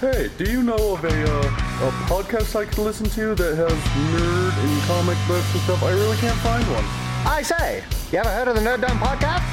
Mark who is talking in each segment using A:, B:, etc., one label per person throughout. A: Hey, do you know of a uh, a podcast I could listen to that has nerd and comic books and stuff? I really can't find one.
B: I say, you ever heard of the Nerd Dumb podcast?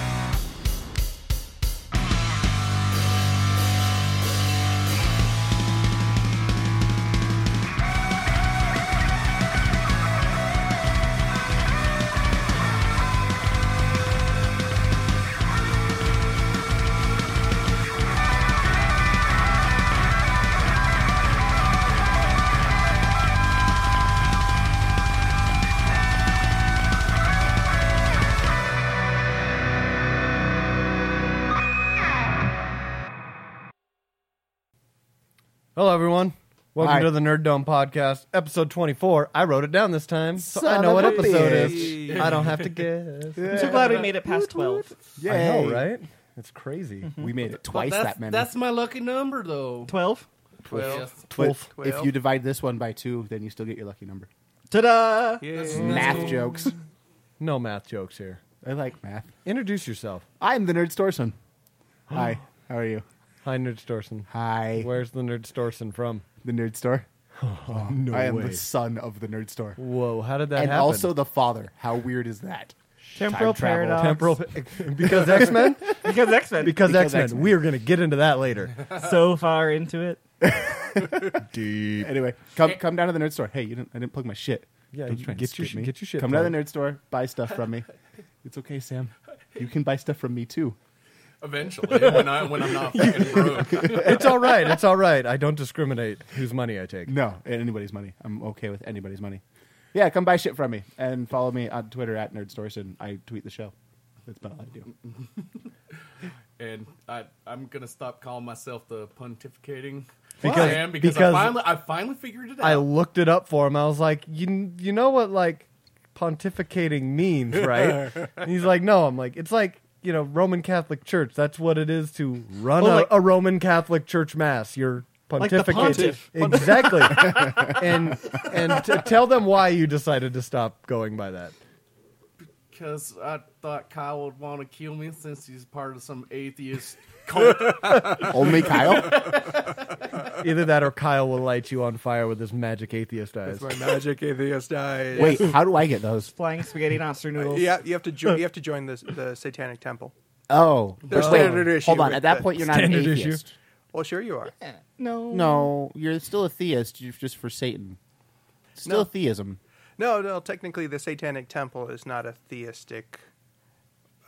C: Hello, everyone. Welcome
B: Hi.
C: to the Nerd Dome Podcast, episode 24. I wrote it down this time, so I
B: Son
C: know
B: of
C: what
B: a
C: episode it
B: bitch.
C: is. I don't have to guess.
D: I'm so glad we made it past 12.
B: Yeah,
C: I know, right? It's crazy.
B: We made it twice
E: that's,
B: that many.
E: That's my lucky number, though.
D: 12?
E: Twelve.
B: But
C: Twelve.
B: If you divide this one by two, then you still get your lucky number.
D: Ta da!
B: math jokes.
C: No math jokes here.
B: I like math.
C: Introduce yourself.
B: I'm the Nerd Storson. Hi, how are you?
C: Hi, Nerd Storson.
B: Hi,
C: Where's the Nerd Storson from?
B: the Nerd Store.
C: No
B: I am the son of the Nerd Store,
C: Whoa, how did that
B: and
C: happen?
B: also the father. How weird is that?
D: Temporal
B: Time travel.
D: paradox.
C: temporal. because X Men?
D: Because X Men.
C: Because X Men.
B: X-Men.
C: We are going to get into that later.
D: so far into it.
C: Deep.
B: Anyway, come come down to the Nerd Store. Hey, you didn't. I didn't plug my shit.
C: Yeah,
B: Don't
C: you
B: try and
C: get your
B: skip
C: sh-
B: me.
C: get your shit
B: Come down to the
C: plugged.
B: Nerd Store. Buy stuff from me. It's okay, Sam. You can buy stuff from me too.
E: Eventually, when I when I'm not fucking broke.
C: It's all right. It's all right. I don't discriminate whose money I take.
B: No, anybody's money. I'm okay with anybody's money. Yeah, come buy shit from me and follow me on Twitter at nerdstorson. I tweet the show. That's about all I do.
E: And I I'm gonna stop calling myself the pontificating.
C: Because-
E: I am because,
C: because-
E: I finally I finally figured it out.
C: I looked it up for him. I was like, you, you know what like pontificating means, right? and he's like, no. I'm like, it's like you know Roman Catholic Church. That's what it is to run a,
D: Oh, like-
C: a Roman Catholic Church mass. You're
D: Like the
C: pontificating
D: pontiff.
C: exactly, and and t- tell them why you decided to stop going by that.
E: because I thought Kyle would want to kill me since he's part of some atheist cult.
B: Only Kyle.
C: Either that or Kyle will light you on fire with his magic atheist eyes.
F: That's my magic atheist eyes.
B: Wait, how do I get those?
D: Flying spaghetti monster noodles.
F: Yeah, you have to jo- you have to join the the Satanic Temple.
B: Oh,
F: There's
B: but
F: standard issue
B: Hold on.
F: with
B: At that
F: the-
B: point, you're not an
C: Standard
B: atheist.
C: issue.
F: Well, sure you are.
D: No.
B: No, you're still a theist. You're just for Satan. Still
F: No.
B: theism.
F: No, no. Technically, the Satanic Temple is not a theistic.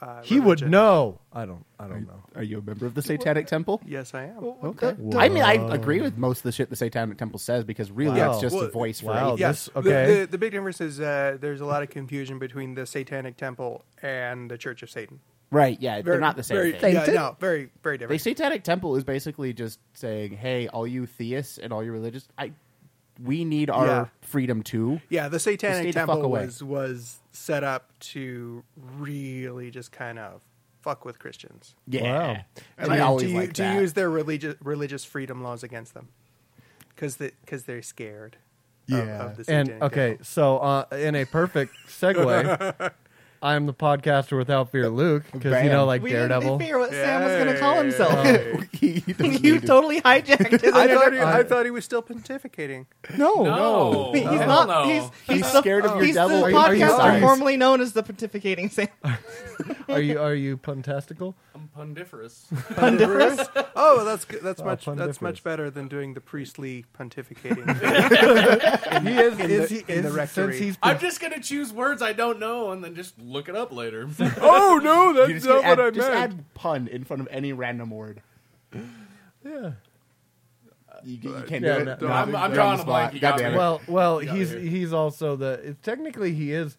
F: Uh,
C: He would
F: religion.
C: know. I don't. I don't know.
B: Are you a member of the Satanic Temple?
F: Yes, I am.
B: Okay. I mean, I agree with most of the shit the Satanic Temple says because really
C: Wow.
B: it's just
F: Well,
B: a voice for
C: wow.
B: atheists.
F: yes.
C: this- okay.
F: The, the, the big difference is uh, there's a lot of confusion between the Satanic Temple and the Church of Satan.
B: Right, yeah. they're not the same
F: very,
B: thing.
F: Yeah, no, very, very
B: The
F: different.
B: Satanic Temple is basically just saying, "Hey, all you theists and all you religious, I, we need our
F: Yeah.
B: freedom too."
F: yeah, the
B: Stay
F: Satanic
B: the fuck
F: Temple
B: away.
F: was was set up to really just kind of fuck with Christians.
B: Yeah,
C: Wow.
B: and
F: to,
B: I always
F: to,
B: like
F: to
B: that.
F: use their religious religious freedom laws against them because because they're scared. of-
B: Yeah.
F: of, the
C: And
F: satanic
C: okay,
F: devil.
C: so uh, in a perfect segue, I'm the podcaster without fear, Luke, because you know,
B: Bam.
C: like
D: We
C: Daredevil.
D: didn't figure what Sam was going to call himself.
B: He
E: Oh,
B: doesn't need
D: you
B: it.
D: totally hijacked his
F: I thought, he,
D: introduction.
F: I thought he was still pontificating.
C: No,
E: no,
D: He's
E: Hell
D: not.
E: No.
D: He's, he's,
B: He's
D: the-
B: scared of your
D: he's
B: devil.
D: The
B: Are
C: you- are you
D: podcaster
C: serious?
D: formerly known as the pontificating Sam.
C: Are you are you puntastical?
E: I'm pondiferous.
F: Pontiferous? oh, well, that's good. that's
C: Oh,
F: much that's
C: pontiferous.
F: much better than doing the priestly pontificating.
C: he is. is
F: the-
C: he
F: in
C: is
F: the rectory.
C: since he's
E: I'm just gonna choose words I don't know and then just look it up later.
F: oh no,
B: You just,
F: that's not
B: add,
F: what I
B: just
F: meant.
B: add pun in front of any random word.
C: yeah.
B: You, you can't
C: Yeah,
B: do it.
C: no,
B: You're
E: I'm- I'm
B: on the
E: drawing a
B: spot.
E: blank. You
B: God
E: got
B: damn
E: me.
B: it.
C: Well, well, he's
E: here.
C: he's also the technically he is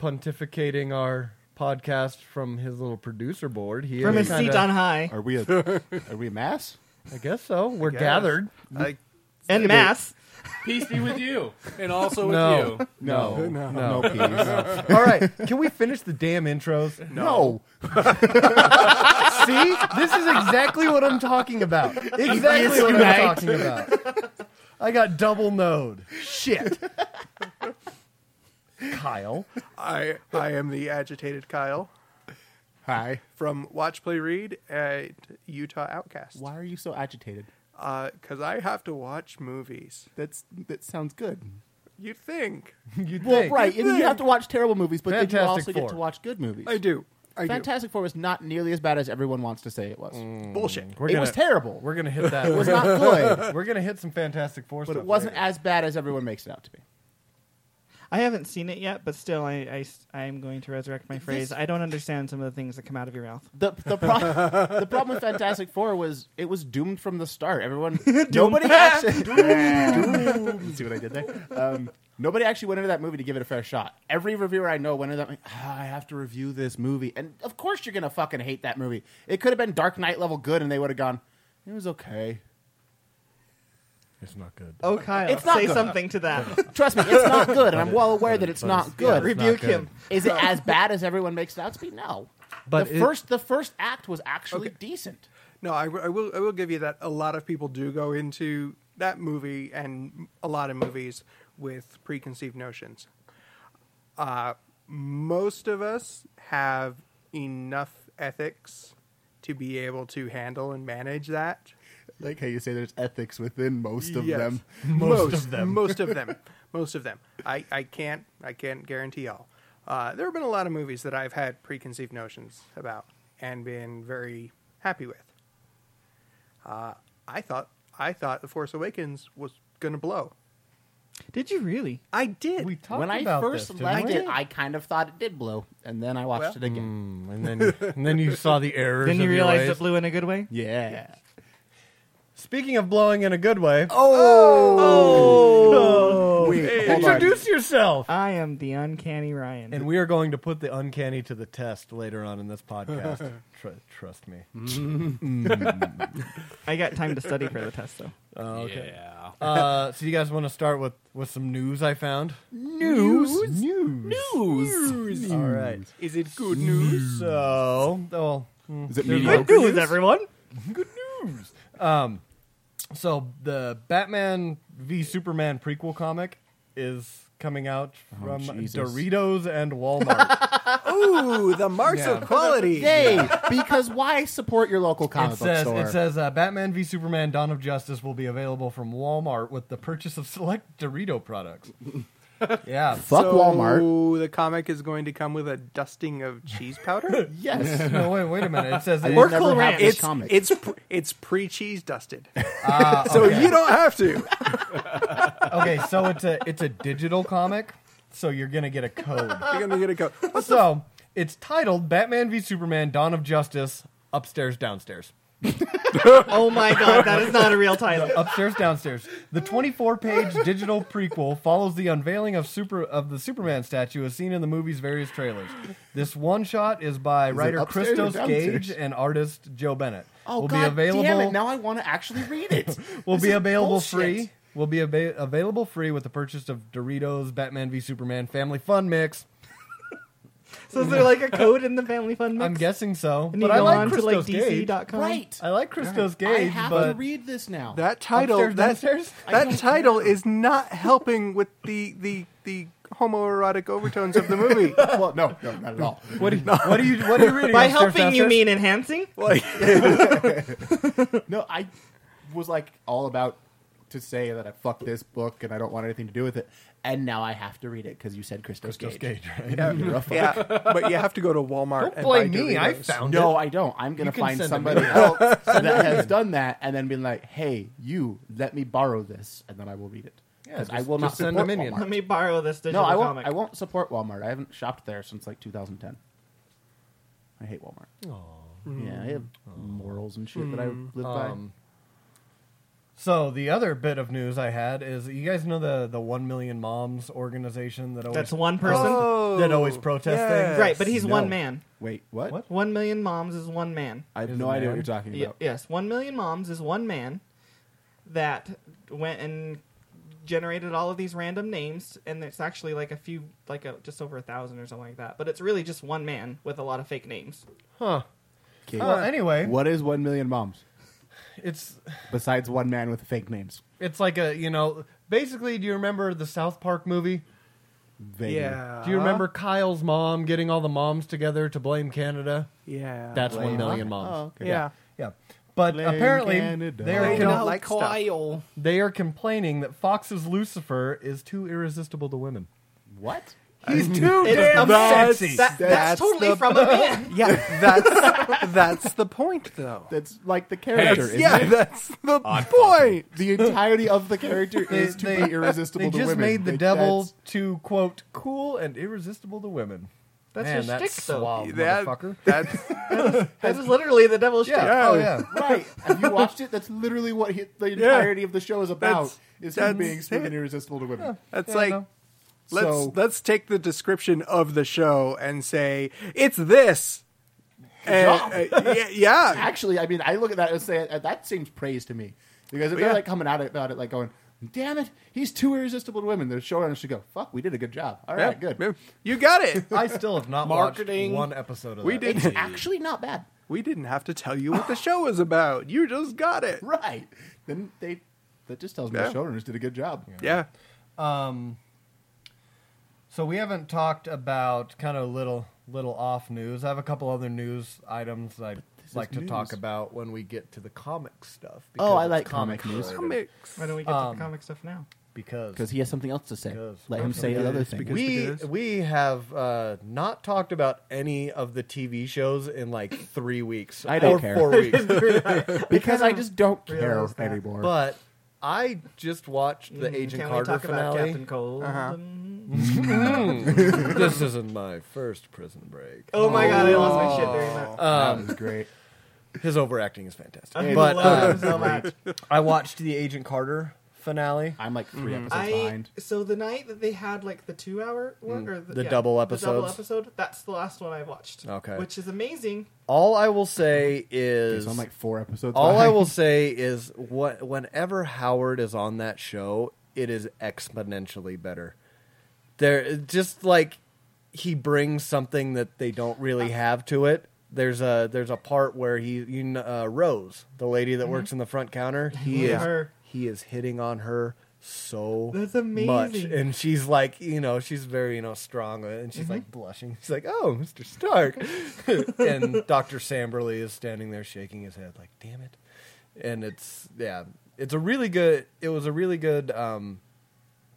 C: pontificating our podcast from his little producer board. He
D: From
C: is
D: his seat
C: kinda-
D: on high.
B: are we a, are we a mass?
C: I guess so. We're
F: Yes.
C: gathered.
F: I,
D: And mass.
E: Peace be with you, and also with
C: No.
E: you.
B: No,
F: No.
B: no, no, please.
C: All right, can we finish the damn intros?
B: no.
C: See, this is exactly what I'm talking about. Exactly
B: Atheist
C: what
B: unite.
C: I'm talking about. I got double node. Shit. Kyle.
F: I I am the agitated Kyle
B: Hi.
F: from Watch Play Read at Utah Outcast.
B: Why are you so agitated?
F: because I have to watch movies.
B: That's that sounds good.
F: You'd think
C: you
B: Well,
C: think.
B: right, and you have to watch terrible movies, but then you
C: Fantastic
B: also get
C: Four.
B: to watch good movies.
F: I do. I
B: Fantastic Four was not nearly as bad as everyone wants to say it was.
F: do. Bullshit.
C: Mm. We're
B: It was terrible.
C: We're gonna hit that.
B: It was not good,
C: We're gonna hit some Fantastic Four
B: but
C: stuff.
B: it wasn't
C: later.
B: as bad as everyone makes it out to be.
D: I haven't seen it yet, but still, I, I, s- I am going to resurrect my phrase. I don't understand some of the things that come out of your mouth.
B: The the, pro- the problem with Fantastic Four was it was doomed from the start. Everyone, nobody actually. Doomed. See what I did there? Um, nobody actually went into that movie to give it a fair shot. Every reviewer I know went into that. Like, "Ah, I have to review this movie, and of course you're gonna fucking hate that movie. It could have been Dark Knight level good, and they would have gone. It was okay.
G: It's not good.
D: Oh, Kyle,
B: It's not
D: say
B: good.
D: something to that.
B: Trust me, it's not good, and I'm well aware that it's
G: But
B: not
G: yeah,
B: good.
G: it's not
D: Rebuke
G: good.
D: him.
B: Is it as bad as everyone makes it out to be? No.
C: But
B: the
C: it-
B: first the first act was actually decent.
F: No, I, w- I will. I will give you that. A lot of people do go into that movie and a lot of movies with preconceived notions. Uh, most of us have enough ethics to be able to handle and manage that.
B: Like how you say there's ethics within most
F: Yes.
G: Most of them.
F: Most of them. Most of them. I, I can't. I can't guarantee y'all. Uh, there have been a lot of movies that I've had preconceived notions about and been very happy with. Uh, I thought. I thought The Force Awakens was gonna blow.
D: Did you really?
F: I did.
C: We talked
B: when I
C: about
B: first
C: this, didn't
B: left
C: we?
B: it, I kind of thought it did blow, and then I watched
F: Well,
B: it again.
C: Mm, and then and then you saw the errors.
D: Then you
C: of your
D: realize
C: ways.
D: it blew in a good way?
B: Yeah.
C: Speaking of blowing in a good way,
B: Wait, hold on.
C: introduce yourself.
D: I am the uncanny Ryan.
C: And we are going to put the uncanny to the test later on in this podcast. Tr- trust me.
D: I got time to study for the test, though.
E: Yeah.
C: Uh, so you guys want to start with with some news I found?
B: News. News. News.
C: All right.
F: Is it good news?
C: So, well, mm,
B: Is it
C: there's-
B: mediocre?
D: news, everyone.
C: so the Batman v Superman prequel comic is coming out from
B: Oh, Jesus.
C: Doritos and Walmart.
F: Ooh, the Marshall quality.
B: Yay! because why support your local comic
C: it
B: book
C: says
B: store?
C: it says uh, Batman v Superman: Dawn of Justice will be available from Walmart with the purchase of select Dorito products. yeah.
B: Fuck
F: so
B: Walmart.
F: The comic is going to come with a dusting of cheese powder.
B: Yes.
C: No, wait, wait a minute. It says
B: I
C: it-
B: will never have this
F: it's
B: comic.
F: it's pre- it's pre cheese dusted,
C: ah,
F: so
C: okay.
F: you don't have to.
C: okay, so it's a it's a digital comic, so you're gonna get a code.
F: You're gonna get a coat.
C: so it's titled Batman v Superman: Dawn of Justice. Upstairs, downstairs.
D: Oh my god, that is not a real title.
C: Upstairs, downstairs. The 24-page digital prequel follows the unveiling of super of the Superman statue as seen in the movie's various trailers. This one shot is by writer
B: upstairs or
C: Christos
B: downstairs?
C: Gage and artist Joe Bennett.
B: oh
C: will
B: god
C: be available.
B: damn it! Now I want to actually read it.
C: will
B: This
C: be
B: is
C: available
B: bullshit.
C: free. Will be ava- available free with the purchase of Doritos Batman v Superman Family Fun Mix.
D: So is there like a code in the Family Fun mix?
C: I'm guessing so,
D: And you
C: but I
D: go
C: like
D: on to like
C: Christos Gage.
D: DC.com.
B: Right.
C: I like Christos
B: I
C: Gage,
B: have
C: Uh, but
B: to read this now.
F: That title
C: Upstairs,
F: that,
C: downstairs?
B: I
F: that
B: don't
F: title is not helping with the the the homoerotic overtones of the movie.
B: well, no, no, not at all.
C: what, do you, what do you what do you reading?
D: By
C: upstairs,
D: helping, you
C: downstairs?
D: mean enhancing?
F: like
B: No, I was like all about to say that I fucked this book and I don't want anything to do with it, and now I have to read it because you said Christos,
G: Christos
B: Gage.
G: Gage, right?
B: You're a fuck.
F: yeah, but you have to go to Walmart.
C: Don't
F: and
C: blame
F: buy
C: me. I
F: Doritos.
C: found
B: No,
C: it.
B: I don't. I'm gonna
C: can
B: find
C: send them
B: somebody else that has done that, and then been like, "Hey, you, let me borrow this," and then I will read it.
C: Yeah,
B: 'Cause I
C: just-
B: will
C: just
B: not
C: send
B: support
C: them in.
B: Walmart.
D: Let me borrow this
B: No,
D: digital
B: I won't.
D: comic.
B: I won't support Walmart. I haven't shopped there since like 2010. I hate Walmart. Yeah, I have morals and shit that I
F: Hmm.
B: live
C: Um, So the other bit of news I had is you guys know the the one million moms organization that always
D: That's one person?
F: Oh,
C: that always protests
F: yes.
C: things.
D: Right, but he's
B: No.
D: one man.
B: by. Wait, what?
C: What?
D: One million moms is one man.
B: I have
C: Is
B: no
C: a
B: idea what
C: man?
B: you're talking
D: Ye-
B: about.
D: yes, one million moms is one man that went and generated all of these random names, and it's actually like a few, like a, just over a thousand or something like that. But it's really just one man with a lot of fake names.
C: Huh.
B: Okay.
F: Uh,
C: Well, anyway,
B: What is one million moms
C: it's
B: besides one man with fake names?
C: it's like a you know basically. Do you remember the South Park movie?
B: Vaguely.
F: Yeah.
C: Do
D: Uh-huh.
C: you remember Kyle's mom getting all the moms together to blame Canada?
F: Yeah.
C: That's
B: Blame-
C: one million moms.
B: Oh, okay.
F: yeah.
C: Yeah. But
B: Blame
C: apparently,
B: Canada.
C: they
F: They
C: are,
F: don't
C: com-
F: like stuff.
E: Kyle.
C: they are complaining that Fox's Lucifer is too irresistible to women.
B: What?
C: He's too
D: It is
C: damn
D: obscene.
C: sexy.
D: That- that's,
F: That's
D: totally
F: the-
D: from a man.
F: Yeah, that's that's the point, though.
B: That's like the character. isn't
F: yeah,
B: it?
F: that's the point.
B: The entirety of the character is to
C: they-
B: be irresistible
C: They
B: to
C: just
B: women.
C: made the
B: Like,
C: devil
B: that's-
C: too quote cool and irresistible to women.
D: That's
C: Man,
D: his
C: that's
D: shtick, though.
C: suave,
F: That-
C: motherfucker.
F: That's
D: That is literally the devil's shtick.
C: Yeah. Oh yeah.
B: Right. Have you watched it? That's literally what he, the entirety of the show is about.
F: That's-
B: Is
F: that's
B: him being smooth and
F: it.
B: irresistible to women.
F: that's
C: Yeah,
F: like
C: no.
F: let's
B: So-
F: let's take the description of the show and say it's this. And, uh, yeah, yeah.
B: Actually, I mean, I look at that and say uh, that seems praise to me because if they're
F: Yeah.
B: like coming out about it, like going, "Damn it, he's too irresistible to women," the showrunner should go, "Fuck, we did a good job. All right,
F: Yeah.
B: good.
F: You got it.
C: I still have not
E: Marketing.
C: watched one episode of
F: We
C: that.
F: did-
B: It's actually not bad."
F: We didn't have to tell you what the show was about. You just got it.
B: Right? Then they that just tells me
F: Yeah.
B: the showrunners did a good job.
F: Yeah.
C: Um, so we haven't talked about kind of little little off news. I have a couple other news items I'd
B: is
C: like to
B: news.
C: talk about when we get to the comic stuff.
B: Oh, I
C: because
B: like
C: it's
B: comic news.
C: related.
F: Comics.
D: Why don't we get
C: Um,
D: to the comic stuff now?
C: because
B: Because he has something else to say.
C: Yes.
B: Let him say
F: Because-
B: another thing.
F: because-
C: we we have uh, not talked about any of the TV shows in like three weeks.
B: I don't
C: or
B: care.
C: Four weeks.
B: Because I just don't care
D: realize that.
B: anymore.
C: but I just watched the
D: Mm,
C: Agent
D: Can
C: Carter
D: we talk
C: finale.
D: about Captain Cold?
F: Uh-huh.
D: Mm.
C: this isn't my first prison break.
D: Oh my god, I lost my shit during that.
B: that was great.
C: His overacting is fantastic.
D: I
C: but
D: love
C: uh,
D: him so much.
C: I watched the Agent Carter finale.
B: I'm like 3
F: Mm-hmm.
B: episodes
D: I
B: behind.
D: so the night that they had like the two hour one or the,
C: Mm. The double
D: the double
C: episodes?
D: episode. That's the last one I watched.
C: Okay.
D: which is amazing.
C: All I will say is
B: So I'm like four episodes.
C: all I
B: behind.
C: will say is what whenever Howard is on that show, it is exponentially better. There just like he brings something that they don't really have to it. There's a there's a part where he you kn- uh, Rose, the lady that works in the front counter, he
D: love
C: is
D: her.
C: he is hitting on her so
D: That's
C: much,
D: amazing.
C: and she's like you know she's very you know strong, and she's
D: Mm-hmm.
C: like blushing. She's like, "Oh, Mister Stark," and Doctor Samberly is standing there shaking his head like, "Damn it!" And it's yeah, it's a really good. It was a really good um,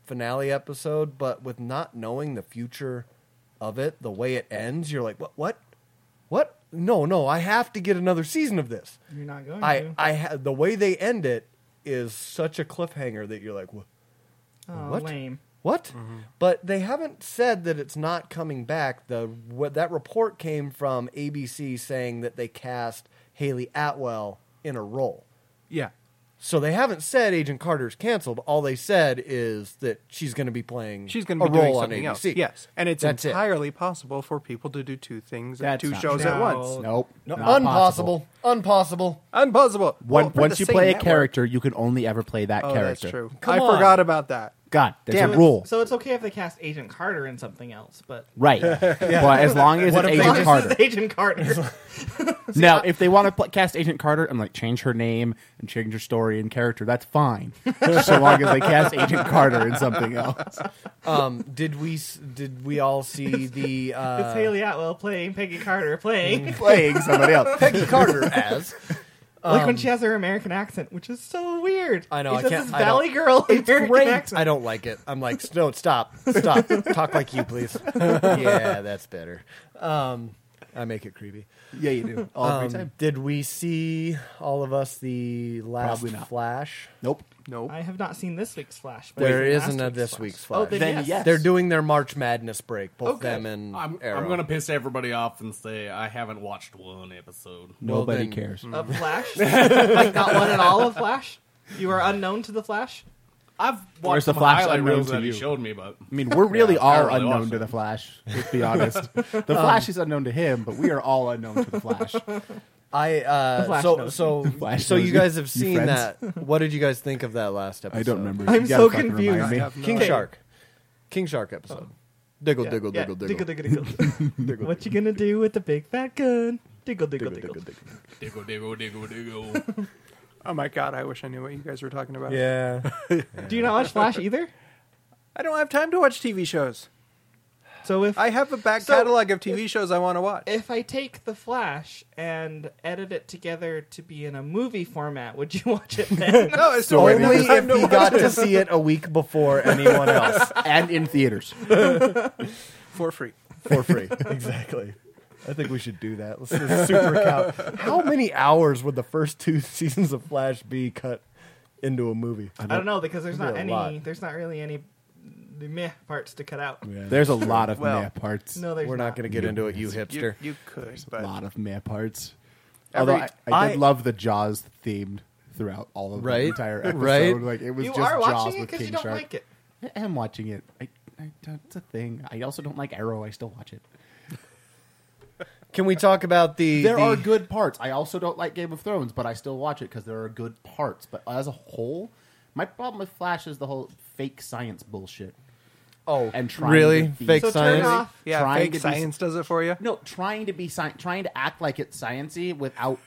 C: finale episode, but with not knowing the future of it, the way it ends, you're like, "What? What? What? No, no! I have to get another season of this."
D: You're not going
C: I,
D: to.
C: I ha- the way they end it is such a cliffhanger that you're like, "Wha-
D: oh,
C: what?
D: lame.
C: What?
F: Mm-hmm.
C: But they haven't said that it's not coming back. The what that report came from ABC saying that they cast Haley Atwell in a role.
F: Yeah.
C: So they haven't said Agent Carter's canceled. All they said is that she's going to be playing
F: She's going
C: a
F: to be doing
C: role on
F: something
C: ABC.
F: else. Yes, and it's
C: That's it.
F: entirely possible for people to do two things,
B: That's
F: two
B: not
F: shows
D: true.
F: at once.
B: Nope.
C: No,
B: not possible.
C: impossible. Impossible.
F: Impossible. Well,
B: When,
F: for
B: once
F: the
B: you
F: same
B: play
F: network-
B: a character, you can only ever play that
F: oh,
B: character.
F: that's true.
C: Come
F: I
C: on.
F: forgot about that.
B: God, there's
F: Damn
B: a
F: it.
B: rule.
D: So it's okay if they cast Agent Carter in something else, but
B: right. But as long as
C: What
B: it's
C: if Uh.
D: As long
B: Agent
D: as
B: Carter.
D: it's Agent Carter.
B: now, if they want to pl- cast Agent Carter and like change her name and change her story and character, that's fine. so long as they cast Agent Carter in something else.
C: Um, did we s- did we all see the uh,
D: it's Haley Atwell playing Peggy Carter
C: Mm.
D: playing.
B: Playing somebody else.
C: uh, Peggy Carter as?
D: like when she has her American accent, which is so weird.
C: Um. I know,
D: She
C: I
D: does
C: can't-
D: This
C: I don't-
D: Valley Girl American accent.
C: I don't like it. I'm like, no, stop, stop, talk like you, please. yeah, that's better. Um, I make it creepy.
B: Yeah, you do. All
C: Um,
B: the time.
C: did we see all of us the last
B: Probably not.
C: Flash?
B: Nope.
F: Nope.
D: I have not seen this week's Flash. But
C: There
D: I've seen
C: isn't a
D: last
C: this week's Flash.
D: Oh, then,
B: Then
D: yes.
B: yes.
C: They're doing their March Madness break, both
E: Okay.
C: them and
E: I'm,
C: Arrow.
E: I'm gonna piss everybody off and say I haven't watched one episode.
C: Well,
B: Nobody
C: then-
B: cares.
D: Of Flash, like not one at all of Flash. You are unknown to the Flash.
E: I've
B: Where's
E: watched
B: the
E: some
B: Flash
E: highlight
B: unknown
E: reels
B: to
E: that he
B: you?
E: showed me, but
B: I mean, we're really
E: Yeah,
B: all
E: apparently
B: unknown
E: awesome.
B: to the Flash. Let's be honest. The Flash is unknown to him, but we are all unknown to the Flash.
C: I
D: The
C: uh,
D: Flash
C: so
D: knows.
C: so
B: Flash
C: so.
B: knows
C: You
B: you.
C: guys have
B: You
C: seen
B: friends?
C: that. What did you guys think of that last episode?
B: I don't remember.
D: I'm
B: You gotta
D: so
B: fucking
D: confused.
B: remind me.
F: I have no
C: King
F: idea.
C: Shark. King Shark episode.
B: Oh.
C: Diggle,
D: Yeah,
C: diggle,
D: yeah.
C: diggle, diggle,
D: diggle, diggle, diggle. What you gonna do with the big fat gun? Diggle, diggle, diggle.
E: diggle, diggle, diggle, diggle.
F: Oh my god! I wish I knew what you guys were talking about.
C: Yeah.
D: Do you not watch Flash either?
F: I don't have time to watch TV shows.
D: So if
F: I have a back
D: So,
F: catalog of TV shows I want to watch.
D: if I take The Flash and edit it together to be in a movie format, would you watch it then?
F: no, it's
B: So
F: only
B: only if
F: no
B: he got to see it a week before anyone else, and in theaters
F: for free.
B: for free.
C: exactly. I think we should do that. Let's just super count. How many hours would the first two seasons of Flash be cut into a movie?
D: I don't know because there's
C: That'd
D: not
C: be a
D: any.
C: lot.
D: There's not really any the meh parts to cut out.
B: There's a lot of
F: Well,
B: meh parts.
D: No, there's
C: We're not going to get into it, you
F: You,
C: hipster.
F: you could,
B: a
F: but
B: lot of meh parts.
F: Every-
B: Although I, I
C: I-
B: did love the Jaws themed throughout all of
C: Right?
B: the entire episode.
C: Right?
B: Like it was
D: You
B: just
D: are
B: Jaws
D: watching it
B: with
D: because
B: King
D: you don't
B: Shark.
D: like it.
B: I am watching it. I, I, that's a thing. I also don't like Arrow. I still watch it.
C: Can we talk about the?
B: There
C: the-
B: are good parts. I also don't like Game of Thrones, but I still watch it because there are good parts. But as a whole, my problem with Flash is the whole fake science bullshit.
C: Oh,
B: and trying
C: really
B: to be-
C: fake
D: So turn
C: science.
D: off.
F: yeah,
B: Trying
F: fake
B: to be-
F: science does it for you.
B: No, trying to be sci- trying to act like it's sciency without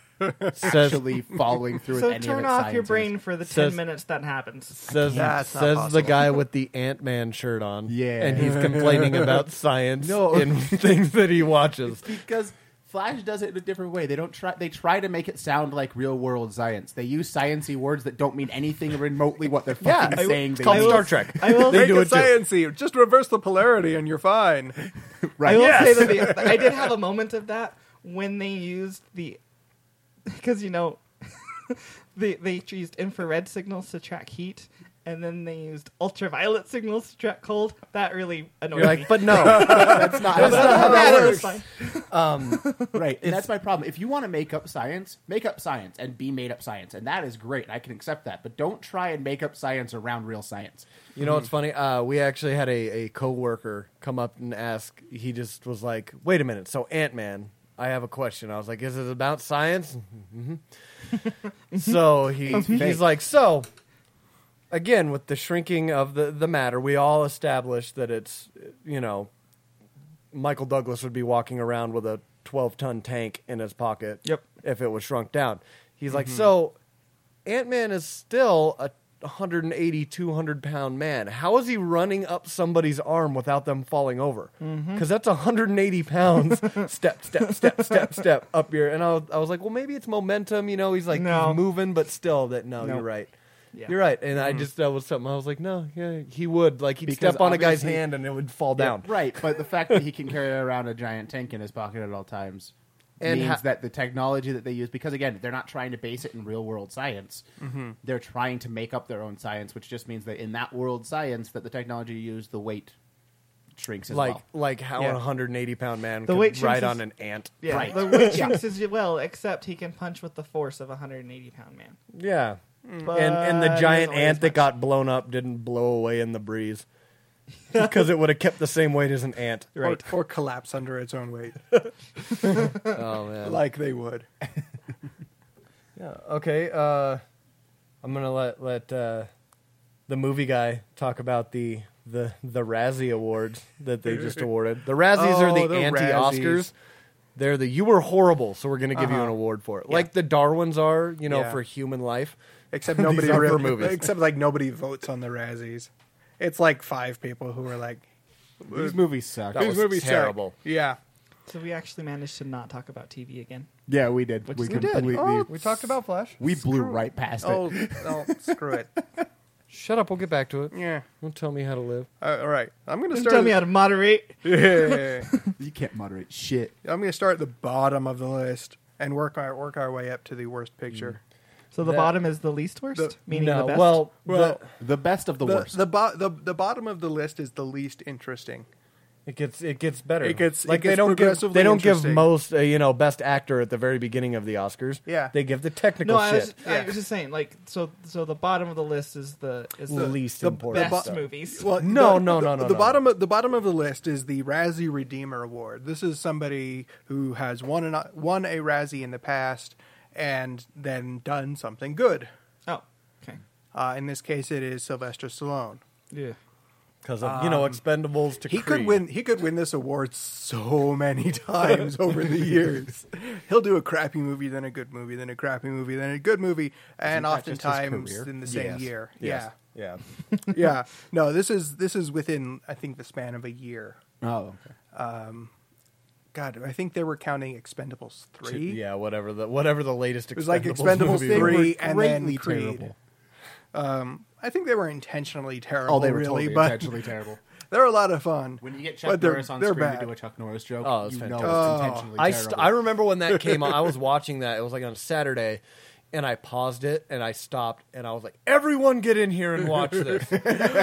C: Says-
B: actually following through.
D: So
B: with any of
D: turn
B: its
D: off
B: science
D: your
B: is.
D: brain for the
C: Says-
D: ten minutes that happens.
C: Says
F: That's not
C: says the
F: possible.
C: guy with the Ant Man shirt on.
B: Yeah.
C: and he's complaining about science
B: No.
C: in things that he watches.
B: because Flash does it in a different way. They don't try. They try to make it sound like real world science. They use sciency words that don't mean anything remotely what they're
C: Yeah,
B: fucking
C: I-
B: saying.
C: it's
B: they
C: called
B: use.
C: Star Trek.
D: I will
C: They
F: Make
C: do it
F: it
C: too.
F: sciency. Just reverse the polarity, and you're fine.
D: I will
F: Yes.
D: say that the, I did have a moment of that when they used the because you know they they used infrared signals to track heat and then they used ultraviolet signals to track cold. That really annoyed
C: You're
D: me.
C: like, but no,
B: That's not, that's not
D: Other
B: how
D: than
B: that
D: that, it
B: works.
D: was fine.
B: Right, and that's my problem. If you want to make up science, make up science and be made up science, and that is great. I can accept that, but don't try and make up science around real science.
C: You know what's funny? Uh, we actually had a, a coworker come up and ask. He just was like, "Wait a minute. So Ant Man, I have a question." I was like, "Is it about science?" hmm so he he's like, "So again, with the shrinking of the the matter, we all established that it's you know Michael Douglas would be walking around with a twelve ton tank in his pocket.
D: Yep.
C: if it was shrunk down. He's like, so Ant Man is still a 180, 200 pound man. How is he running up somebody's arm without them falling over? Because
B: Mm-hmm.
C: that's 180 pounds. step, step, step, step, step up here. And I was, I was like, well, maybe it's momentum. You know, he's like
D: No.
C: he's moving, but still, that no,
B: No.
C: you're right.
D: Yeah.
C: You're right, and I just that was something I was like, no, yeah, he would like he'd
B: Mm-hmm. Because
C: step on a guy's
B: obviously-
C: hand and it would fall down.
B: Right, but the fact that he can carry around a giant tank in his pocket at all times
C: And
B: means
C: ha-
B: that the technology that they use, because again, they're not trying to base it in real world science.
C: Mm-hmm.
B: They're trying to make up their own science, which just means that in that world science, that the technology you use, the weight shrinks as
C: Like
B: well.
C: like how
D: Yeah.
C: a 180 pound man
D: The
C: could
D: weight
C: ride
D: changes-
C: on an ant.
D: Yeah,
B: Right.
D: the witch shrinks as well, except he can punch with the force of a 180 pound man.
C: Yeah. and and
D: But
C: the
D: it
C: giant
D: doesn't weigh as
C: ant that
D: much.
C: got blown up didn't blow away in the breeze because it would have kept the same weight as an ant.
D: Right.
F: Or, or collapse under its own weight,
C: Oh man.
F: like they would.
C: yeah. Okay. Uh, I'm gonna let let uh, the movie guy talk about the the the Razzie Awards that they just awarded. The Razzies
F: Oh,
C: are the,
F: the
C: anti-Oscars.
F: Razzies.
C: They're the you were horrible, so we're gonna give you an award for it, like the Darwins are, you know,
F: Yeah.
C: for human life.
F: Except nobody
C: These are for
F: really,
C: movies.
F: except like nobody votes on the Razzies. It's like five people who are like,
B: These movies suck.
C: That
F: "These
C: was
F: movies suck."
C: terrible.
F: Yeah,
D: So we actually managed to not talk about TV again.
B: Yeah, we did. we completely.
C: Oh, we talked about Flash.
B: we blew right past
F: oh,
B: it.
F: no, screw it.
C: Shut up. We'll get back to it.
F: Yeah.
C: Don't tell me how to live.
F: Uh, all right, I'm gonna
D: Don't
F: start.
D: tell me how to moderate.
F: Yeah.
B: You can't moderate shit.
F: I'm gonna start at the bottom of the list and work our work our way up to the worst picture.
D: So the
C: That-
D: bottom is the least worst,
F: The-
D: meaning
C: no,
D: the best.
C: well,
F: Well,
B: The best of the,
F: The
B: worst.
F: the, bo- the the bottom of the list is the least interesting.
C: It gets it gets better.
F: It gets- it
C: like they
F: gets
C: don't give
F: progressively
C: they don't give
F: interesting.
C: most uh, you know best actor at the very beginning of the Oscars.
F: Yeah.
C: they give the technical
D: no, I
C: shit.
D: was, I
F: Yeah.
D: was just saying, like, so so the bottom of the list is the is the
C: least
F: the-
C: important.
D: best
C: stuff.
D: movies.
F: Well,
C: No,
F: the-
C: no,
F: the-
C: no, no,
F: The
C: no.
F: bottom of the bottom of the list is the Razzie Redeemer Award. This is somebody who has won an, won a Razzie in the past and then done something good.
D: oh, okay,
F: Uh, in this case, it is Sylvester Stallone.
D: yeah.
C: because of you know Expendables to
F: Um, He
C: Creed.
F: could win. He could win this award so many times over the years. He'll do a crappy movie, then a good movie, then a crappy movie, then a good movie, and
B: that just his
F: oftentimes
B: career?
F: in the same
C: Yes.
F: year.
C: Yes. yeah.
F: Yeah, yeah. No, this is this is within I think the span of a year. Um,
B: Oh, okay.
F: God, I think they were counting Expendables three.
C: Yeah, whatever the whatever the latest. It
F: was like Expendables
C: movie
F: three.
B: They
C: was.
B: were
F: and then
B: greatly
F: Creed. Um,
B: terrible.
F: I think they were intentionally terrible.
B: Oh, they were
F: really,
B: totally
F: but
B: intentionally terrible.
F: they're a lot of fun.
B: When you get
F: but
B: Chuck
F: they're-
B: Norris on
F: they're
B: screen
F: bad.
B: to do a Chuck Norris joke,
C: Oh, it's
B: you know
C: fantastic.
B: it's intentionally
C: I,
B: terrible.
C: st- I remember when that came on. I was watching that. It was like on Saturday, and I paused it and I stopped and I was like, "Everyone, get in here and watch this."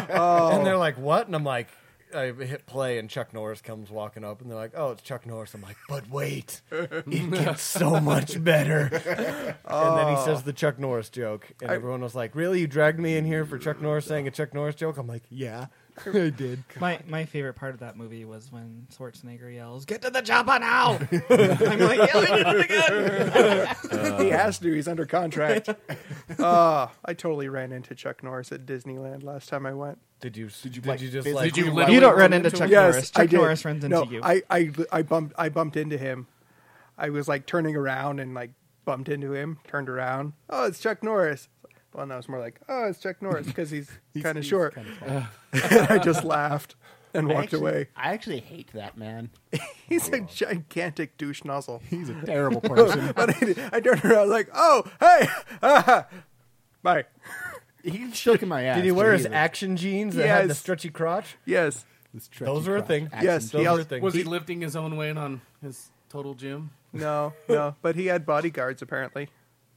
B: Oh.
C: And they're like, "What?" And I'm like, I hit play and Chuck Norris comes walking up and they're like, "Oh, it's Chuck Norris." I'm like, "But wait, it gets so much better." And
B: Oh.
C: then he says the Chuck Norris joke, and everyone was like, "Really? You dragged me in here for Chuck Norris saying a Chuck Norris joke?" I'm like, "Yeah, I did."
D: My my favorite part of that movie was when Schwarzenegger yells, "Get to the chopper now!" I'm like yelling it again.
F: he
D: Uh,
F: has to. He's under contract. uh, I totally ran into Chuck Norris at Disneyland last time I went.
C: Did you? Did you,
B: like,
C: just
B: physically
C: like?
B: You
E: literally
D: You don't run into
E: him?
D: Chuck Norris.
F: I
D: Chuck
F: did.
D: Norris runs into
F: no,
D: you.
F: I, I I bumped I bumped into him. I was like turning around and like bumped into him. Turned around. Oh, it's Chuck Norris. Well, no, it's more like oh, it's Chuck Norris because he's, kind of short. and I just laughed and walked
B: actually,
F: away.
B: I actually hate that man.
F: He's a gigantic douche nozzle.
B: He's a terrible person.
F: but I, did- I turned around like, oh, hey, ah, bye.
B: He's shaking my ass.
C: Did he wear his
B: was-
C: action jeans that had the
F: Yes.
C: stretchy crotch?
F: Yes,
B: this stretchy
C: Those are a
B: crotch.
C: thing.
B: Action
F: Yes,
B: figure.
C: Those
F: he
C: are
F: al-
C: a thing.
E: Was he lifting his own weight on his total gym?
F: no, no. But he had bodyguards apparently.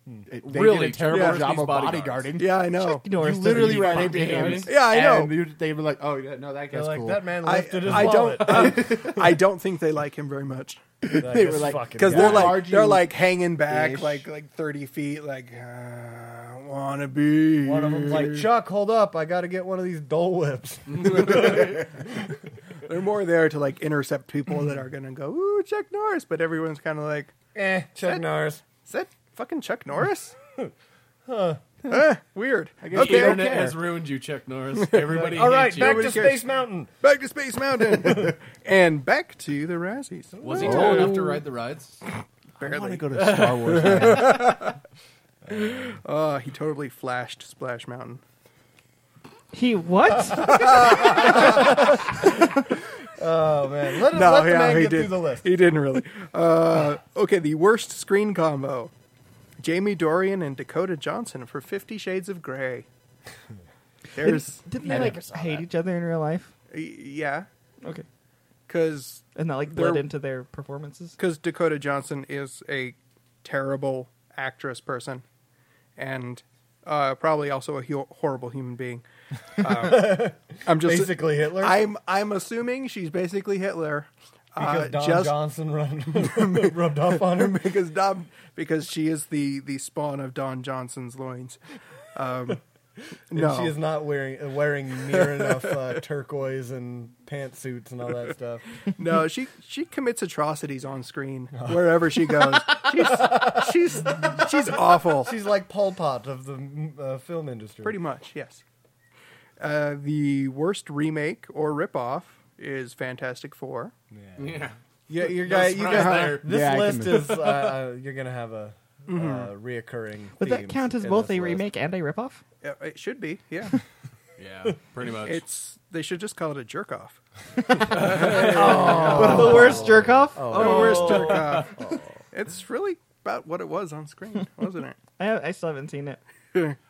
B: They
E: Really
B: did a terrible
F: Yeah.
B: job of
E: Bodyguards.
B: bodyguarding.
F: Yeah, I know.
D: Chuck Norris
B: You
D: doesn't
B: literally
D: do
B: ran
D: fucking
B: into him.
D: anything.
F: Yeah, I know.
B: And you- they were like, "Oh, yeah, no, that
C: They're
B: guy's
C: like
B: cool."
C: that man
F: I,
C: lifted his
F: I
C: wallet.
F: don't. I, I don't think they like him very much
B: they were like,
F: because
B: Yeah.
F: they're like
B: Argue
F: they're like hanging back,
B: ish.
F: like like thirty feet, like uh, wanna be.
C: one of them's like, Chuck, hold up, I got to get one of these Dole Whips.
F: They're more there to like intercept people that are gonna go, ooh, Chuck Norris. But everyone's kind of like,
C: eh, Chuck Norris.
F: is that fucking Chuck Norris? huh. weird.
B: guess
E: The
B: they don't
F: Okay,
E: internet
B: care.
E: has ruined you, Chuck Norris. Everybody
C: All right,
E: hates you.
C: back to
F: Nobody cares.
C: Space Mountain.
F: back to Space Mountain, and back to the Razzies.
E: Was he tall enough to ride the rides?
B: I want
F: Barely.
B: to go to Star Wars. land.
F: Oh, he totally flashed Splash Mountain.
D: He what?
C: Oh man, let,
F: No,
C: let the
F: yeah,
C: man
F: he
C: get
F: did.
C: through the list.
F: He didn't really. Uh, okay, the worst screen combo: Jamie Dorian and Dakota Johnson for Fifty Shades of Grey. There's,
D: Didn't they like hate each other in real life?
F: yeah,
D: Okay,
F: because
D: and that like
F: They're-
D: bled into their performances.
F: because Dakota Johnson is a terrible actress person, and uh, probably also a hu- horrible human being. Um, I'm just
C: Basically Hitler.
F: I'm I'm assuming she's basically Hitler.
C: because
F: uh,
C: Don
F: just
C: Johnson run, rubbed off on him.
F: because Don because she is the the spawn of Don Johnson's loins. Um, no,
C: She is not wearing uh, wearing near enough uh, turquoise and pantsuits and all that stuff.
F: no, she she commits atrocities on screen wherever she goes. she's she's she's awful.
C: She's like Pol Pot of the mm, uh, film industry.
F: Pretty much, yes. Uh, the worst remake or ripoff is Fantastic Four.
E: Yeah.
C: Yeah, you're
E: No
C: guy, you
E: surprise
C: guys,
E: there. Mm-hmm.
C: this
B: Yeah, I can
C: list
B: move.
C: is uh, uh, you're gonna have a uh, reoccurring.
D: Would that
C: themes
D: count as
C: in
D: both
C: this
D: a
C: list.
D: remake and a ripoff?
F: Uh, It should be, yeah.
E: Yeah, pretty much.
F: It's they should just call it a jerk off.
D: the worst jerk off.
F: Oh.
D: Oh.
F: The worst jerk off. Oh. It's really about what it was on screen, wasn't it?
D: I, I still haven't seen it.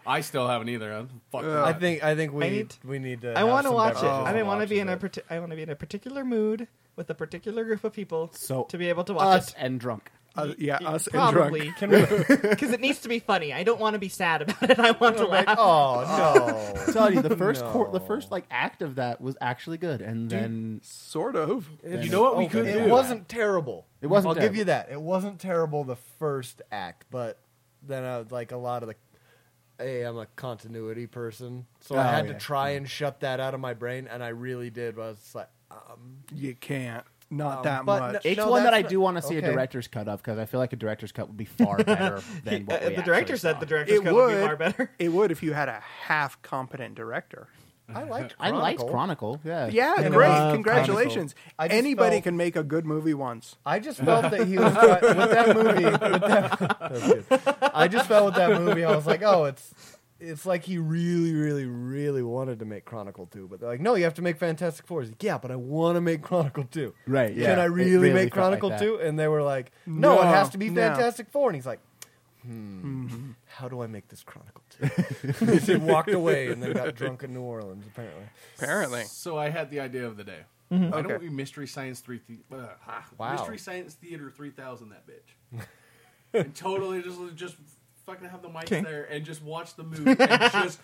E: I still haven't either. I'm fucked up.
C: I think I think we
D: I need-
C: we need to.
D: I
C: want to
D: watch it.
C: beverages
D: I
C: and
D: want to
C: watch
D: be in a
C: it.
D: parti- I want to be in a particular mood with a particular group of people
B: So
D: to be able to watch
B: Us
D: it.
B: and drunk.
F: Uh, yeah, us and
D: Probably
F: drunk.
D: because it needs to be funny. I don't want to be sad about it. I want to laugh. Uh,
C: Oh no!
B: I'm telling you, the first cor- the
C: No.
B: first like act of that was actually good, and then
F: Sort of.
E: you know what we could
C: it
E: do?
C: wasn't terrible.
B: It wasn't
C: I'll give
B: terrible.
C: you that. It wasn't terrible the first act, but then I was like a lot of the. Hey, I'm a continuity person, so I
B: Oh,
C: had
B: yeah.
C: to try and shut that out of my brain, and I really did. I was like,
F: You can't. Not that
C: but
F: much.
C: no-
B: it's one that
C: that's
B: I
C: not-
B: do want to see
C: okay.
B: a director's cut of because I feel like a director's cut would be far better than what
D: Uh,
B: we
D: the director
B: actually
D: said
B: saw.
D: the director's
F: it
D: cut
F: would
D: would be far better.
F: It would if you had a half competent director.
C: I liked.
B: I
C: Chronicle.
B: liked Chronicle. Yeah,
F: Yeah,
C: And
F: great.
C: it was-
F: Congratulations.
C: I just
F: Anybody
C: felt-
F: can make a good movie once.
C: I just felt that he was try- with that movie. With that, that was good. I just felt with that movie, I was like, oh, it's it's like he really, really, really wanted to make Chronicle 2, but they're like, no, you have to make Fantastic Four. He's like, yeah, but I want to make Chronicle 2.
B: Right, yeah.
C: Can I
B: It
C: really,
B: really
C: make
B: felt like
C: Chronicle
B: that.
C: 2? And they were like, no, it
F: No,
C: has to be
F: no.
C: Fantastic Four. And he's like, hmm, how do I make this Chronicle 2? he walked away and then got drunk in New Orleans, apparently.
F: Apparently.
E: So I had the idea of the day. Why don't
F: Okay.
E: we mystery science three? Th- uh, ah,
B: Wow.
E: Mystery science theater three thousand. That bitch. and totally just just fucking have the mics
D: Okay.
E: there and just watch the movie and just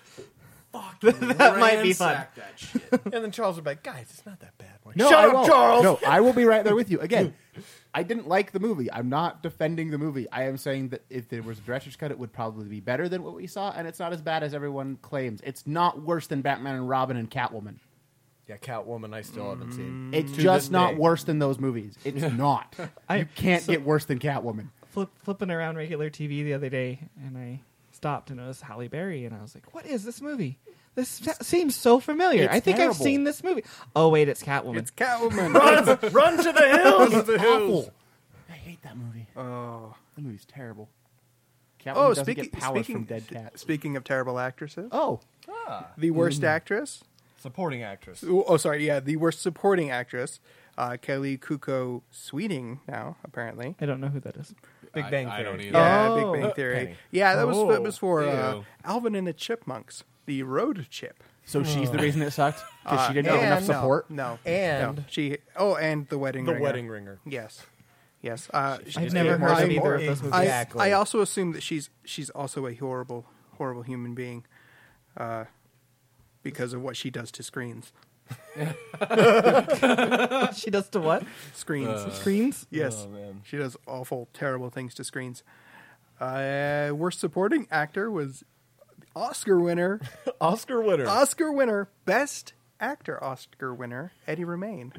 E: fucking
D: That might be fun.
E: ransack That shit.
C: And then Charles was like, guys, it's not that bad. I'm like,
B: No,
C: Shut
B: I
C: up,
B: won't.
C: Charles!
B: No, I will be right there with you. Again, I didn't like the movie. I'm not defending the movie. I am saying that if there was a director's cut, it would probably be better than what we saw, and it's not as bad as everyone claims. It's not worse than Batman and Robin and Catwoman.
C: Yeah, Catwoman, I still haven't seen.
B: It's
C: Mm. To this
B: just not
C: day.
B: worse than those movies. It's not.
D: I-
B: you can't
D: so-
B: get worse than Catwoman.
D: flip, flipping around regular TV the other day, and I stopped and it was Halle Berry, and I was like, "What is this movie? This se- seems so familiar.
B: It's
D: I think I've
B: terrible.
D: seen this movie. Oh wait, it's Catwoman.
F: It's Catwoman.
C: Run to the hills!
B: Awful. I hate that movie.
F: oh,
B: That movie's terrible. Catwoman
F: oh
B: doesn't
F: speaking,
B: get powers
F: speaking,
B: from dead cats.
F: speaking of terrible actresses,
B: oh,
F: the worst actress.
C: Supporting actress.
F: Oh, oh, sorry. Yeah, the worst supporting actress, uh, Kelly Kuko Sweeting. Now, apparently.
D: I don't know who that is.
C: Big
E: I-
C: Bang
E: I don't
C: Theory.
E: either.
F: Yeah,
D: Oh.
F: Big Bang Theory.
C: Penny.
F: Yeah, that was that was for uh,
E: Ew.
F: Alvin and the Chipmunks, the road chip.
B: so she's the reason it sucked because she didn't
C: Uh,
B: get enough
C: and-
F: no,
B: support.
F: No,
C: And-
F: no. she. Oh, and the wedding.
C: The
F: ringer.
C: Wedding Ringer.
F: Yes, yes. Uh, she-
D: I've never
C: get
D: heard
F: more
D: of either of
C: support.
D: those movies.
F: I,
C: Exactly.
F: I also assume that she's she's also a horrible horrible human being, uh, because of what she does to screens.
D: she does to what?
F: Screens.
D: Uh,
B: Uh,
D: Screens.
F: Yes,
C: Oh, man.
F: she does awful, terrible things to screens. Uh, worst supporting actor was Oscar winner
C: Oscar winner.
F: Oscar winner, best actor Oscar winner, Eddie Remain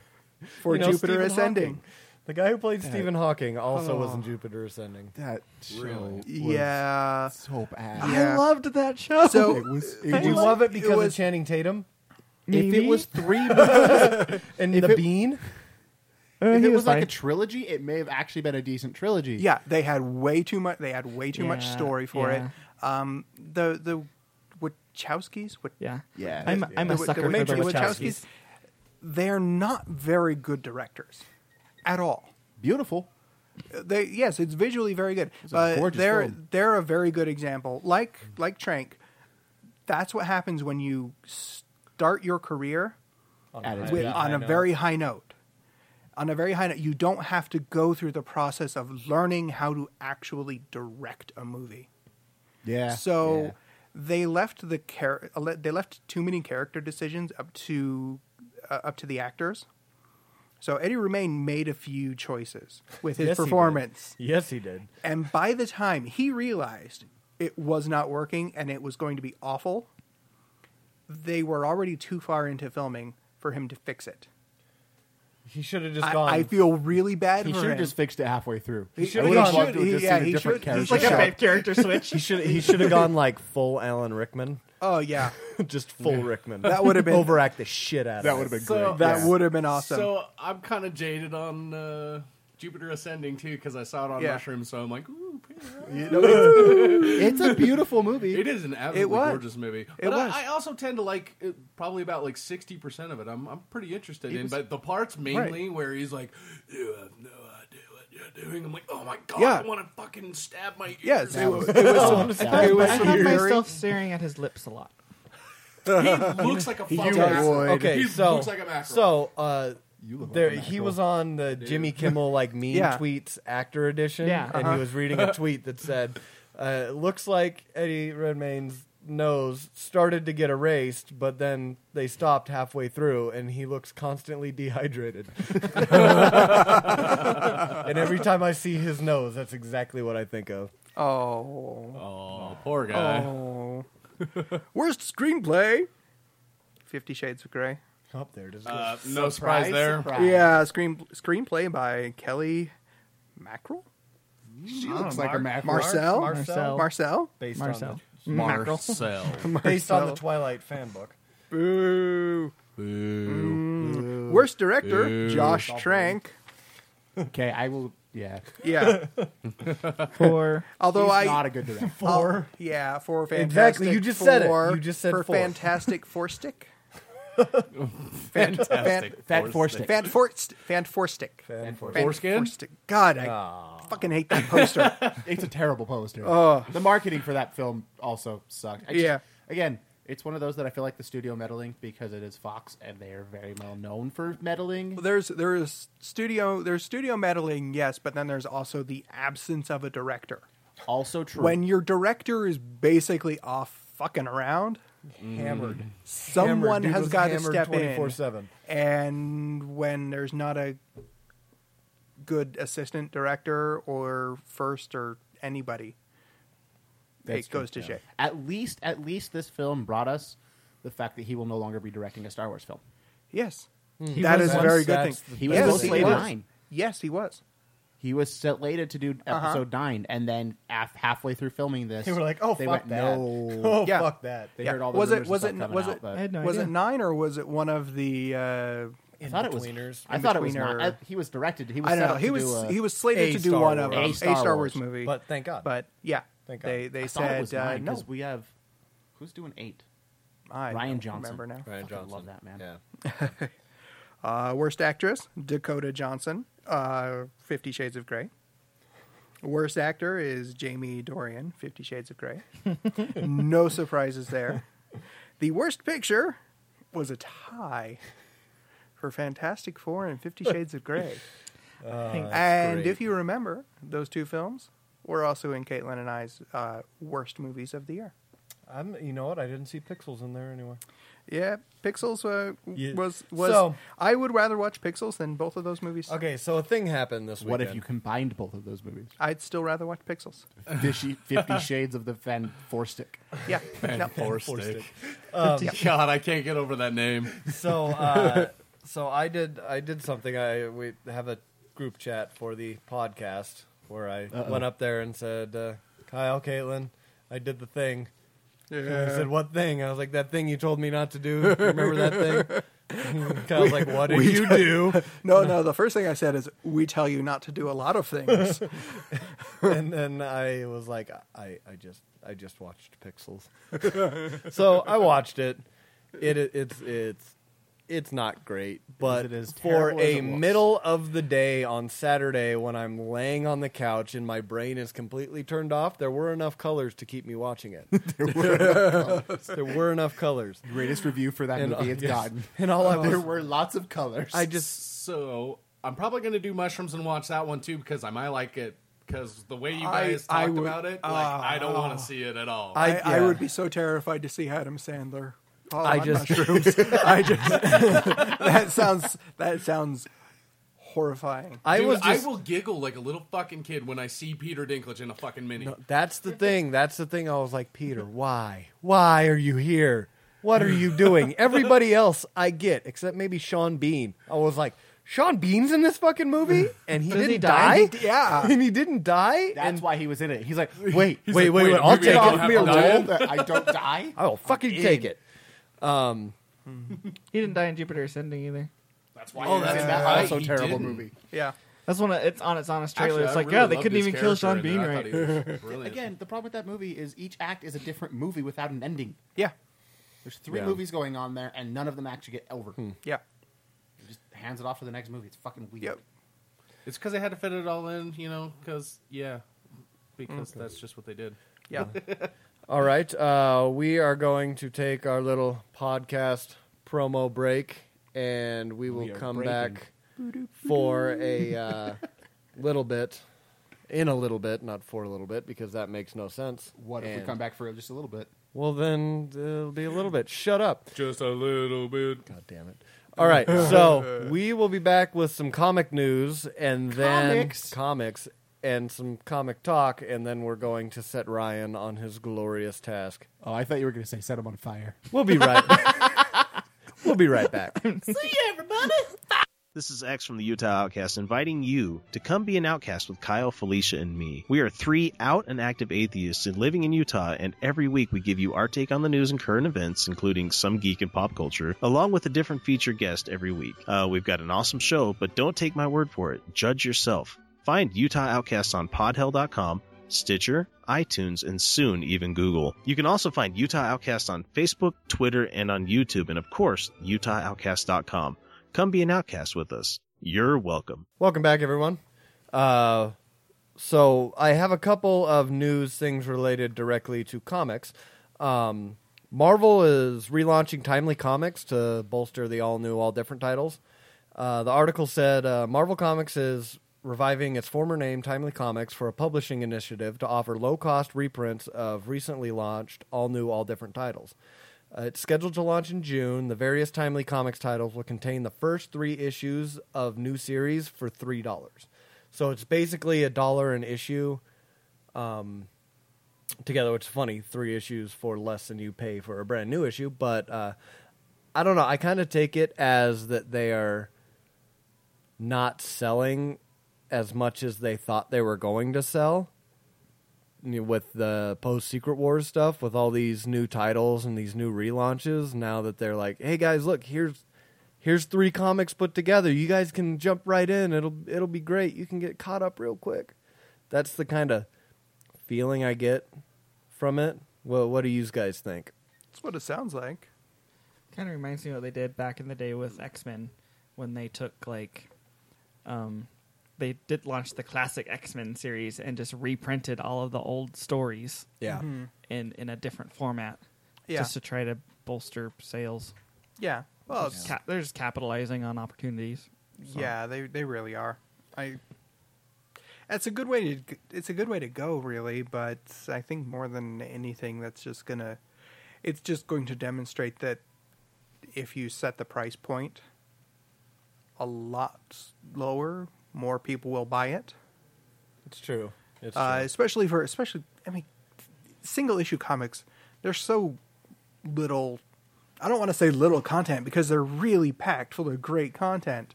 F: for
C: You know,
F: Jupiter
C: Stephen
F: Ascending.
C: Hawking. The guy who played Stephen Hawking also was in Jupiter Ascending.
B: That show
E: Really?
B: was
F: Yeah.
B: so bad.
F: Yeah.
D: I loved that show.
F: So
B: It was.
C: Did
B: It
C: you
B: was
C: love it because
F: was-
C: of Channing Tatum
B: if it
D: Maybe?
B: was three,
C: and
B: If
C: the
B: it-
C: Bean?
B: if
D: Uh, he
B: it
D: was
B: was like a
D: fine.
B: trilogy, it may have actually been a decent trilogy.
F: yeah, they had way too much. They had way too much
D: Yeah,
F: story for
D: yeah.
F: it. Um, the the Wachowskis. What,
D: yeah,
B: Yeah.
D: I'm a, I'm
F: the,
D: a
F: the
D: sucker for the
F: Wachowskis,
D: Wachowskis.
F: They're not very good directors, at all.
B: beautiful.
F: they yes, it's visually very good.
B: a
F: But
B: gorgeous
F: they're
B: film.
F: they're a very good example. Like like Trank, that's what happens when you start your career
B: At its
F: with,
B: peak.
F: on a very high note. On a very high note, you don't have to go through the process of learning how to actually direct a movie.
B: yeah.
F: So
B: Yeah.
F: they left the char- ele- they left too many character decisions up to uh, up to the actors. So Eddie Romaine made a few choices
C: Yes,
F: with his
C: he did.
F: performance.
C: Yes, he did.
F: And by the time he realized it was not working and it was going to be awful, they were already too far into filming for him to fix it.
C: He should have just
F: I,
C: gone.
F: I feel really bad
B: he
F: for
B: should
F: him.
B: have just fixed it halfway through.
F: He
C: should've
B: I would have
C: gone-
B: loved to have
F: he-
B: just
F: yeah,
B: seen a
F: he
B: different
F: should- he's
B: character.
F: like a
B: shot.
F: bad
D: character switch.
C: he should he should have gone like full Alan Rickman,
F: oh yeah,
C: just full Rickman.
F: That would have been-
C: overact the shit out of
B: that would have been
E: So-
B: great.
F: that
B: yeah.
F: would have been awesome.
E: So I'm kind of jaded on uh, Jupiter Ascending too because I saw it on
F: Yeah.
E: Mushroom, so I'm like, ooh, Peter.
B: it's a beautiful movie.
E: it is an absolutely
F: was.
E: gorgeous movie.
F: It
E: but I-
F: was.
E: I, also tend to like it, probably about like sixty percent of it. I'm I'm pretty interested in,
F: was-
E: but the parts mainly where he's like, you have no idea what you're doing. I'm like, oh my god,
F: Yeah.
E: I want to fucking stab my ears.
F: yes, it
B: That
F: was.
B: was-
F: It was,
B: that
F: it
D: I
F: was
D: have
F: very-
D: myself staring at his lips a lot.
E: he looks like a fucking.
B: does.
E: asshole.
C: Okay,
E: He
C: so
E: looks like a mackerel.
C: so uh,
B: You look like
C: there
B: a
C: he
B: mackerel.
C: was on the Jimmy Kimmel like mean
F: Yeah.
C: tweets actor edition,
D: Yeah.
C: and he was reading a tweet that said, uh, "Looks like Eddie Redmayne's nose started to get erased, but then they stopped halfway through, and he looks constantly dehydrated." and every time I see his nose, that's exactly what I think of.
F: Oh,
E: Oh, poor guy.
F: oh. worst screenplay. Fifty Shades of Grey.
C: Up there, does
E: Uh, no surprise, there.
F: Yeah, screen screenplay by Kelly Mackerel.
B: She looks like a mackerel.
F: Marcel?
C: Marcel,
F: Marcel.
C: based on
D: Marcel. Mackerel.
E: Marcel.
C: the, based on the Twilight fan book.
F: Boo.
E: Boo.
F: Worst director, Josh Trank.
B: Okay, I will Yeah.
F: Yeah.
D: For
F: Although
B: He's
F: I
B: not a good director.
F: Four. yeah, four fantastic.
C: Exactly, you just said it.
F: Four,
C: You just said
F: for
C: four.
F: fantastic four stick.
E: Fantastic.
B: Fat
E: Force
B: Forstick.
F: Fan forst fan forstick. Fan
E: Foreskin?
F: forstick. God, I fucking hate that poster.
B: it's a terrible poster. the marketing for that film also sucked. I
F: Yeah.
B: Again, it's one of those that I feel like the studio meddling because it is Fox and they are very well known for meddling.
F: there's there's studio there's studio meddling, yes, but then there's also the absence of a director.
B: Also true.
F: When your director is basically off fucking around,
C: hammered.
F: someone
C: Dude
F: has
C: was
F: got to
C: hammered
F: step in.
C: 24/7.
F: And when there's not a good assistant director or first or anybody,
B: That's
F: it
B: true,
F: goes to
B: yeah.
F: shit.
B: at least at least this film brought us the fact that he will no longer be directing a Star Wars film.
F: Yes.
B: Hmm.
D: He
F: that
D: was
F: is a
D: once-
F: very good
C: that's
F: thing.
C: the
B: He was
F: yes,
B: Will
F: he
B: Slade
F: was.
B: Nine.
F: Yes, he was.
B: He was slated to do episode
F: Uh-huh.
B: nine, and then af- halfway through filming this,
C: They were like, "Oh
B: they
C: fuck
B: went,
C: that!
B: No.
C: Oh
F: Yeah.
C: fuck that!"
B: They
F: Yeah.
B: heard all the
F: was
B: rumors
F: it was
B: and
F: it
B: stuff coming
F: was
B: out,
F: it
B: but-
D: I had no
F: was
D: idea.
F: it nine or was it one of the uh,
B: I thought it was.
C: In-betweeners.
B: I thought it was not.
F: In-betweener.
B: I- he was directed. He was.
F: I don't
B: set
F: know
B: up
F: he
B: to
F: was
B: do a-
F: he was slated
C: a
F: to do
C: Star
F: one of
B: Wars.
F: them,
B: A
F: a
B: Star
F: Star
B: Wars.
F: Wars movie
C: But thank God.
F: but yeah
C: Thank God.
F: they they
B: I thought it
F: said
B: was
F: uh,
B: nine
F: no
B: because we have who's doing eight.
F: I
B: Ryan
F: don't
B: Johnson.
F: remember now
B: Fucking love that man.
C: Yeah.
F: Uh, worst actress Dakota Johnson, uh, Fifty Shades of Grey. Worst actor is Jamie Dorian, Fifty Shades of Grey. no surprises there. The worst picture was a tie for Fantastic Four and Fifty Shades of Grey.
D: I think
F: and
C: great.
F: if you remember, those two films were also in Caitlin and I's uh, worst movies of the year.
C: I'm. You know what? I didn't see pixels in there anywhere.
F: Yeah, Pixels uh,
C: Yeah.
F: was was.
C: So-
F: I would rather watch Pixels than both of those movies.
C: Okay, so a thing happened this week.
B: What if you combined both of those movies?
F: I'd still rather watch Pixels.
B: Fishy, Fifty Shades of the Fan Forstick.
F: Yeah. No.
E: Foreskin. God, I can't get over that name.
C: so uh, so I did I did something. I we have a group chat for the podcast where I went up there and said, uh, Kyle, Caitlin, I did the thing. And they said, "What thing?" I was like, "That thing you told me not to do." Remember that thing? Kyle's like, "What did you do?"
F: No, no. The first thing I said is, we tell you not to do a lot of things.
C: and then I was like, I, I just I just watched Pixels. so I watched it. It, it's it's it's not great, but
B: it as
C: for
B: terrible as
C: a
B: it looks.
C: middle of the day on Saturday when I'm laying on the couch and my brain is completely turned off, there were enough colors to keep me watching it. there were enough colors.
B: Greatest review for that
C: And,
B: movie it's
C: yes.
B: gotten.
C: And all I
B: there
C: was-
B: were lots of colors.
C: I just
E: So I'm probably gonna do mushrooms and watch that one too because I might like it. Because the way you
F: I-
E: guys
F: I
E: talked
F: would-
E: about
D: Ah.
E: it, like I don't want to see it at all.
F: I, I
C: yeah.
F: would be so terrified to see Adam Sandler. Oh, fall
C: I
F: on
C: just-
F: mushrooms. I just that sounds that sounds horrifying.
C: I
E: Dude,
C: was just,
E: I will giggle like a little fucking kid when I see Peter Dinklage in a fucking mini.
C: No, that's the thing. That's the thing. I was like, Peter, why? Why are you here? What are you doing? Everybody else I get, except maybe Sean Bean. I was like, Sean Bean's in this fucking movie, and he
D: Does
C: didn't
D: he die?
C: die.
F: Yeah.
C: and he didn't die.
B: That's
C: and
B: why he was in it. He's like, wait,
C: He's wait, like, wait, wait, I'll
E: maybe
C: take
E: I
C: it.
E: don't
C: Give me a
E: have to
C: roll.
E: die.
B: roll that I don't die.
C: I will fucking take it.
D: he didn't die in Jupiter Ascending either.
E: That's why.
B: Oh,
E: he
B: that's
E: was in
B: that
E: that
B: also
E: He
B: terrible
E: didn't.
B: movie.
F: Yeah,
D: That's one. Of, it's on its honest trailer.
E: Actually,
D: it's
E: I
D: like,
E: really
D: yeah, they
E: loved
D: couldn't
E: his
D: even kill
E: character
D: Sean
E: in
D: Bean
E: there. I
D: right.
E: thought he was brilliant.
B: Again, the problem with that movie is each act is a different movie without an ending.
F: yeah,
B: There's three
C: Yeah.
B: movies going on there, and none of them actually get over.
F: yeah,
B: It just hands it off to the next movie. It's fucking weird.
F: yep.
E: it's because they had to fit it all in, you know. Because yeah, because that's just what they did.
F: Yeah.
C: All right, uh, we are going to take our little podcast promo break, and we will
B: We are
C: come
B: breaking.
C: back for a uh, little bit, in a little bit, not for a little bit, because that makes no sense.
B: What if we
C: And-
B: come back for just a little bit?
C: Well, then it'll be a little bit. Shut up.
E: Just a little bit.
C: God damn it. All right, so we will be back with some comic news and then
B: Comics.
C: comics and some comic talk, and then we're going to set Ryan on his glorious task.
B: Oh, I thought you were going to say set him on fire.
C: We'll be right. we'll be right back.
H: This is X from the Utah Outcast inviting you to come be an outcast with Kyle, Felicia, and me. We are three out and active atheists and living in Utah, and every week we give you our take on the news and current events, including some geek and pop culture, along with a different featured guest every week. Uh, we've got an awesome show, but don't take my word for it. Judge yourself. Find Utah Outcasts on podhell.com, Stitcher, iTunes, and soon even Google. You can also find Utah Outcasts on Facebook, Twitter, and on YouTube, and of course, utahoutcast.com. Come be an outcast with us. You're welcome.
C: Welcome back, everyone. Uh, so I have a couple of news things related directly to comics. Um, Marvel is relaunching Timely Comics to bolster the all new, all different titles. Uh, the article said uh, Marvel Comics is reviving its former name, Timely Comics, for a publishing initiative to offer low cost reprints of recently launched all new, all different titles. Uh, it's scheduled to launch in June. The various Timely Comics titles will contain the first three issues of new series for three dollars. So it's basically a dollar an issue, um, together. Which is funny, three issues for less than you pay for a brand new issue. But uh, I don't know. I kind of take it as that they are not selling as much as they thought they were going to sell you know, with the post Secret Wars stuff, with all these new titles and these new relaunches, now that they're like, "Hey guys, look here's here's three comics put together. You guys can jump right in. It'll it'll be great. You can get caught up real quick." That's the kind of feeling I get from it. Well, what do you guys think?
F: That's what it sounds like.
D: Kind of reminds me of what they did back in the day with X Men when they took like, um, they did launch the classic X Men series and just reprinted all of the old stories
C: Yeah.
D: in in a different format,
F: Yeah.
D: just to try to bolster sales.
F: Yeah. Well, it's-
D: Ca- they're just capitalizing on opportunities.
F: Yeah, they they really are. I. That's a good way to. It's a good way to go, really. But I think more than anything, that's just gonna. It's just going to demonstrate that if you set the price point a lot lower, more people will buy it.
C: It's true. It's
F: Uh, especially for especially, I mean, single issue comics. There's so little. I don't want to say little content because they're really packed full of great content,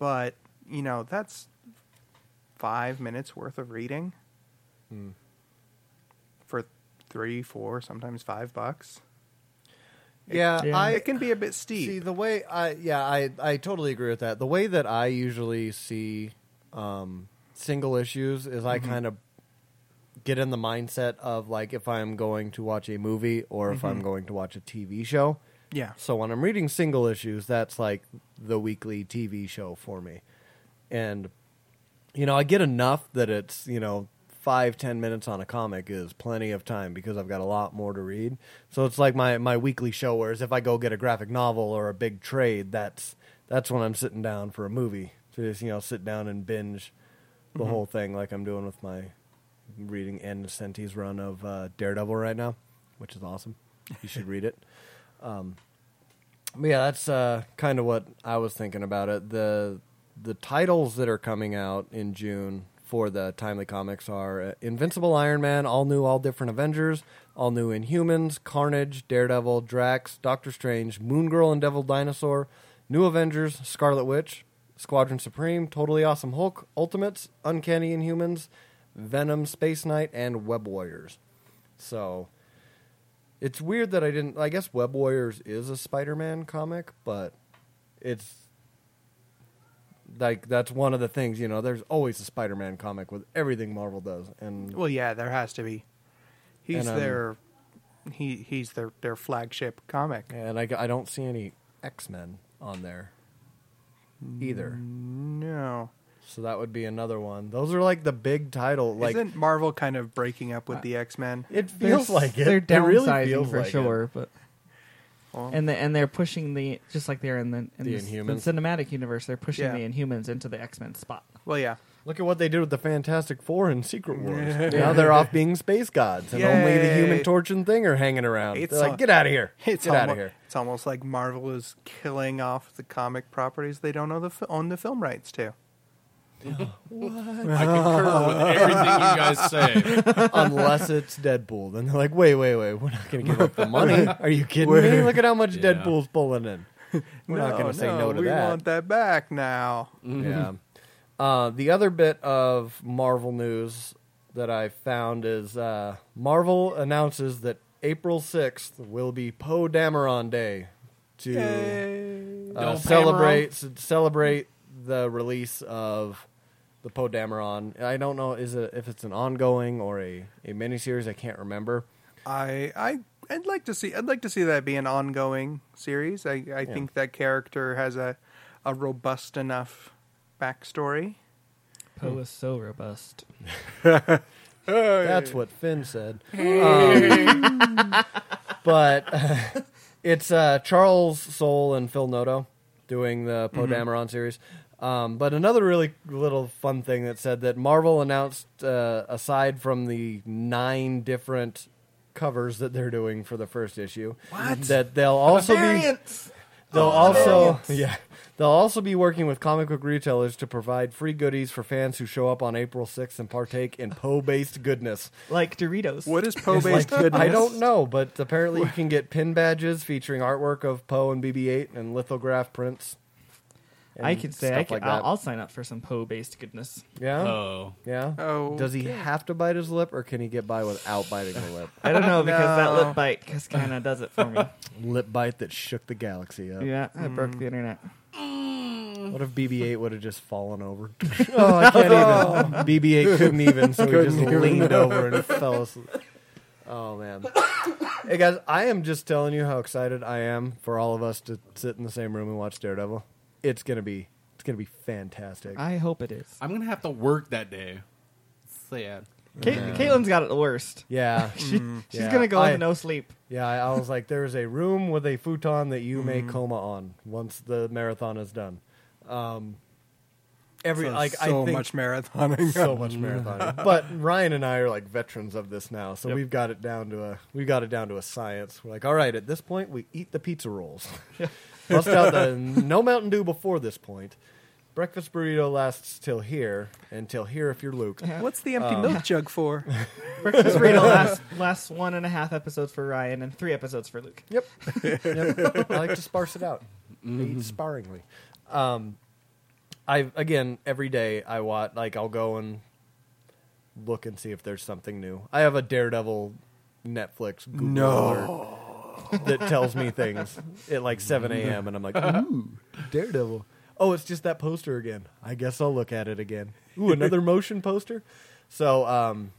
F: but you know that's five minutes worth of reading
C: Hmm.
F: for three, four, sometimes five bucks.
C: yeah,
D: Yeah.
C: I
F: it can be a bit steep.
C: See the way I yeah I I totally agree with that. The way that I usually see um, single issues is I kind of get in the mindset of like if I'm going to watch a movie or if I'm going to watch a TV show.
F: yeah,
C: So when I'm reading single issues, that's like the weekly TV show for me, and you know I get enough that it's you know five ten minutes on a comic is plenty of time because I've got a lot more to read. So it's like my my weekly show. Whereas if I go get a graphic novel or a big trade, that's that's when I'm sitting down for a movie to just you know sit down and binge the whole thing like I'm doing with my reading and Senti's run of uh, Daredevil right now, which is awesome. You should read it. But yeah, that's uh, kind of what I was thinking about it. the The titles that are coming out in June for the Timely Comics are uh, Invincible Iron Man, all new, all different Avengers, all new Inhumans, Carnage, Daredevil, Drax, Doctor Strange, Moon Girl and Devil Dinosaur, New Avengers, Scarlet Witch, Squadron Supreme, Totally Awesome Hulk, Ultimates, Uncanny Inhumans, Venom, Space Knight, and Web Warriors. So it's weird that I didn't. I guess Web Warriors is a Spider-Man comic, but it's like that's one of the things. You know, there's always a Spider-Man comic with everything Marvel does, and
F: well, yeah, there has to be. He's
C: And, um,
F: their he he's their their flagship comic.
C: and I, I don't see any X-Men on there either.
F: No,
C: So that would be another one. Those are like the big title. Like Uh,
F: isn't Marvel kind of breaking up with the X Men?
C: it feels like it.
D: They're
C: It really
D: downsizing
C: feels
D: for
C: like it.
D: sure, but. and the, and they're pushing the just like they're in the in
C: The
D: s-
C: Inhumans.
D: cinematic universe they're pushing
F: Yeah.
D: the Inhumans into the X Men spot.
F: Well, yeah,
C: Look at what they did with the Fantastic Four in Secret Wars. now they're off being space gods, and only the
F: Yay.
C: Human Torch and Thing are hanging around.
F: It's
C: they're
F: al-
C: like, get out of here!
F: it's
C: get out of
F: almo-
C: here!
F: It's almost like Marvel is killing off the comic properties they don't know the fi- own the film rights to.
I: I concur with everything you guys say.
C: Unless it's Deadpool, then they're like, wait, wait, wait, we're not going to give up the money. Are you kidding me? Look at how much
I: Yeah.
C: Deadpool's pulling in. We're not going to say no to
F: we
C: that.
F: want that back now.
C: Yeah. Uh, the other bit of Marvel news that I found is uh, Marvel announces that April 6th will be Poe Dameron Day to uh,
E: Don't pay
C: celebrate celebrate the release of the Poe Dameron. I don't know is it, if it's an ongoing or a a miniseries. I can't remember.
F: I I I'd like to see I'd like to see that be an ongoing series. I I think that character has a a robust enough backstory.
D: Poe is so robust.
C: That's what Finn said. Um, but it's uh, Charles Soule and Phil Noto doing the Poe Dameron series. Um, but another really little fun thing that said that Marvel announced, uh, aside from the nine different covers that they're doing for the first issue, that they'll also be They'll also yeah. They'll also be working with comic book retailers to provide free goodies for fans who show up on April 6th and partake in Poe-based goodness.
D: Like Doritos.
F: What is Poe based
C: Like,
F: goodness?
C: I don't know, but apparently you can get pin badges featuring artwork of Poe and BB-8 and lithograph prints. and
D: I can say I
C: stuff
D: can,
C: like that.
D: I'll, I'll sign up for some Poe based goodness.
C: yeah,
I: Oh.
C: yeah.
F: Oh,
C: Does he have to bite his lip, or can he get by without biting the lip?
D: I don't know because that
F: No.
D: lip bite just kind of does it for me.
C: lip bite that shook the galaxy up.
D: Yeah, I broke
F: Mm.
D: the internet.
C: What if BB-8 would have just fallen over? oh, I can't even. BB-8 couldn't even, so he just leaned over and fell asleep. Oh man! hey guys, I am just telling you how excited I am for all of us to sit in the same room and watch Daredevil. It's gonna be, it's gonna be fantastic.
D: I hope it is.
I: I'm gonna have to work that day. Sad.
D: Ca- Caitlin's got it the worst.
C: yeah,
D: She,
F: Mm-hmm.
D: she's
C: Yeah,
D: gonna go
C: I-
D: into no sleep.
C: yeah. I, I was like, there is a room with a futon that you
F: Mm-hmm.
C: may coma on once the marathon is done. Um, every like
F: so
C: I think,
F: much marathoning.
C: so much marathon. But Ryan and I are like veterans of this now, so we've got it down to a we've got it down to a science. We're like, all right, at this point, we eat the pizza rolls. Bust out the no Mountain Dew before this point. Breakfast burrito lasts till here, and till here if you're Luke.
F: What's the
C: uh,
F: empty milk jug for?
D: Breakfast burrito last last one and a half episodes for Ryan and three episodes for Luke.
C: Yep. Yep. I like to sparse it out. I eat sparingly. Um, I again every day I watch like I'll go and look and see if there's something new. I have a Daredevil Netflix Google alert that tells me things at like 7 a.m. and I'm like, ooh, Daredevil. Oh, it's just that poster again. I guess I'll look at it again. Ooh, another motion poster. So um,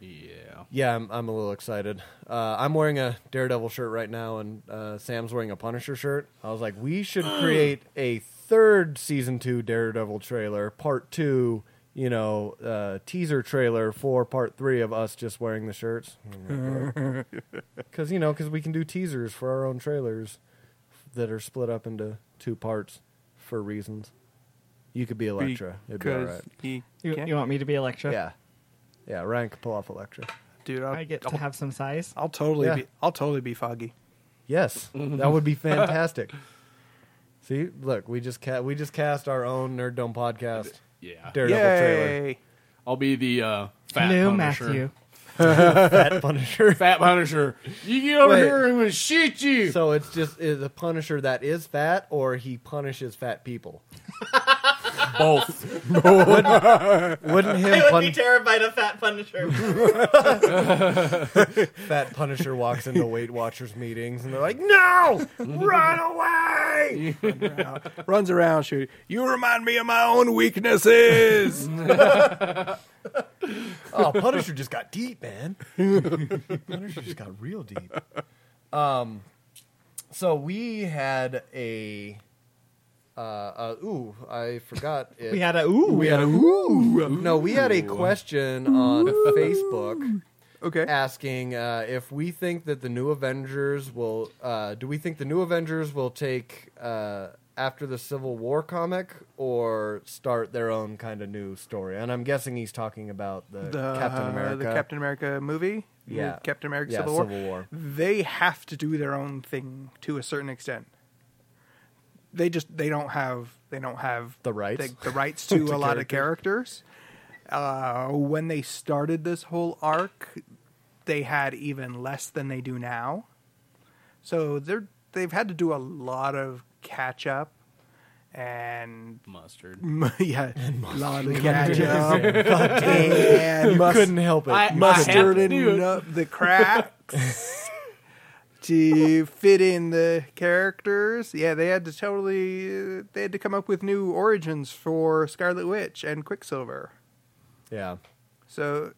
I: Yeah.
C: yeah, I'm, I'm a little excited. Uh, I'm wearing a Daredevil shirt right now, and uh, Sam's wearing a Punisher shirt. I was like, we should create a third season two Daredevil trailer, part two, you know, uh, teaser trailer for part three of us just wearing the shirts. Because, you know, because we can do teasers for our own trailers that are split up into two parts for reasons. You could be Electra. It'd be all
F: Because
C: right.
F: he
D: You,
F: can't.
D: you want me to be Electra?
C: Yeah. Yeah, Ryan could pull off Electra.
F: dude, I'll,
D: I get to
F: I'll,
D: have some size.
F: I'll totally
C: Yeah.
F: be. I'll totally be foggy.
C: Yes, that would be fantastic. See, look, we just ca- we just cast our own Nerd Dome podcast
I: Yeah.
C: Daredevil trailer.
F: Yay!
I: I'll be the uh, fat
D: Hello,
I: punisher.
D: Matthew.
C: Fat Punisher.
I: Fat punisher. You get over
C: Wait.
I: here and I'm gonna shoot you.
C: So it's just is a Punisher that is fat, or he punishes fat people.
I: Both.
C: Wouldn't him pun-
D: terrified of Fat Punisher.
C: fat Punisher walks into Weight Watchers meetings and they're like, "No, run away!"
F: Runs around shooting. You remind me of my own weaknesses.
C: oh, Punisher just got deep, man. Punisher just got real deep. Um, so we had a, uh, uh ooh, I forgot it.
D: we had a ooh.
C: we had a ooh. No, we had a question on Facebook
F: okay.
C: asking uh, if we think that the new Avengers will. Uh, do we think the new Avengers will take uh, after the Civil War comic or start their own kind of new story? And I'm guessing he's talking about the, Captain America.
F: the Captain America movie,
C: Yeah.
F: Captain America
C: Yeah,
F: Civil, War.
C: Civil War.
F: They have to do their own thing to a certain extent. They just they don't have they don't have
C: The rights.
F: the, the rights to, a lot of characters. Uh, when they started this whole arc, they had even less than they do now. So they're they've had to do a lot of catch up, and
I: Mustard.
F: yeah, a lot of catch up and mustard
C: Couldn't help it.
I: I- I had
F: mustard
I: to do it.
F: up the cracks to fit in the characters. Yeah, they had to totally uh, they had to come up with new origins for Scarlet Witch and Quicksilver.
C: Yeah.
F: So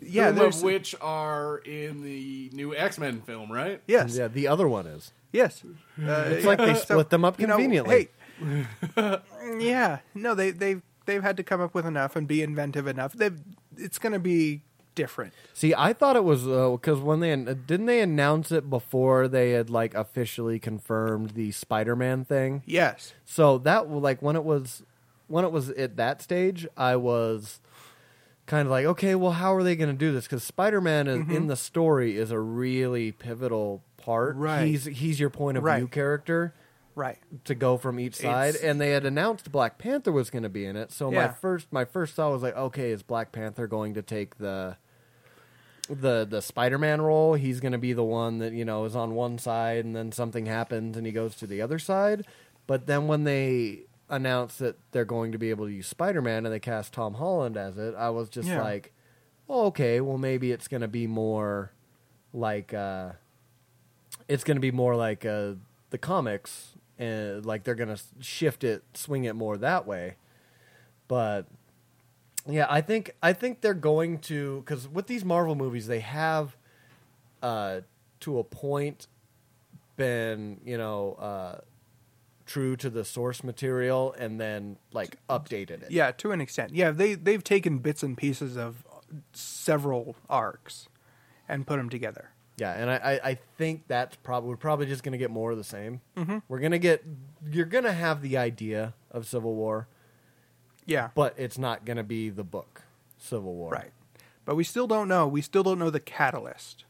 F: yeah,
I: Whom
F: there's
I: of which are in the new X Men film, right?
F: yes,
C: Yeah, the other one is.
F: yes. Uh,
C: It's like they split them up
F: you know,
C: conveniently.
F: hey, yeah, no, they they they've had to come up with enough and be inventive enough. They've it's going to be different.
C: See, I thought it was because when they didn't they announce it before they had like officially confirmed the Spider-Man thing.
F: Yes,
C: So that like when it was when it was at that stage, I was kind of like, okay, well, how are they going to do this? Because Spider-Man is,
F: Mm-hmm.
C: in the story is a really pivotal part.
F: Right.
C: He's he's your point of
F: Right.
C: view character
F: right.
C: to go from each side,
F: It's-
C: and they had announced Black Panther was going to be in it. So my
F: Yeah.
C: first my first thought was like, okay, is Black Panther going to take the the the Spider-Man role? He's going to be the one that you know is on one side, and then something happens, and he goes to the other side. But then when they announced that they're going to be able to use Spider-Man and they cast Tom Holland as it, I was just
F: Yeah.
C: like, oh, okay, well maybe it's going to be more like. uh it's going to be more like uh, the comics, and like they're going to shift it, swing it more that way. But yeah, I think I think they're going to because with these Marvel movies, they have uh, to a point been you know uh, true to the source material and then like updated it.
F: Yeah, to an extent. Yeah, they they've taken bits and pieces of several arcs and put them together.
C: Yeah, and I, I, I think that's probably we're probably just gonna get more of the same. Mm-hmm. We're gonna get you're gonna have the idea of Civil War,
F: Yeah,
C: but it's not gonna be the book Civil War.
F: right. But we still don't know. We still don't know the catalyst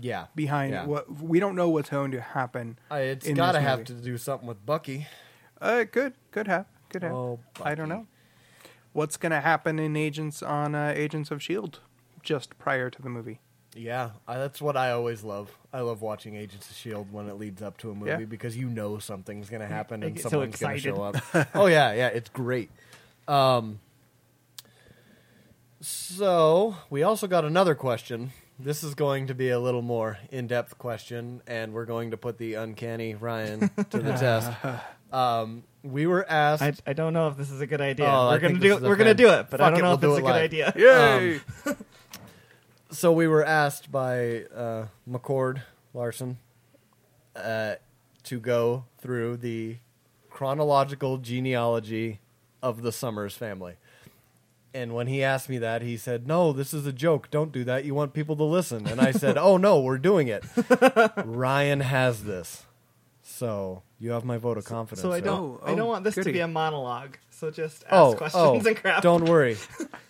C: Yeah.
F: behind
C: yeah.
F: what we don't know what's going to happen.
C: I, it's
F: in
C: gotta
F: this
C: have to
F: movie.
C: do something with Bucky.
F: Uh, it could could have could have.
C: Oh,
F: I don't
C: Bucky.
F: know what's going to happen in Agents on uh, Agents of Shield just prior to the movie.
C: Yeah, I, that's what I always love. I love watching Agents of Shield E when it leads up to a movie
F: Yeah.
C: because you know something's going to happen
D: I
C: and
D: get so
C: someone's going to
D: excited.
C: show up. oh yeah, yeah, it's great. Um, so we also got another question. This is going to be a little more in-depth question, and we're going to put the uncanny Ryan to the test. Um, we were asked.
D: I, I don't know if this is a good idea.
C: Oh, I
D: we're gonna
C: think
D: do
C: this
D: it.
C: is a
D: We're gonna
C: fan-
D: do it, but I
C: Fuck
D: don't
C: it,
D: know
C: we'll
D: if
C: do
D: that's
C: it
D: a good
C: live.
D: idea.
F: Yay!
C: so we were asked by uh, McCord Larson uh, to go through the chronological genealogy of the Summers family. And when he asked me that, he said, No, this is a joke. Don't do that. You want people to listen. And I said, Oh, no, we're doing it. Ryan has this. So you have my vote of confidence.
D: So I
C: sir.
D: don't.
F: Oh,
D: I don't
F: oh,
D: want this to
F: goody.
D: be a monologue. So just ask
C: Oh,
D: questions
C: oh,
D: and crap.
C: Don't worry.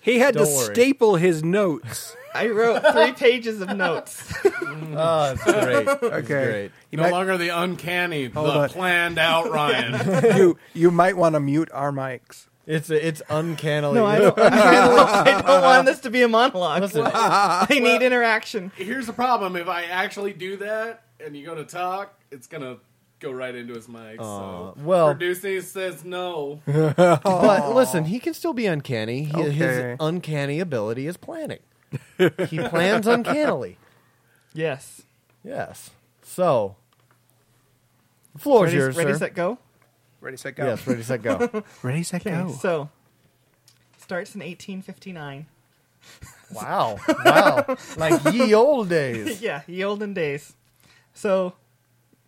F: He had
C: Don't
F: to
C: worry.
F: staple his notes.
D: I wrote three pages of notes.
C: Oh, it's great. It's
F: Okay.
C: great.
F: You
I: no
F: might-
I: longer the uncanny, the
F: on.
I: planned out Ryan.
F: you you might want to mute our mics.
C: It's, it's uncannily.
D: No, I don't. I don't want this to be a monologue.
C: Listen.
D: I need interaction.
I: Here's the problem: if I actually do that and you go to talk, it's gonna go right into his mic. so
C: well-
I: producing says no.
C: But listen, he can still be uncanny. He,
F: Okay.
C: His uncanny ability is planning. he plans uncannily.
D: Yes.
C: Yes. So, the floor is
D: Ready,
C: yours,
D: ready
C: sir.
D: set, go.
F: Ready, set, go.
C: yes, ready, set, go.
F: Ready, set,
D: Okay,
F: go.
C: Oh.
D: so starts in 1859.
C: wow, wow, like ye old days.
D: yeah, ye olden days. So,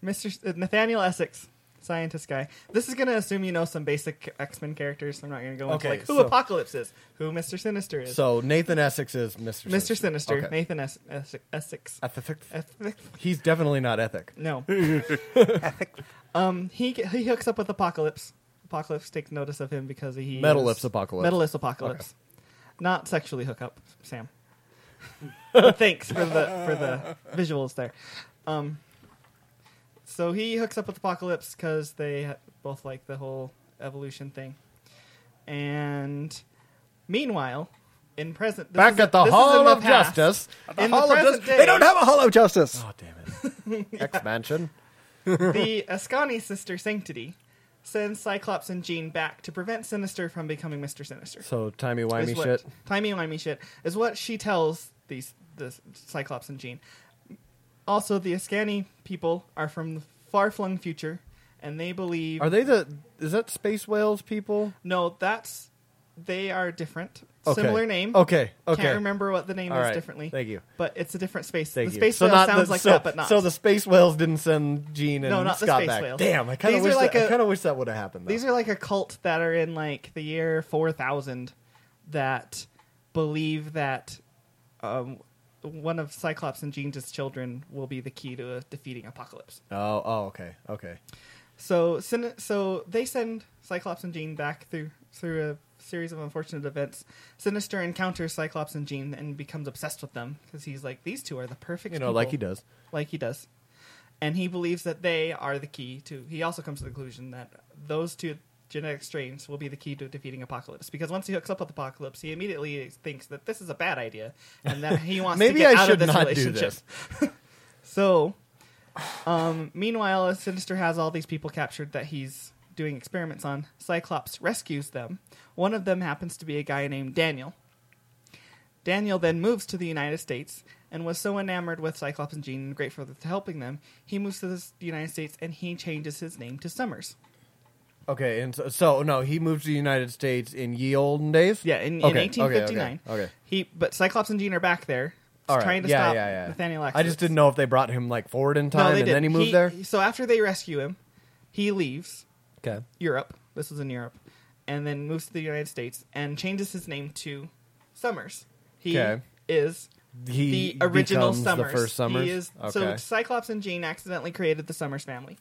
D: Mr. S- uh, Nathaniel Essex, scientist guy. This is going to assume you know some basic X Men characters. I'm not going to go into
C: Okay,
D: like who
C: so-
D: Apocalypse is, who Mr. Sinister is.
C: So Nathan Essex is Mr.
D: Mr. Sinister,
C: Okay.
D: Nathan es- Essex. Essex.
C: Ethic.
D: Eth-
C: He's definitely not ethic.
D: No. um, he g- he hooks up with Apocalypse. Apocalypse takes notice of him because he
C: Metal
D: is-
C: Lips Apocalypse.
D: Metal Lips Apocalypse, not sexually hook up, Sam. Thanks for the for the visuals there. Um, so he hooks up with Apocalypse because they ha- both like the whole evolution thing. And meanwhile, in present this
C: Back
D: is-
C: at the
D: this is
C: Hall
D: in the
C: of
D: past.
C: Justice.
D: in the present day,
F: They don't have a Hollow Justice.
C: Oh damn it! X Mansion.
D: the Ascani sister Sanctity sends Cyclops and Jean back to prevent Sinister from becoming Mister Sinister.
C: So timey
D: Is
C: wimey
D: what-
C: shit.
D: Timey wimey shit is what she tells these the Cyclops and Jean. Also, the Ascani people are from the far flung future, and they believe.
C: Are they the? Is that space whales people?
D: No, that's. They are different.
C: Okay.
D: Similar name.
C: Okay, okay.
D: Can't remember what the name
C: All
D: is
C: right.
D: differently.
C: Thank you.
D: But it's a different space.
C: Thank
D: the
C: you.
D: space
C: so
D: whale
C: not
D: sounds
C: the,
D: like
C: so,
D: that, but not.
C: So the space whales didn't send Gene and
D: No, not the
C: Scott
D: space
C: back.
D: whales.
C: Damn, I kind of
D: These are
C: wish.
D: like
C: that, I
D: a-
C: kind of wish that would have happened. Though.
D: These are like a cult that are in like the year 4000 that believe that um, one of Cyclops and Jean's children will be the key to uh, defeating Apocalypse.
C: oh, oh, okay, okay.
D: So, Syn- so they send Cyclops and Jean back through through a series of unfortunate events. Sinister encounters Cyclops and Jean and becomes obsessed with them because he's like, these two are the perfect.
C: You know, like he
D: people."
C: does.
D: like he does. And he believes that they are the key to. He also comes to the conclusion that those two genetic strains will be the key to defeating Apocalypse. Because once he hooks up with Apocalypse, he immediately thinks that this is a bad idea, and that he wants
C: Maybe
D: to get
C: I
D: out
C: should
D: of this
C: not do
D: relationship.
C: this.
D: so, um, meanwhile, as Sinister has all these people captured that he's doing experiments on, Cyclops rescues them. One of them happens to be a guy named Daniel. Daniel then moves to the United States and was so enamored with Cyclops and Jean and grateful to helping them, he moves to the s- United States and he changes his name to Summers.
C: Okay, and so, so no, he moved to the United States in ye olden days.
D: Yeah, in, in
C: Okay, okay,
D: 1859.
C: Okay, okay.
D: He, but Cyclops and Jean are back there
C: All right.
D: trying to
C: yeah,
D: stop
C: yeah, yeah.
D: Nathaniel.
C: I just didn't know if they brought him like forward in time and then he moved there.
D: So after they rescue him, he leaves
C: Okay.
D: Europe. This was in Europe, and then moves to the United States and changes his name to Summers. He
C: Okay.
D: is
C: He
D: the original
C: becomes the
D: Summers.
C: first Summers?
D: He is
C: Okay.
D: so Cyclops and Jean accidentally created the Summers family.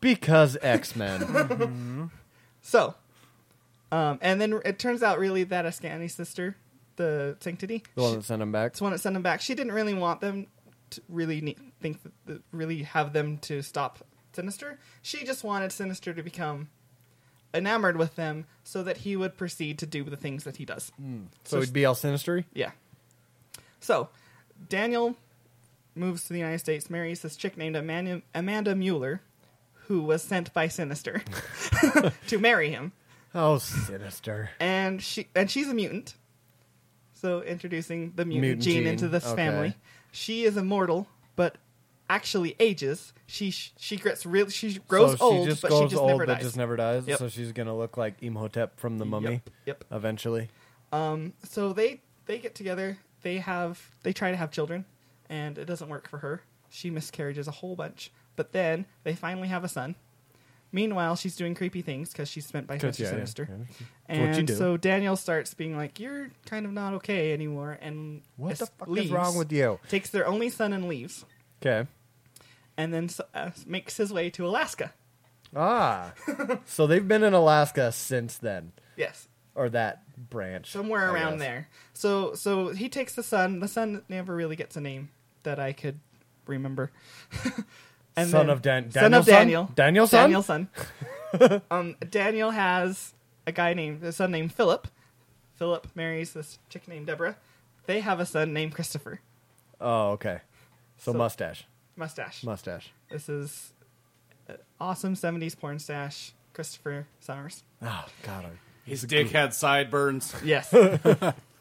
C: Because X Men.
D: So, um, and then it turns out really that Ascani sister, the Sanctity,
C: the one
D: she-
C: that sent him back.
D: it's the one that sent them back. She didn't really want them to really ne- think that, that really have them to stop Sinister. She just wanted Sinister to become enamored with them so that he would proceed to do the things that he does.
C: So he'd be all sinistery?
D: Yeah. So, Daniel moves to the United States, marries this chick named Amanda, Amanda Mueller, who was sent by Sinister to marry him
C: Oh, sinister.
D: and she and she's a mutant. So introducing the mutant,
C: Mutant
D: gene,
C: gene,
D: into this
C: okay.
D: family. She is immortal, but actually ages. She she gets real. She grows
C: so she
D: old,
C: just
D: but
C: grows
D: she just
C: old,
D: never
C: but
D: dies.
C: just never dies.
D: Yep.
C: So she's gonna look like Imhotep from the Mummy.
D: yep.
C: Eventually.
D: So they they get together. They have they try to have children, and it doesn't work for her. She miscarriages a whole bunch. But then they finally have a son. Meanwhile, she's doing creepy things because she's spent by Mr.
C: yeah, yeah,
D: Sinister.
C: yeah. That's what you
D: And
C: do.
D: so Daniel starts being like, "You're kind of not okay anymore," and
C: What the
D: es-
C: fuck
D: leaves,
C: is wrong with you?
D: Takes their only son and leaves,
C: Okay.
D: and then s- uh, makes his way to Alaska.
C: Ah. so they've been in Alaska since then.
D: Yes,
C: Or that branch.
D: somewhere
C: I
D: around
C: guess.
D: there. So so he takes the son. The son never really gets a name that I could remember.
C: Son of Dan-
D: son of
C: Danielson?
D: Daniel,
C: Danielson?
D: Danielson. um, Daniel has a guy named a son named Philip. Philip marries this chick named Deborah. They have a son named Christopher.
C: Oh, okay. So,
D: So-
C: mustache.
D: Mustache.
C: Mustache.
D: This is uh, awesome '70s porn stash. Christopher Summers.
C: Oh god. I-
E: His dick had sideburns.
D: Yes.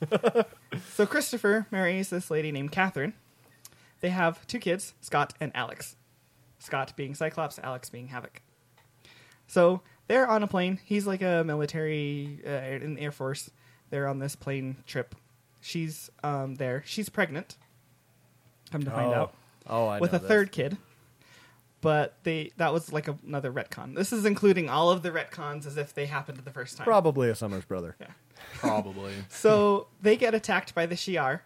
D: so Christopher marries this lady named Catherine. They have two kids, Scott and Alex. Scott being Cyclops, Alex being Havoc. So they're on a plane. He's like a military uh, in the Air Force. They're on this plane trip. She's um, there. She's pregnant. Come to find
C: Oh.
D: out
C: Oh, I
D: with
C: know
D: a
C: this.
D: third kid. But they that was like another retcon. This is including all of the retcons as if they happened the first time.
C: Probably a Summers brother.
E: Probably.
D: So they get attacked by the Shi'ar.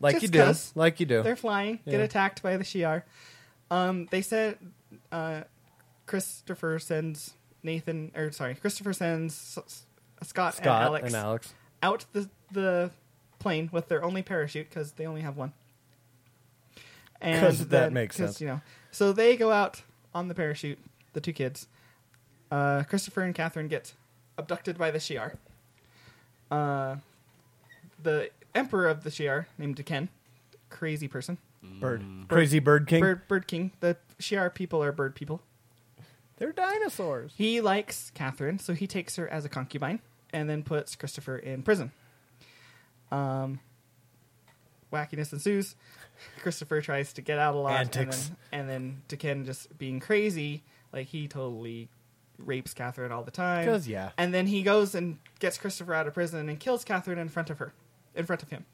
C: Like
D: Just
C: you do.
D: 'cause.
C: Like you do.
D: They're flying, get
C: Yeah.
D: attacked by the Shi'ar. Um, they said uh, Christopher sends Nathan, or sorry, Christopher sends S- S- Scott,
C: Scott
D: and Alex
C: and Alex.
D: out the the plane with their only parachute because they only have one. And
C: 'Cause that
D: then-
C: makes
D: 'cause,
C: sense.
D: you know. So they go out on the parachute, the two kids. Uh, Christopher and Catherine get abducted by the Shi'ar. Uh, the emperor of the Shi'ar, named Deken, crazy person,
C: Bird. Crazy Bird King.
D: bird bird king. The Shi'ar people are bird people.
C: They're dinosaurs.
D: He likes Catherine, so he takes her as a concubine and then puts Christopher in prison. Um, wackiness ensues. Christopher tries to get out a lot,
C: Antics.
D: and then and then Deken just being crazy, like he totally rapes Catherine all the time.
B: 'Cause, yeah.
D: and then he goes and gets Christopher out of prison and kills Catherine in front of her, in front of him,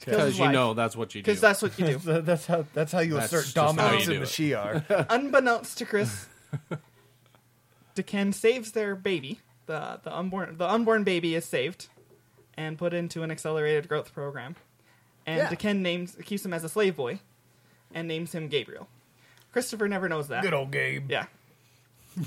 I: Because you know that's what you do.
D: because that's what you do.
C: So that's how that's how you
I: That's
C: assert
I: just how
C: dominance
I: you
C: in
I: do
C: the Shi'ar.
D: unbeknownst to Chris, Deken saves their baby. the the unborn The unborn baby is saved and put into an accelerated growth program. And
C: Yeah.
D: Deken names keeps him as a slave boy, and names him Gabriel. Christopher never knows that.
C: Good old Gabe.
D: Yeah.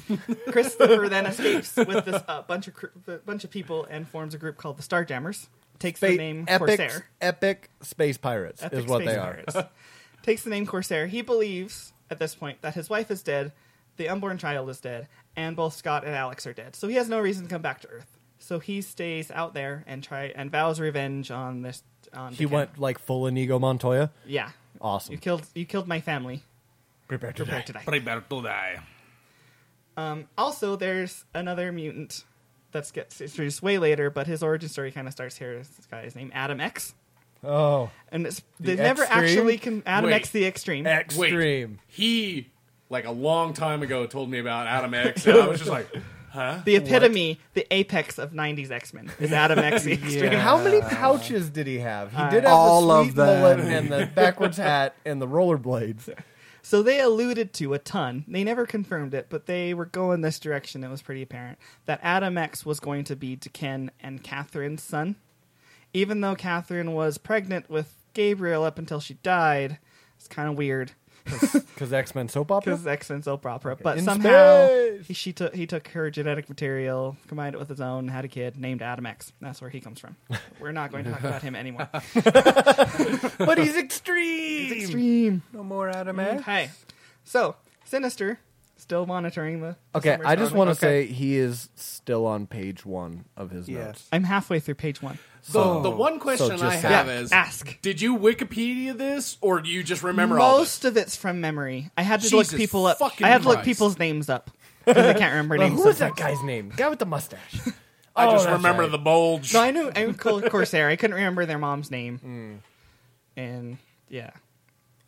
D: Christopher then escapes with this uh, bunch of cr- bunch of people and forms a group called the Starjammers. Takes the
C: Fa-
D: name
C: epic,
D: Corsair.
C: epic space pirates
D: Epic
C: is what
D: space
C: they
D: pirates.
C: are.
D: Takes the name Corsair. He believes at this point that his wife is dead, the unborn child is dead, and both Scott and Alex are dead. So he has no reason to come back to Earth. So he stays out there and try and vows revenge on this. On
C: He
D: Deccan.
C: went like full Inigo Montoya.
D: Yeah.
C: Awesome.
D: You killed. You killed my family.
C: Prepare to
D: Prepare
C: die.
D: to die.
I: Prepare to die.
D: Also, there's another mutant that gets introduced way later, but his origin story kind of starts here. It's This guy's named Adam X,
C: Oh,
D: and it's, they
C: The
D: never
C: Extreme?
D: actually can Adam
I: Wait.
D: X the Extreme.
C: extreme.
I: He like a long time ago told me about Adam X, and I was just like,
D: The epitome, the apex of '90s X-Men is Adam X the Extreme.
C: How many pouches did he have? He did have
F: All
C: the
F: of
C: sweet mullet
F: them.
C: and the backwards hat and the rollerblades.
D: So they alluded to a ton. They never confirmed it, but they were going this direction. It was pretty apparent that Adam X was going to be to Ken and Catherine's son. Even though Catherine was pregnant with Gabriel up until she died, it's kind of weird.
C: Because X Men soap opera.
D: because X Men's soap opera. But
C: In
D: somehow
C: space!
D: he, she took he took her genetic material, combined it with his own, had a kid named Adam X. That's where he comes from. We're not going to talk about him anymore.
C: but he's extreme.
D: Extreme.
F: No more Adam X.
D: Mm, Hey, so Sinister still monitoring the. the
C: Okay,
D: summer
C: I just
D: starting.
C: want to
D: Okay.
C: say he is still on page one of his
F: Yeah.
C: notes.
D: I'm halfway through page one.
I: the, the one question
C: just
I: I
C: that.
I: have
D: Yeah,
I: is,
D: ask.
I: did you Wikipedia this, or do you just remember all this?
D: Most of it's from memory. I had to
I: Jesus
D: look people up.
I: fucking
D: I had to look
I: Christ.
D: people's names up. 'cause I can't remember names.
C: who is that
D: sometimes.
C: guy's name? Guy with the mustache.
I: I
C: Oh,
I: just
C: that's
I: remember
C: right.
I: the bulge.
D: No, I knew I called Corsair. I couldn't remember their mom's name.
I: Mm.
D: And yeah.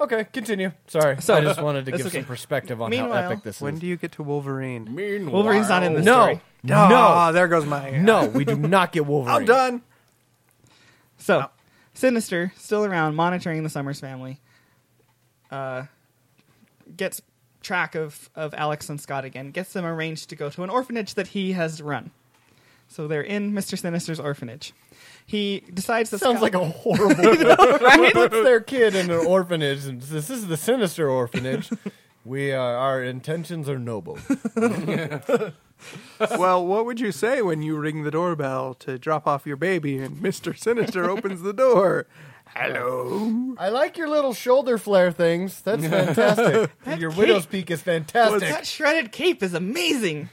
C: Okay, continue. Sorry,
D: So-
C: I just wanted to
D: That's
C: give some
D: okay.
C: perspective on
D: Meanwhile-
C: how epic this
F: When
C: is.
F: do you get to Wolverine?
I: Meanwhile,
D: Wolverine's not in this
C: no,
D: story.
C: no,
F: Oh, there goes my.
C: no, we do not get Wolverine.
F: I'm done.
D: So, Sinister, still around, monitoring the Summers family, uh, gets track of, of Alex and Scott again, gets them arranged to go to an orphanage that he has run. So they're in Mr. Sinister's orphanage. He decides that
C: Sounds
D: Scott-
C: like a horrible. Who puts their kid in an orphanage? And says, this is the sinister orphanage. We are. Our intentions are noble.
F: well, what would you say when you ring the doorbell to drop off your baby and Mr. Sinister opens the door? Hello.
C: I like your little shoulder flare things. That's fantastic. your widow's peak is fantastic.
D: that shredded cape is amazing.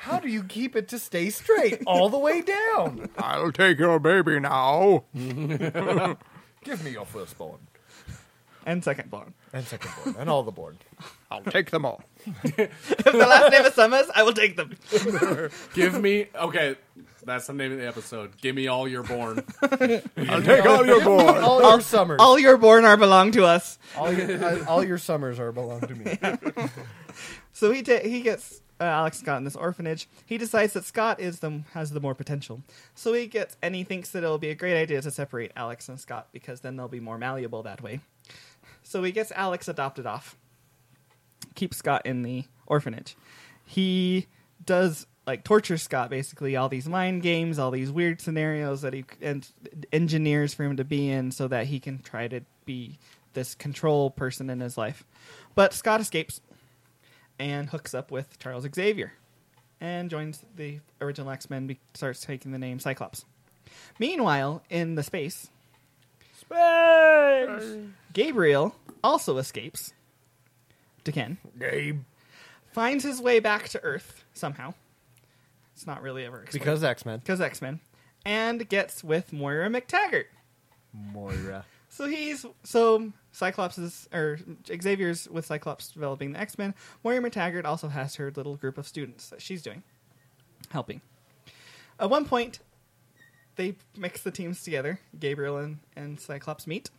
C: How do you keep it to stay straight all the way down?
F: I'll take your baby now.
C: Give me your firstborn
D: And second born.
C: and secondborn and all the born.
F: I'll take them all.
D: If the last name is Summers, I will take them.
I: Give me okay. That's the name of the episode. Give me all you're born.
F: I'll take all your boys.
C: All your summers.
D: All your born are belong to us.
C: All your, I- all your summers are belong to me.
D: So he ta he gets uh, Alex Scott in this orphanage. He decides that Scott is the has the more potential. So he gets and he thinks that it'll be a great idea to separate Alex and Scott because then they'll be more malleable that way. So he gets Alex adopted off. Keeps Scott in the orphanage. He does like torture Scott basically all these mind games, all these weird scenarios that he and engineers for him to be in so that he can try to be this control person in his life. But Scott escapes and hooks up with Charles Xavier and joins the original X Men, be- starts taking the name Cyclops. Meanwhile, in the space, Gabriel also escapes to Ken,
C: Gabe.
D: finds his way back to Earth somehow. It's not really ever explained.
C: Because X Men.
D: Because X Men. And gets with Moira McTaggart.
C: Moira.
D: So he's so Cyclops is or Xavier's with Cyclops developing the X Men. Moira McTaggart also has her little group of students that she's doing, helping. At one point, they mix the teams together. Gabriel and, and Cyclops meet,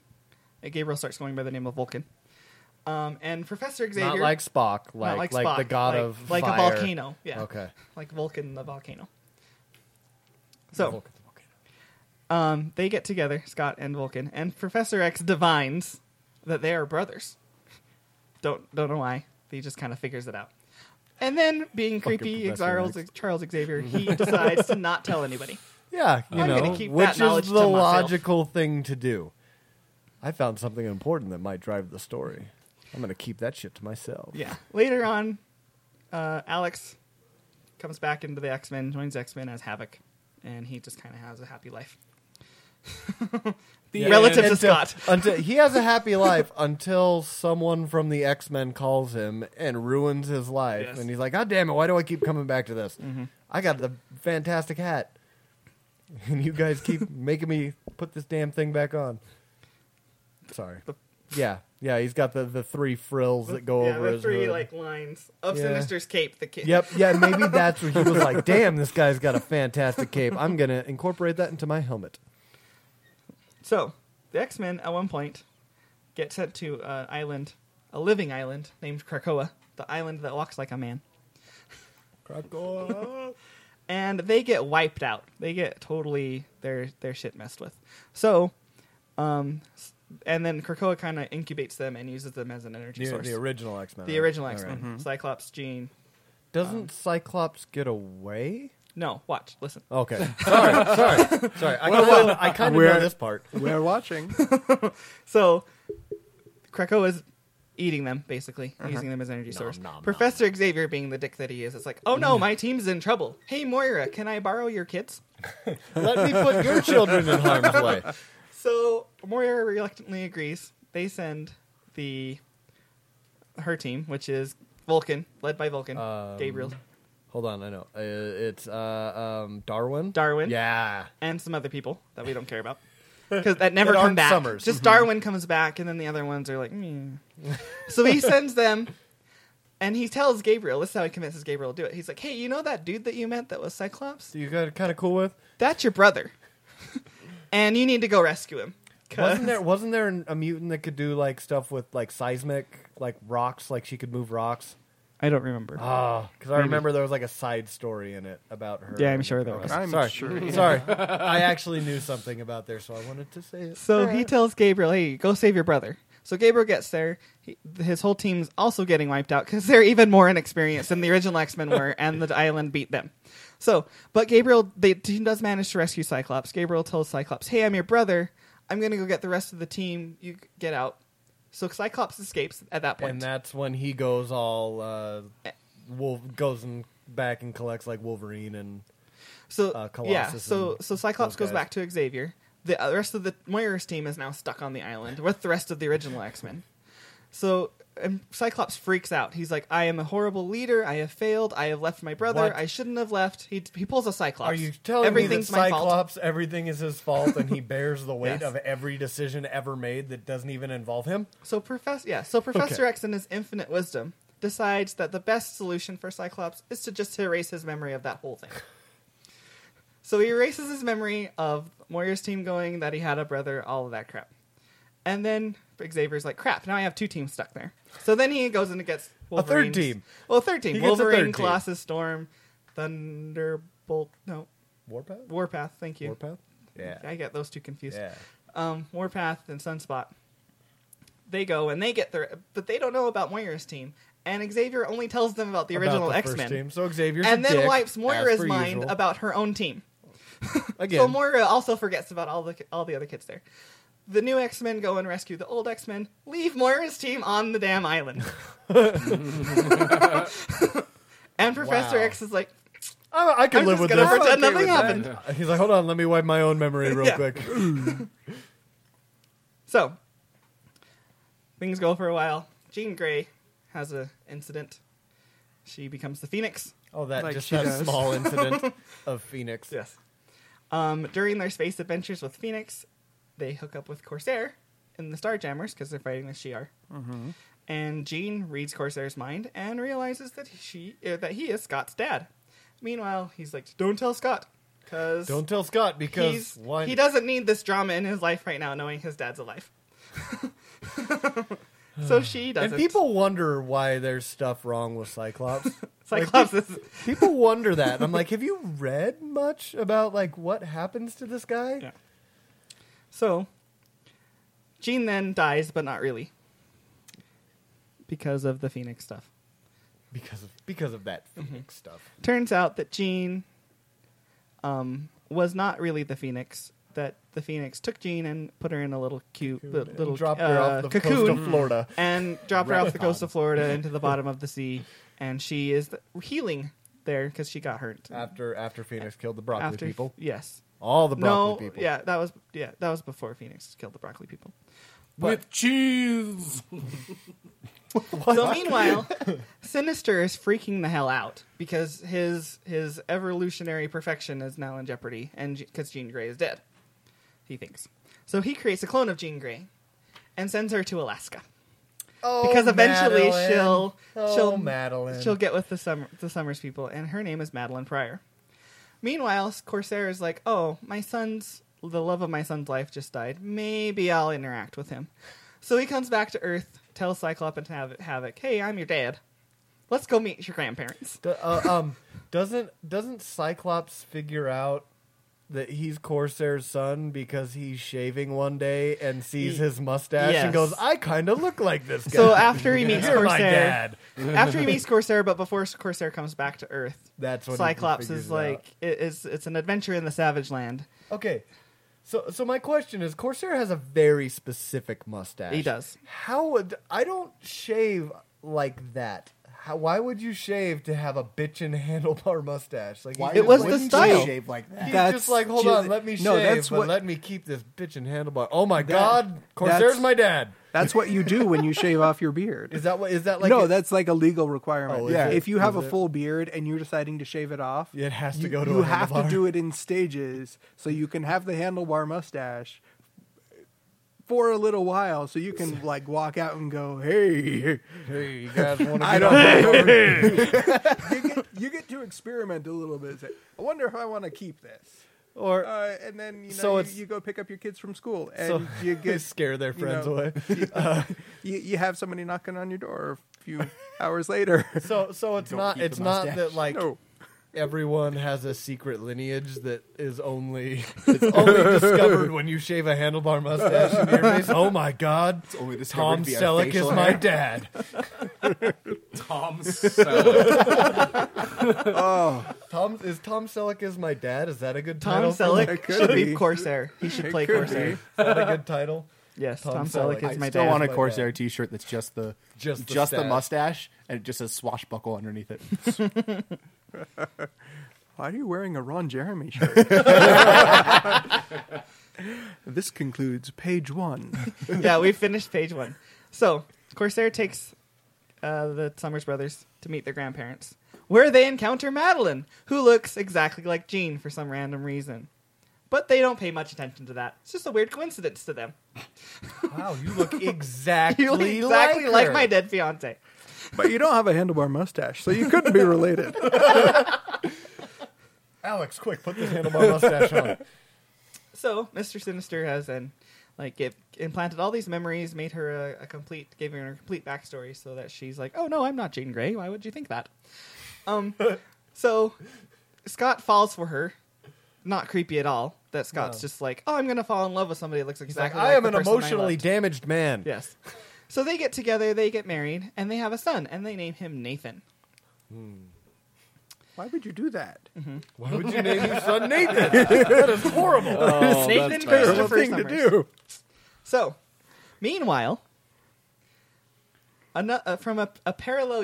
D: Gabriel starts going by the name of Vulcan. Um, and Professor Xavier,
C: Not like Spock, like
D: not
C: like,
D: Spock,
C: the god
D: like-
C: of
D: like
C: fire.
D: a volcano, yeah,
C: Okay.
D: like Vulcan the volcano. So
C: Vulcan, Vulcan.
D: um, they get together, Scott and Vulcan, and Professor X divines that they are brothers. Don't don't know why. He just kind of figures it out. And then, being creepy,
C: Professor
D: Charles, Charles Xavier, he decides to not tell anybody.
C: Yeah, you
D: I'm gonna
C: know,
D: keep that
C: which
D: knowledge
C: is
D: to
C: the
D: myself.
C: logical thing to do. I found something important that might drive the story. I'm gonna keep that shit to myself.
D: Yeah. Later on, uh, Alex comes back into the X Men, joins X Men as Havoc, and he just kind of has a happy life. Relative to Scott.
C: until he has a happy life until someone from the X Men calls him and ruins his life,
I: Yes.
C: and he's like, "God damn it! Why do I keep coming back to this?
D: Mm-hmm.
C: I got the fantastic hat, and you guys keep making me put this damn thing back on." Sorry. Yeah, yeah. He's got the, the three frills that go
D: yeah,
C: over
D: the
C: his
D: three
C: hood.
D: like lines of
C: Yeah.
D: Sinister's cape. The kid.
C: Yep. Yeah. Maybe that's where he was like, "Damn, this guy's got a fantastic cape. I'm gonna incorporate that into my helmet."
D: So the X Men at one point get sent to an island, a living island named Krakoa, the island that walks like a man. and they get wiped out. They get totally their their shit messed with. So, um, s- and then Krakoa kind of incubates them and uses them as an energy
C: The, Mm-hmm.
D: source.
C: the original X Men.
D: The original X Men, Cyclops, Jean.
C: Doesn't Cyclops get away?
D: No, watch, listen.
C: Okay. Sorry. sorry. Sorry. I kind of I kind of know
F: Where-
C: this part.
F: We're watching.
D: So, Krakoa is eating them basically, using them as energy source. Professor Xavier, being the dick that he is, is like, "Oh no, my team's in trouble. Hey Moira, can I borrow your kids?"
C: Let me put your children in harm's way.
D: So Moira reluctantly agrees. They send the her team, which is Vulcan, led by Vulcan, Gabriel,
C: Hold on. I know. Uh, it's uh, um, Darwin.
D: Darwin.
C: Yeah.
D: and some other people that we don't care about because that never
C: That
D: come
C: aren't
D: back.
C: Summers. Mm-hmm.
D: Just Darwin comes back, and then the other ones are like, "Meh." so he sends them, and he tells Gabriel. This is how he convinces Gabriel to do it. He's like, "Hey, you know that dude that you met that was Cyclops?
C: You got kind of cool with.
D: That's your brother, and you need to go rescue him." 'Cause-
C: Wasn't there wasn't there an- a mutant that could do like stuff with like seismic like rocks like she could move rocks?
D: I don't remember.
C: Ah, because I remember there was like a side story in it about her.
D: Yeah, I'm sure there was.
F: I'm
C: Sorry.
F: sure.
C: Sorry. I actually knew something about there, so I wanted to say it.
D: So he tells Gabriel, "Hey, go save your brother." So Gabriel gets there. He, his whole team's also getting wiped out because they're even more inexperienced than the original X Men were, and the island beat them. So, but Gabriel, the team does manage to rescue Cyclops. Gabriel tells Cyclops, "Hey, I'm your brother. I'm gonna go get the rest of the team. You get out." So Cyclops escapes at that point.
C: And that's when he goes all uh, wolf goes and back and collects like Wolverine and
D: so
C: uh,
D: yeah,
C: Colossus
D: so
C: and
D: so Cyclops
C: those
D: goes
C: guys.
D: back to Xavier. The uh, rest of the Moira's team is now stuck on the island with the rest of the original X Men. So and Cyclops freaks out. He's like, "I am a horrible leader. I have failed. I have left my brother.
C: What?
D: I shouldn't have left." He he pulls a Cyclops.
C: Are you telling
D: Everything's
C: me that
D: my fault.
C: Cyclops everything is his fault and he bears the weight
D: Yes.
C: of every decision ever made that doesn't even involve him?
D: So Professor, yeah, so Professor X in his infinite wisdom decides that the best solution for Cyclops is to just erase his memory of that whole thing. so he erases his memory of Moira's team going, that he had a brother, all of that crap. And then Xavier's like, crap, now I have two teams stuck there. So then he goes and gets
C: third
D: Wolverine's-
C: team.
D: Well, a third team.
C: He gets a
D: Wolverine,
C: third team.
D: Colossus, Storm, Thunderbolt, no,
C: Warpath?
D: Warpath, thank you.
C: Warpath? Yeah.
D: I get those two confused
C: Yeah.
D: um, Warpath and Sunspot. They go and they get their, but they don't know about Moira's team. And Xavier only tells them about the
C: About
D: original
C: the
D: X
C: first
D: Men,
C: team. So Xavier's
D: and
C: a
D: then
C: dick,
D: wipes
C: as
D: Moira's
C: per
D: mind
C: usual.
D: about her own team.
C: again.
D: So Moira also forgets about all the all the other kids there. The new X Men go and rescue the old X Men. Leave Moira's team on the damn island. and Professor
C: Wow.
D: X is like,
C: I, I could
D: I'm
C: live with
D: just gonna
C: this.
D: pretend
C: I'm
D: nothing
C: with that.
D: happened.
C: He's like, hold on, let me wipe my own memory real
D: Yeah.
C: quick.
D: So things go for a while. Jean Grey has a incident. She becomes the Phoenix.
C: Oh, that
F: Like
C: just
F: she
C: that
F: does.
C: small incident of Phoenix.
D: Yes. Um, during their space adventures with Phoenix, they hook up with Corsair in the Starjammers because they're fighting the Shi'ar. And Jean reads Corsair's mind and realizes that she uh, that he is Scott's dad. Meanwhile, he's like, "Don't tell Scott, because
C: Don't tell Scott because
D: he's,
C: one,
D: he doesn't need this drama in his life right now, knowing his dad's alive." so she doesn't.
C: And people wonder why there's stuff wrong with Cyclops.
D: Cyclops is
C: people wonder that. I'm like, have you read much about like what happens to this guy?
D: Yeah. So, Jean then dies, but not really. Because of the Phoenix stuff.
C: Because of because of that
D: Mm-hmm.
C: Phoenix stuff.
D: Turns out that Jean um, was not really the Phoenix. That the Phoenix took Jean and put her in a little cute li- little
C: Dropped
D: uh,
C: her off the coast
D: cocoon
C: of Florida.
D: and dropped her off the coast of Florida into the bottom of the sea. And she is the, healing there because she got hurt
C: After after Phoenix killed the broccoli
D: after
C: people.
D: Yes.
C: All the broccoli
D: no,
C: people.
D: yeah, that was yeah, that was before Phoenix killed the broccoli people.
E: With cheese.
D: So meanwhile, Sinister is freaking the hell out because his his evolutionary perfection is now in jeopardy, and because Jean Grey is dead, he thinks. So he creates a clone of Jean Grey, and sends her to Alaska
C: Oh,
D: because eventually
C: Madeline.
D: she'll
C: Oh,
D: she'll
C: Madeline.
D: she'll get with the summer the Summers people, and her name is Madeline Pryor. Meanwhile, Corsair is like, "Oh, my son's the love of my son's life just died. Maybe I'll interact with him." So he comes back to Earth, tells Cyclops and Hav- Havoc, "Hey, I'm your dad. Let's go meet your grandparents."
C: Do- uh, um, doesn't doesn't Cyclops figure out that he's Corsair's son because he's shaving one day and sees his mustache
D: Yes.
C: and goes, "I kind of look like this guy."
D: So after he meets
C: You're my
D: Corsair,
C: dad.
D: after he meets Corsair, but before Corsair comes back to Earth,
C: That's when he
D: Cyclops
C: figures
D: is
C: it
D: like,
C: out.
D: it is it's an adventure in the Savage Land.
C: Okay. So so my question is Corsair has a very specific mustache.
D: He does.
C: How would I don't shave like that. How, why would you shave to have a bitchin handlebar mustache? Like
D: It was the
C: wouldn't you
D: style.
C: shave like that. He's
G: That's
C: just like, hold
G: ju-
C: on, let me shave,
G: no, that's
C: but
G: what-
C: let me keep this bitchin handlebar. Oh my god, Corsair's
F: that's-
C: my dad.
F: That's what you do when you shave off your beard.
C: Is that what? Is that like?
F: no,
C: it-
F: that's like a legal requirement.
C: Oh, is
F: yeah,
C: it?
F: if you have a
C: Is it?
F: full beard and you're deciding to shave it off,
C: It has to
F: you,
C: go to
F: You
C: a
F: have to
C: handlebar.
F: do it in stages, so you can have the handlebar mustache for a little while, so you can like walk out and go, "Hey,
C: Hey, you guys want to?
F: I don't." you, get, you get to experiment a little bit. Say, I wonder if I want to keep this.
C: Or
F: Uh, and then you know
C: So
F: you,
C: it's-
F: you go pick up your kids from school
C: so- Uh,
F: and you
C: they
F: get
C: scare their
F: you know,
C: friends away.
F: you, you, you have somebody knocking on your door a few hours later.
C: So so it's not
B: keep the
C: it's not
B: mustache.
C: that like
F: No.
C: everyone has a secret lineage that is only it's only discovered when you shave a handlebar mustache in your face. Oh my god. It's
B: only discovered
C: Tom
B: via
C: Selleck is
B: facial
C: my
B: hair.
C: dad.
I: Tom Selleck.
C: Tom is Tom Selleck is my dad. Is that a good
D: Tom
C: title? for-
D: Selleck
F: could
D: should be.
F: be.
D: Corsair. He should play
F: could
D: Corsair.
C: Is that a good title?
D: Yes,
C: Tom
D: Tom, Selleck,
C: Selleck.
D: is
C: I
D: my
B: Still
D: dad.
B: want a
C: like
B: Corsair
C: that.
B: T-shirt that's just the
C: Just the
B: just the
C: stash.
B: mustache, and it just says swashbuckle underneath it.
F: Why are you wearing a Ron Jeremy shirt? this concludes page one.
D: yeah, we finished page one. So Corsair takes uh, the Summers brothers to meet their grandparents, where they encounter Madeline, who looks exactly like Jean for some random reason. But they don't pay much attention to that. It's just a weird coincidence to them.
C: Wow, you look exactly,
D: You look exactly like,
C: her.
D: my dead fiance.
F: But you don't have a handlebar mustache, so you couldn't be related.
C: Alex, quick, put this handlebar mustache on.
D: So Mr. Sinister has and like give, implanted all these memories, made her a, a complete, gave her a complete backstory, so that she's like, oh no, I'm not Jean Grey. Why would you think that? Um, so Scott falls for her. Not creepy at all. That Scott's just like, oh, I'm gonna fall in love with somebody that looks
C: It's like
D: exactly.
C: I am
D: the
C: an
D: person I
C: emotionally
D: loved."
C: damaged man.
D: yes. So they get together, they get married, and they have a son, and they name him Nathan.
F: Why would you do that?
C: Why would you name your son Nathan? that is horrible.
D: Nathan
F: Terrible
D: Christopher
F: thing
D: Summers.
F: to do.
D: So, meanwhile, ano- uh, from a, a parallel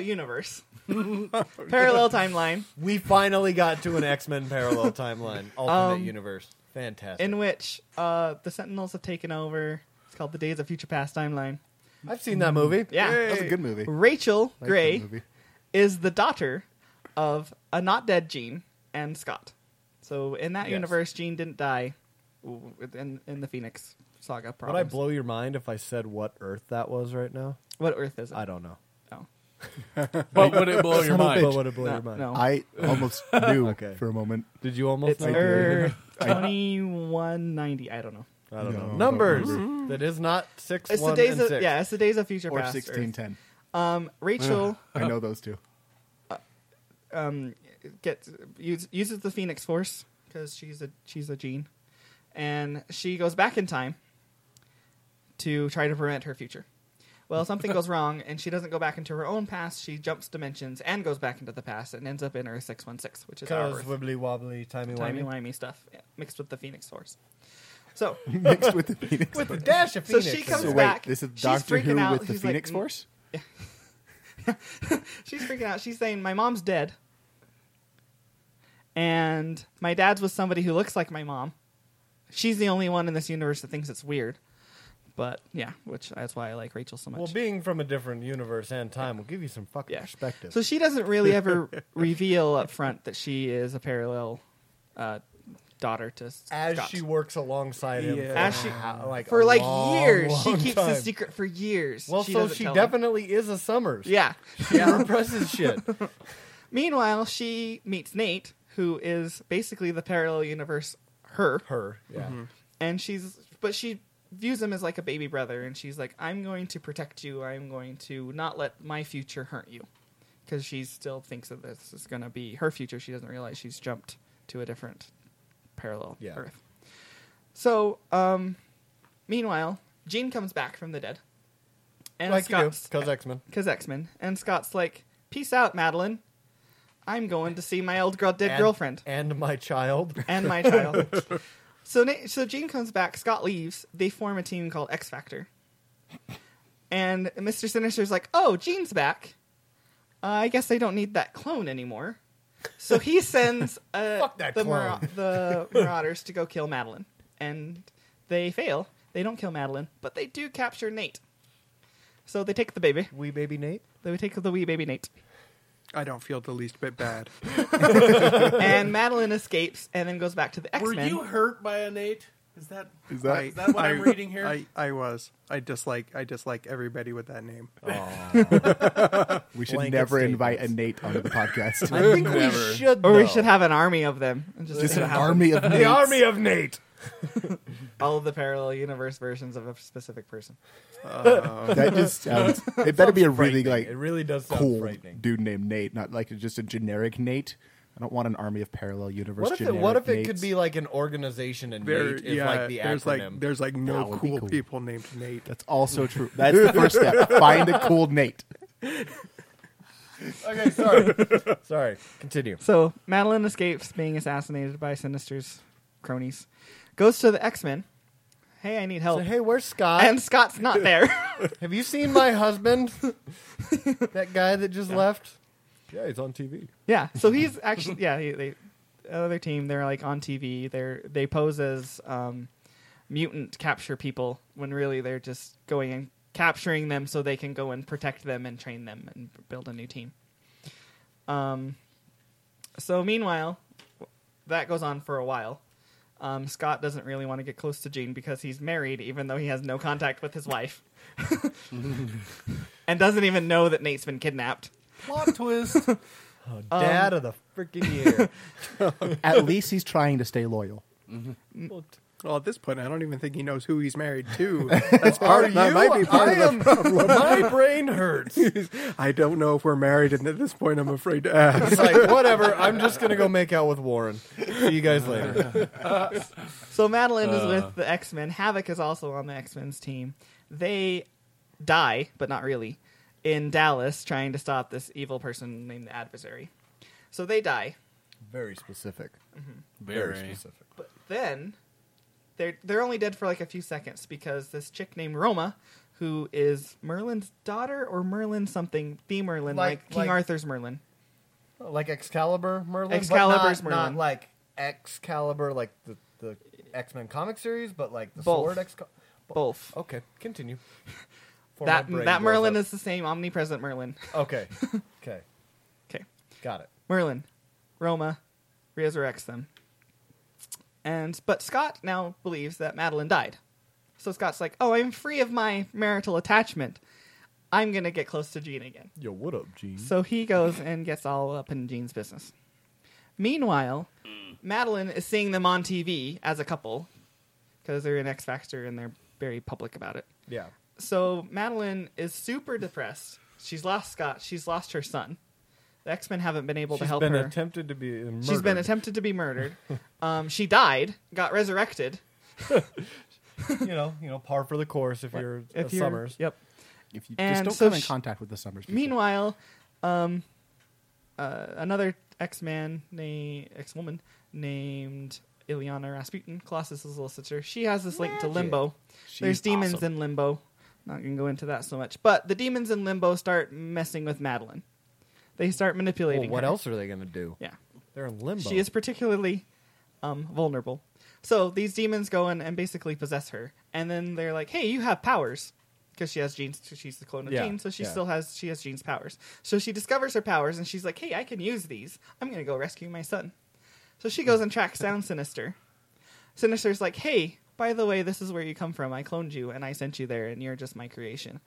D: universe, parallel timeline,
C: We finally got to an X Men parallel timeline, alternate universe. Fantastic.
D: Um, in which uh, the Sentinels have taken over. It's called the Days of Future Past timeline.
C: I've seen that movie.
D: Yeah.
B: That's a good movie.
D: Rachel
B: that
D: Gray
B: movie.
D: is the daughter of a not dead Jean and Scott. So, in that
C: Yes.
D: universe, Jean didn't die w- in, in the Phoenix saga
C: Would I
D: problems.
C: blow your mind if I said what Earth that was right now?
D: what Earth is it?
C: I don't know.
D: know.
I: But would it blow your
C: But
I: mind?
C: would it blow
D: No,
C: your mind?
D: no.
B: I almost knew
C: Okay.
B: for a moment.
C: Did you almost?
D: It's
C: know?
D: Earth 2190. I don't know.
C: I don't know. Numbers. That is not six,
D: It's
C: one,
D: the days
C: and
D: of
C: six.
D: yeah, it's the days of future
B: or
D: past. Earth.
B: sixteen ten.
D: Um, Rachel uh,
B: I know those two.
D: um, gets use, uses the Phoenix Force because she's a she's a gene, and she goes back in time to try to prevent her future. Well, something goes wrong, and she doesn't go back into her own past. She jumps dimensions and goes back into the past, and ends up in her six one six, which is our
C: Because
D: Earth.
C: wibbly wobbly, timey
D: timey
C: wimey.
D: wimey stuff yeah, mixed with the Phoenix Force. So,
B: Mixed with the Phoenix.
C: With a dash of
D: So
C: Phoenix.
D: she comes-
B: so wait,
D: back.
B: this is
D: She's
B: Doctor
D: freaking
B: Who
D: out.
B: with the
D: He's like,
B: Phoenix
D: "Mm."
B: Force.
D: she's freaking out. She's saying, "My mom's dead, and my dad's with somebody who looks like my mom. She's the only one in this universe that thinks it's weird." But yeah, which that's why I like Rachel so much.
C: Well, being from a different universe and time will give you some fucking
D: Yeah.
C: perspective.
D: so she doesn't really ever reveal up front that she is a parallel uh, daughter to S-
C: as
D: Scott.
C: she works alongside him,
F: Yeah.
C: for
D: As she-
C: ho- like
D: for
C: a
D: like
C: long,
D: years, she
C: long
D: keeps
C: time.
D: the secret for years.
C: Well, so
D: doesn't
C: she
D: tell him.
C: definitely is a Summers.
D: yeah.
C: she represses shit.
D: Meanwhile, she meets Nate, who is basically the parallel universe her,
C: Her, yeah.
D: Mm-hmm. and she's but she views him as like a baby brother and she's like I'm going to protect you. I'm going to not let my future hurt you. Cuz she still thinks that this is going to be her future. She doesn't realize she's jumped to a different parallel
C: Yeah.
D: earth. So, um meanwhile, Jean comes back from the dead. And
C: like you do,
D: Scott's
C: because X Men.
D: because X Men. And Scott's like, "Peace out, Madeline. I'm going to see my old girl, dead
C: And-
D: girlfriend,
C: and my child.
D: and my child." so Na- so Jean comes back. Scott leaves. They form a team called X Factor. And Mister Sinister's like, "Oh, Jean's back. Uh, I guess they don't need that clone anymore." So he sends uh,
C: Fuck that
D: the,
C: clone.
D: the Marauders to go kill Madeline, and they fail. They don't kill Madeline, but they do capture Nate. So they take the baby.
C: Wee baby Nate.
D: They would take the wee baby Nate.
F: I don't feel the least bit bad.
D: and Madeline escapes and then goes back to the X
E: Were you
D: Men.
E: hurt by a Nate? Is that
B: Is that
F: I-
E: is that what I, am reading here?
F: I, I was. I dislike. I dislike everybody with that name.
B: we should
C: blanket
B: never
C: statements.
B: invite a Nate onto the podcast.
C: I think we should.
D: Or
C: though.
D: we should have an army of them. And just
B: Just
D: see
B: an
D: what happens.
B: army of Nates.
C: of Nate.
D: All of the parallel universe versions of a specific person.
B: That just sounds. It better be a really like
C: it really does sound
B: cool
C: frightening.
B: dude named Nate, not like just a generic Nate. I don't want an army of parallel universe.
C: What if it,
B: generic
C: what if it
B: Nates.
C: could be like an organization and
F: There,
C: Nate is
F: yeah,
C: like the acronym?
F: there's like there's like no
B: That would be
F: cool,
B: cool.
F: people named Nate.
B: That's also true. That's the first step. Find a cool Nate.
C: okay, sorry, sorry. Continue.
D: So Madeline escapes being assassinated by Sinister's cronies. Goes to the X Men. Hey, I need
C: So,
D: help.
C: hey, where's Scott?
D: and Scott's not there.
C: Have you seen my husband? that guy that just left. Yeah, he's on TV.
D: yeah, so he's actually yeah. He, they other team. They're like on TV. They're they pose as um, mutant capture people when really they're just going and capturing them so they can go and protect them and train them and build a new team. Um, so meanwhile, that goes on for a while. Um, Scott doesn't really want to get close to Jean because he's married, even though he has no contact with his wife, and doesn't even know that Nate's been kidnapped.
E: Plot twist.
C: Dad of the freaking year.
B: At least he's trying to stay loyal.
F: Well, at this point, I don't even think he knows who he's married to. That's part.
C: Are
F: that
C: you?
F: might be part
C: I
F: of the
C: am-
F: problem.
C: my brain hurts.
F: I don't know if we're married, and at this point, I'm afraid to ask.
C: He's like, whatever. I'm just gonna go make out with Warren. See you guys later.
D: So Madeline is with the X Men. Havoc is also on the X Men's team. They die, but not really, in Dallas trying to stop this evil person named the Adversary. So they die.
C: Very specific.
I: Very.
C: specific.
D: But then they're they're only dead for like a few seconds because this chick named Roma, who is Merlin's daughter or Merlin something, the Merlin, like,
C: Like-
D: King
C: like-
D: Arthur's Merlin.
C: Like Excalibur Merlin. but
D: Excalibur's
C: not,
D: Merlin.
C: Not like Excalibur, like the, the X Men comic series, but like the
D: Both.
C: sword Excalibur.
D: Both.
C: Okay, continue. Before
D: that
C: my brain
D: that
C: blows
D: Merlin
C: up.
D: is the same omnipresent Merlin.
C: Okay. Okay.
D: Okay.
C: Got it.
D: Merlin, Roma, resurrects them. And but Scott now believes that Madeline died. So Scott's like, "Oh, I'm free of my marital attachment. I'm going to get close to Jean again."
G: Yo, what up, Gene?
D: So he goes and gets all up in Jean's business. Meanwhile, Madeline is seeing them on TV as a couple because they're in X Factor and they're very public about it.
C: Yeah.
D: So Madeline is super depressed. She's lost Scott. She's lost her son. The X Men haven't been able to
C: She's
D: help
C: been
D: her.
C: attempted to be murdered.
D: She's been attempted to be murdered. um, she died. Got resurrected.
C: you know, you know, par for the course if you're a
D: If you're-
C: Summers.
D: Yep.
B: If you just
D: And
B: don't
D: so
B: come in
D: sh-
B: contact with the Summers. people.
D: Meanwhile, um, uh, another X Man, na- X woman named Ilyana Rasputin, Colossus's little sister. She has this link to Limbo. There's demons in Limbo. Not gonna go into that so much, but the demons in Limbo start messing with Madeline. They start
C: Well,
D: manipulating.
C: what
D: her.
C: else are they going to do?
D: Yeah,
C: They're in limbo.
D: she is particularly um, vulnerable. So these demons go in and basically possess her, and then they're like, "Hey, you have powers." Because she has genes, she's the clone of
C: Yeah,
D: Jean, so she
C: yeah.
D: still has she has Jean's powers. So she discovers her powers, and she's like, "Hey, I can use these. I'm gonna go rescue my son." So she goes and tracks down Sinister. Sinister's like, "Hey, by the way, this is where you come from. I cloned you, and I sent you there, and you're just my creation."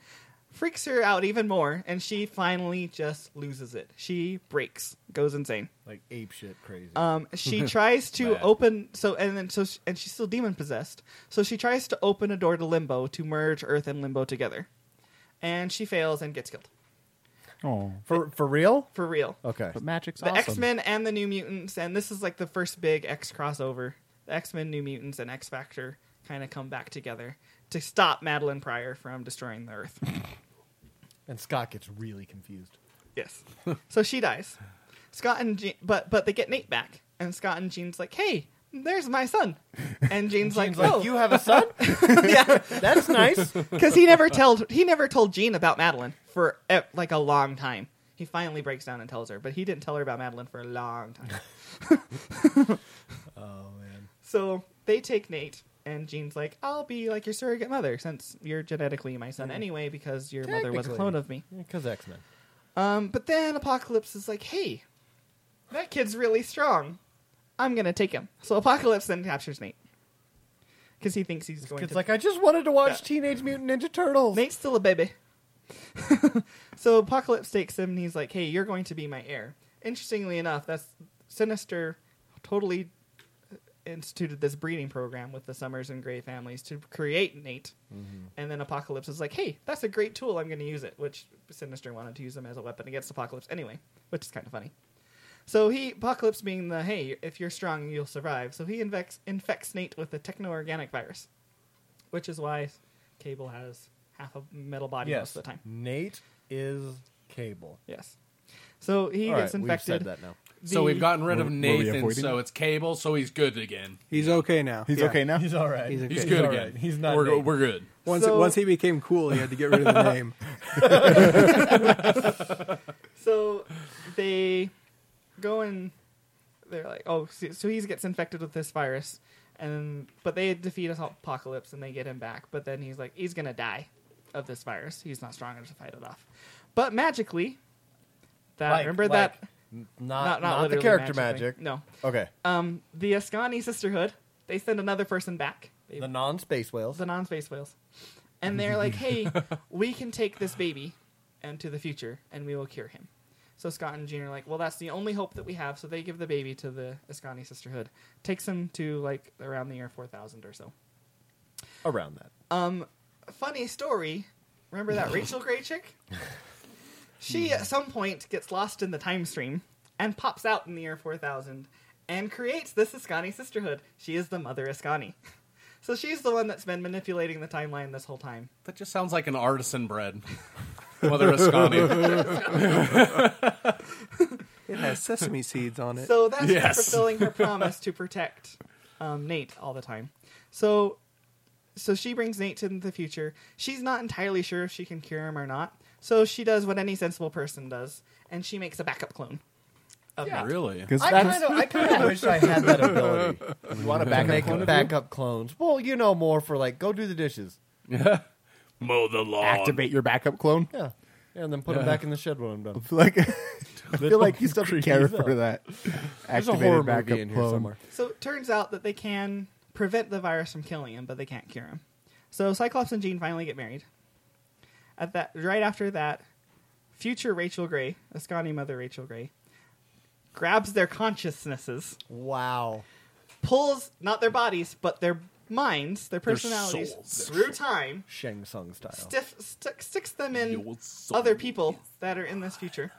D: Freaks her out even more, and she finally just loses it. She breaks, goes insane.
C: like ape shit crazy.
D: Um, she tries to open so and then so sh- and she's still demon possessed. So she tries to open a door to limbo to merge Earth and limbo together, and she fails and gets killed
B: oh,
C: for for real?
D: for real.
C: Okay.
B: but magic's
D: The
B: awesome.
D: X Men and the New Mutants, and this is like the first big X crossover. The X Men, New Mutants, and X Factor kind of come back together to stop Madeline Pryor from destroying the Earth.
C: And Scott gets really confused.
D: Yes. so she dies. Scott and Jean, but but they get Nate back, and Scott and Jean's like, "Hey, there's my son," and Jean's, like,
C: He's like,
D: "Oh,
C: you have a son?
D: yeah,
C: That's nice.
D: because he never told he never told Jean about Madeline for eh, like a long time. He finally breaks down and tells her, but he didn't tell her about Madeline for a long time.
C: oh man.
D: So they take Nate, and Jean's like, "I'll be like your surrogate mother since you're genetically my son anyway because your mother was a
C: Technically.
D: clone of me."
C: Because X Men.
D: Um, but then Apocalypse is like, "Hey, that kid's really strong. I'm gonna take him." So Apocalypse then captures Nate because he thinks he's going
C: It's
D: to
C: like I just wanted to watch Teenage Mutant Ninja Turtles.
D: Nate's still a baby. so Apocalypse takes him and he's like, hey, you're going to be my heir. Interestingly enough, that's Sinister totally uh, instituted this breeding program with the Summers and Gray families to create Nate. And then Apocalypse is like, hey, that's a great tool. I'm going to use it, which Sinister wanted to use him as a weapon against Apocalypse anyway, which is kind of funny. So he, Apocalypse being the, hey, if you're strong, you'll survive. So he infects, infects Nate with a techno organic virus, which is why Cable has half a metal body most of the time.
C: Nate is Cable.
D: Yes. So he
C: All right,
D: gets
C: we've
D: infected.
C: said that now.
I: So we've gotten rid of
B: we
I: Nathan,
B: avoiding
I: so
B: it?
I: it's Cable, so he's good again.
F: He's okay now.
B: He's
F: Yeah.
B: okay now.
C: He's all right. He's,
I: He's good
C: all
I: again.
C: right. He's not.
I: We're,
C: Nate.
I: we're good.
F: Once
D: So-
F: once he became cool, he had to get rid of the name.
D: So they go and they're like, oh, so so he gets infected with this virus, and but they defeat Apocalypse and they get him back. But then he's like, he's gonna die of this virus. He's not strong enough to fight it off. But magically, that
C: Like-
D: remember
C: like,
D: that
C: n- Not, not,
D: not not,
C: the
D: literally
C: character
D: magically.
C: magic.
D: No,
C: Okay.
D: um, the Ascani Sisterhood. They send another person back. They
C: the non space whales.
D: the non-space whales, and they're like, "Hey, we can take this baby and to the future, and we will cure him." So Scott and Jean are like, "Well, that's the only hope that we have." So they give the baby to the Ascani Sisterhood, takes him to like around the year four thousand or so.
C: Around that.
D: Um, funny story. Remember that Rachel Gray chick? She at some point gets lost in the time stream and pops out in the year 4000 and creates this Ascani sisterhood. She is the mother Ascani. So she's the one that's been manipulating the timeline this whole time.
I: That just sounds like an artisan bread. Mother Ascani.
F: It has sesame seeds on it.
D: So that's her
I: Yes.
D: fulfilling her promise to protect um, Nate all the time. So, so she brings Nate to the future. She's not entirely sure if she can cure him or not. So she does what any sensible person does, and she makes a backup clone. Of Nate.
I: really?
B: Because
C: I
B: that's
C: kind of, I kind of wish I had that ability.
B: you want to back
C: Back make
B: up one of you?
C: backup clones. Well, you know more for like go do the dishes.
I: Mow the lawn.
B: Activate your backup clone.
C: Yeah, and then put them back in the shed when I'm done.
B: I feel like I feel like he doesn't care for that.
C: There's a
B: Activated
C: horror
B: backup
C: movie in here
B: clone.
C: somewhere.
D: So it turns out that they can prevent the virus from killing him, but they can't cure him. So Cyclops and Jean finally get married. At that, right after that, future Rachel Gray, Ascani mother Rachel Gray, grabs their consciousnesses,
C: Wow.
D: pulls not their bodies but their minds, their personalities
E: souls.
D: through time,
C: Shang Tsung style.
D: stiff, st- sticks them in
E: Your soul.
D: other people that are in this future.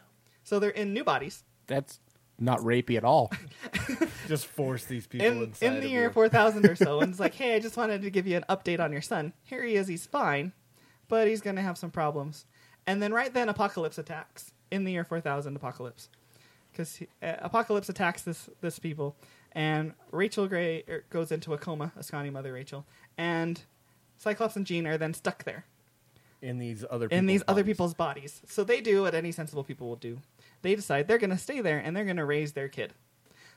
D: So they're in new bodies.
B: That's not rapey at all.
C: Just force these people
D: In,
C: inside
D: in
C: of
D: the
C: you.
D: year 4000 or so, and it's like, hey, I just wanted to give you an update on your son. Here he is, he's fine, but he's going to have some problems. And then right then, Apocalypse attacks. In the year 4000, Apocalypse. Because uh, Apocalypse attacks this, this people, and Rachel Gray er, goes into a coma, Ascani mother Rachel, and Cyclops and Jean are then stuck there.
C: in these other
D: in these
C: people's
D: other
C: bodies.
D: people's bodies. So they do what any sensible people will do. They decide they're going to stay there and they're going to raise their kid.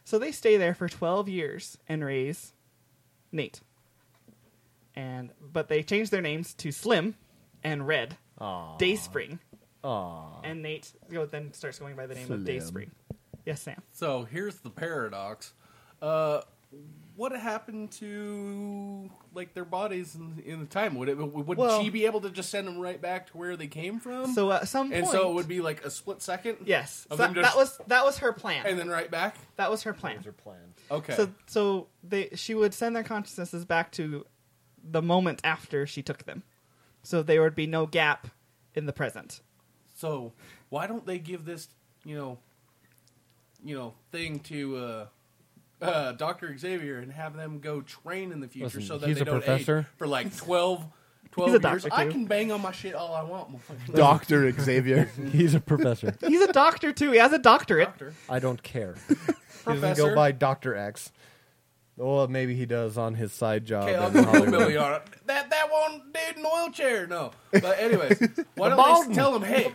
D: So they stay there for 12 years and raise Nate. And but they change their names to Slim and Red. Dayspring. And Nate go- then starts going by the name of Dayspring. Yes, Sam.
I: So here's the paradox. Uh, what happened to like their bodies in, in the time? Would it would
D: Well-
I: she be able to just send them right back to where they came from?
D: So at some
I: and
D: point
I: so it would be like a split second.
D: Yes. So
I: Of
D: that, that
I: them just-
D: was that was her plan.
I: and then right back.
D: that was her plan.
C: Their plan.
I: Okay,
D: So so they she would send their consciousnesses back to the moment after she took them. So there would be no gap in the present.
I: So why don't they give this, you know, you know, thing to uh, uh, Doctor Xavier and have them go train in the future
C: Listen,
I: so that
C: he's
I: they
C: a
I: don't age
C: professor.
I: for like 12, 12
D: He's a
I: years?
D: doctor,
I: I
D: too.
I: can bang on my shit all I want. motherfucker.
B: Doctor Xavier.
C: He's a professor.
D: He's a doctor too. He has a doctorate.
I: Doctor,
C: I don't care. He doesn't
I: professor.
C: go by Doctor X. Well, maybe he does on his side job.
I: Okay, I'll
C: in
I: go
C: Hollywood.
I: hillbilly on it. That that one dude in the wheelchair. No, but anyways, why don't they just tell them, hey,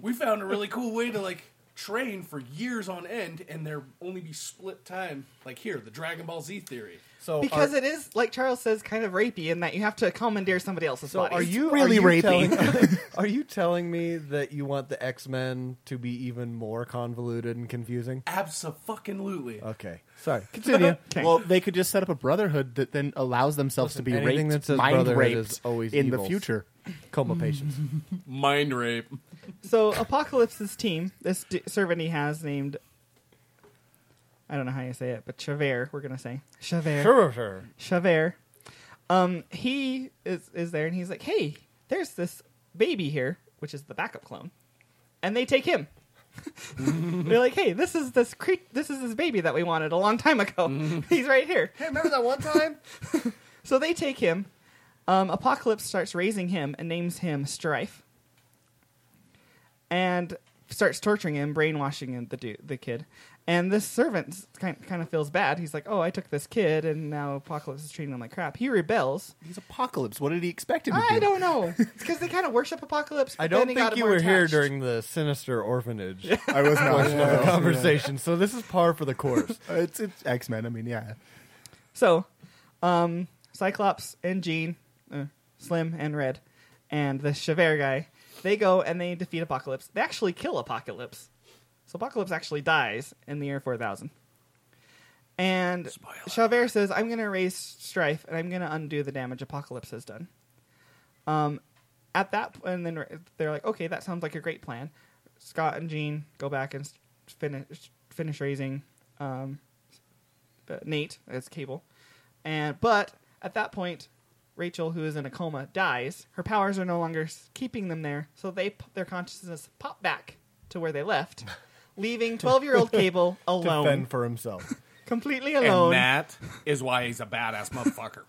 I: we found a really cool way to like train for years on end, and there only be split time. Like here, the Dragon Ball Z theory.
C: So
D: Because
C: are,
D: it is, like Charles says, kind of rapey in that you have to commandeer somebody else's
C: so
D: body.
C: are you
B: really
C: are you
B: rapey.
C: telling- are you telling me that you want the X Men to be even more convoluted and confusing?
I: Absolutely.
C: Okay, sorry. Continue.
B: Well, they could just set up a brotherhood that then allows themselves to be
C: Listen, anything
B: raped,
C: that says
B: mind
C: brotherhood
B: raped
C: is always
B: in
C: evil.
B: the future.
C: Coma patients.
I: Mind rape.
D: so Apocalypse's team, this d- servant he has named, I don't know how you say it, but Chaver, we're gonna say Chaver.
C: Sure, sure.
D: Chaver. Um, he is is there, and he's like, "Hey, there's this baby here, which is the backup clone," and they take him. They're like, "Hey, this is this cre- this is this baby that we wanted a long time ago. He's right here."
C: Hey, remember that one time?
D: So they take him. Um, Apocalypse starts raising him and names him Strife, and starts torturing him, brainwashing him, the dude, the kid. And this servant kind kind of feels bad. He's like, "Oh, I took this kid, and now Apocalypse is treating him like crap." He rebels.
B: He's apocalypse. What did he expect him to do?
D: I don't know. It's because they kind of worship Apocalypse. But
C: I
D: then
C: don't
D: he got
C: think you
D: more
C: were here
D: attached.
C: during the sinister orphanage
B: I was not.
C: conversation, so this is par for the course.
B: Uh, It's, it's X Men. I mean, yeah.
D: So, um, Cyclops and Jean, uh, Slim and Red, and the Chevere guy, they go and they defeat Apocalypse. They actually kill Apocalypse. So Apocalypse actually dies in the year 4000. And Chevere says, I'm going to raise strife and I'm going to undo the damage Apocalypse has done. Um, at that p- and then they're like, okay, that sounds like a great plan. Scott and Jean go back and s- finish finish raising um, uh, Nate as Cable, and but at that point, Rachel, who is in a coma, dies. Her powers are no longer s- keeping them there, so they p- their consciousness pop back to where they left, leaving twelve year old Cable
C: to
D: alone,
C: fend for himself.
D: completely
I: And
B: Oh.
D: alone.
I: that is why he's a badass motherfucker.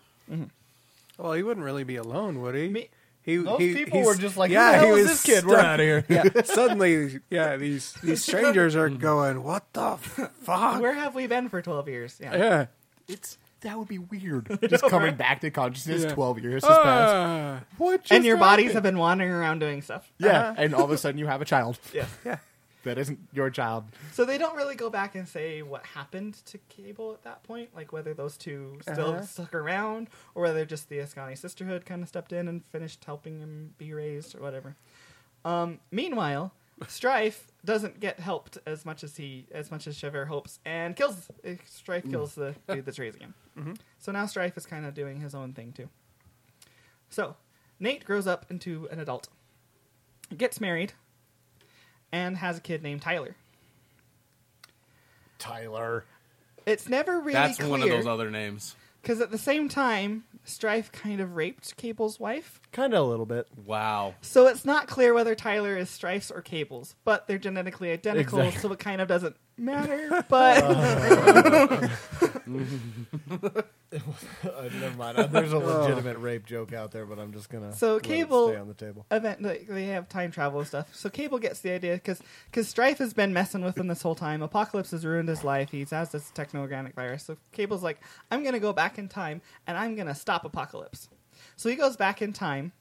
F: Well, he wouldn't really be alone, would he?
D: Me-
F: he
C: Those
F: he-
C: people
F: he's-
C: were just like, "Who
F: yeah,
C: the
F: he
C: hell is this
F: was
C: kid? We're
F: stuck.
C: outta here."
F: Yeah, suddenly, yeah, these these strangers are going, what the fuck?
D: where have we been for twelve years? Yeah.
F: yeah.
B: It's that would be weird. Just coming back to consciousness.
F: Yeah.
B: Twelve years has passed.
F: Ah.
B: What?
D: And
B: just
D: your bodies have
B: happened?
D: been wandering around doing stuff.
C: Uh-huh.
B: Yeah, and all of a sudden you have a child.
D: Yeah.
F: yeah.
B: That isn't your child.
D: So they don't really go back and say what happened to Cable at that point, like whether those two still
F: Uh-huh.
D: stuck around or whether just the Ascani sisterhood kind of stepped in and finished helping him be raised or whatever. Um, meanwhile, Strife doesn't get helped as much as he as much as Chevere hopes and kills eh, Strife kills the
I: Mm.
D: dude that's raising him.
I: Mm-hmm.
D: So now Strife is kind of doing his own thing too. So Nate grows up into an adult, gets married, and has a kid named Tyler.
B: Tyler.
D: It's never really
I: That's
D: clear.
I: one of those other names.
D: Because at the same time, Strife kind of raped Cable's wife.
C: Kind of a little bit.
I: Wow.
D: So it's not clear whether Tyler is Strife's or Cable's, but they're genetically identical,
C: Exactly.
D: so it kind of doesn't matter. But
C: Uh, never mind. Uh, There's a
B: Oh.
C: legitimate rape joke out there, but I'm just gonna
D: So
C: let it
D: Cable-
C: stay on the table.
D: event like they have time travel and stuff. So Cable gets the idea because Strife has been messing with him this whole time. Apocalypse has ruined his life. He's has this techno-organic virus. So Cable's like, I'm gonna go back in time and I'm gonna stop Apocalypse. So he goes back in time,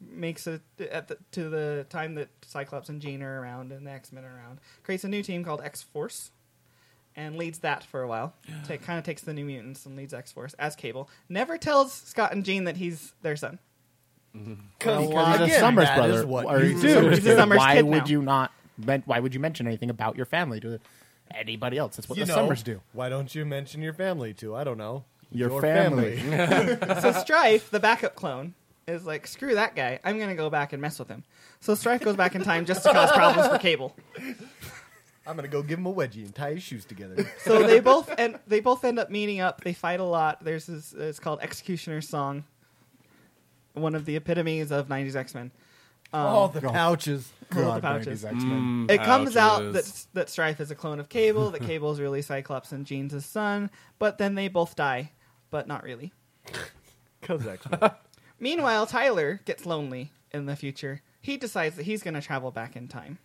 D: makes it at the, to the time that Cyclops and Jean are around and the X Men are around. Creates a new team called X Force. And leads that for a while. Take, kind of takes the New Mutants and leads X Force as Cable. Never tells Scott and Jean that he's their son.
B: A
C: Because
B: lot of
C: again,
B: Summers
C: that
B: brother.
C: is what
B: or
C: you
B: Summers
C: do.
B: brother.
D: He's a Summers
B: why
D: kid
B: would
D: now.
B: you not? men- Why would you mention anything about your family to anybody else? That's what the Summers do.
C: Why don't you mention your family too? I don't know.
B: Your family.
D: so Strife, the backup clone, is like, screw that guy. I'm going to go back and mess with him. So Strife goes back in time just to cause problems for Cable.
C: I'm gonna go give him a wedgie and tie his shoes together.
D: So they both and they both end up meeting up. They fight a lot. There's this it's called Executioner's Song. One of the epitomes of 90s X-Men.
C: All the pouches.
D: God, pouches.
B: mm,
D: It comes out that that Strife is a clone of Cable, that Cable's really Cyclops and Jean's his son, but then they both die, but not really. Meanwhile, Tyler gets lonely in the future. He decides that he's going to travel back in time.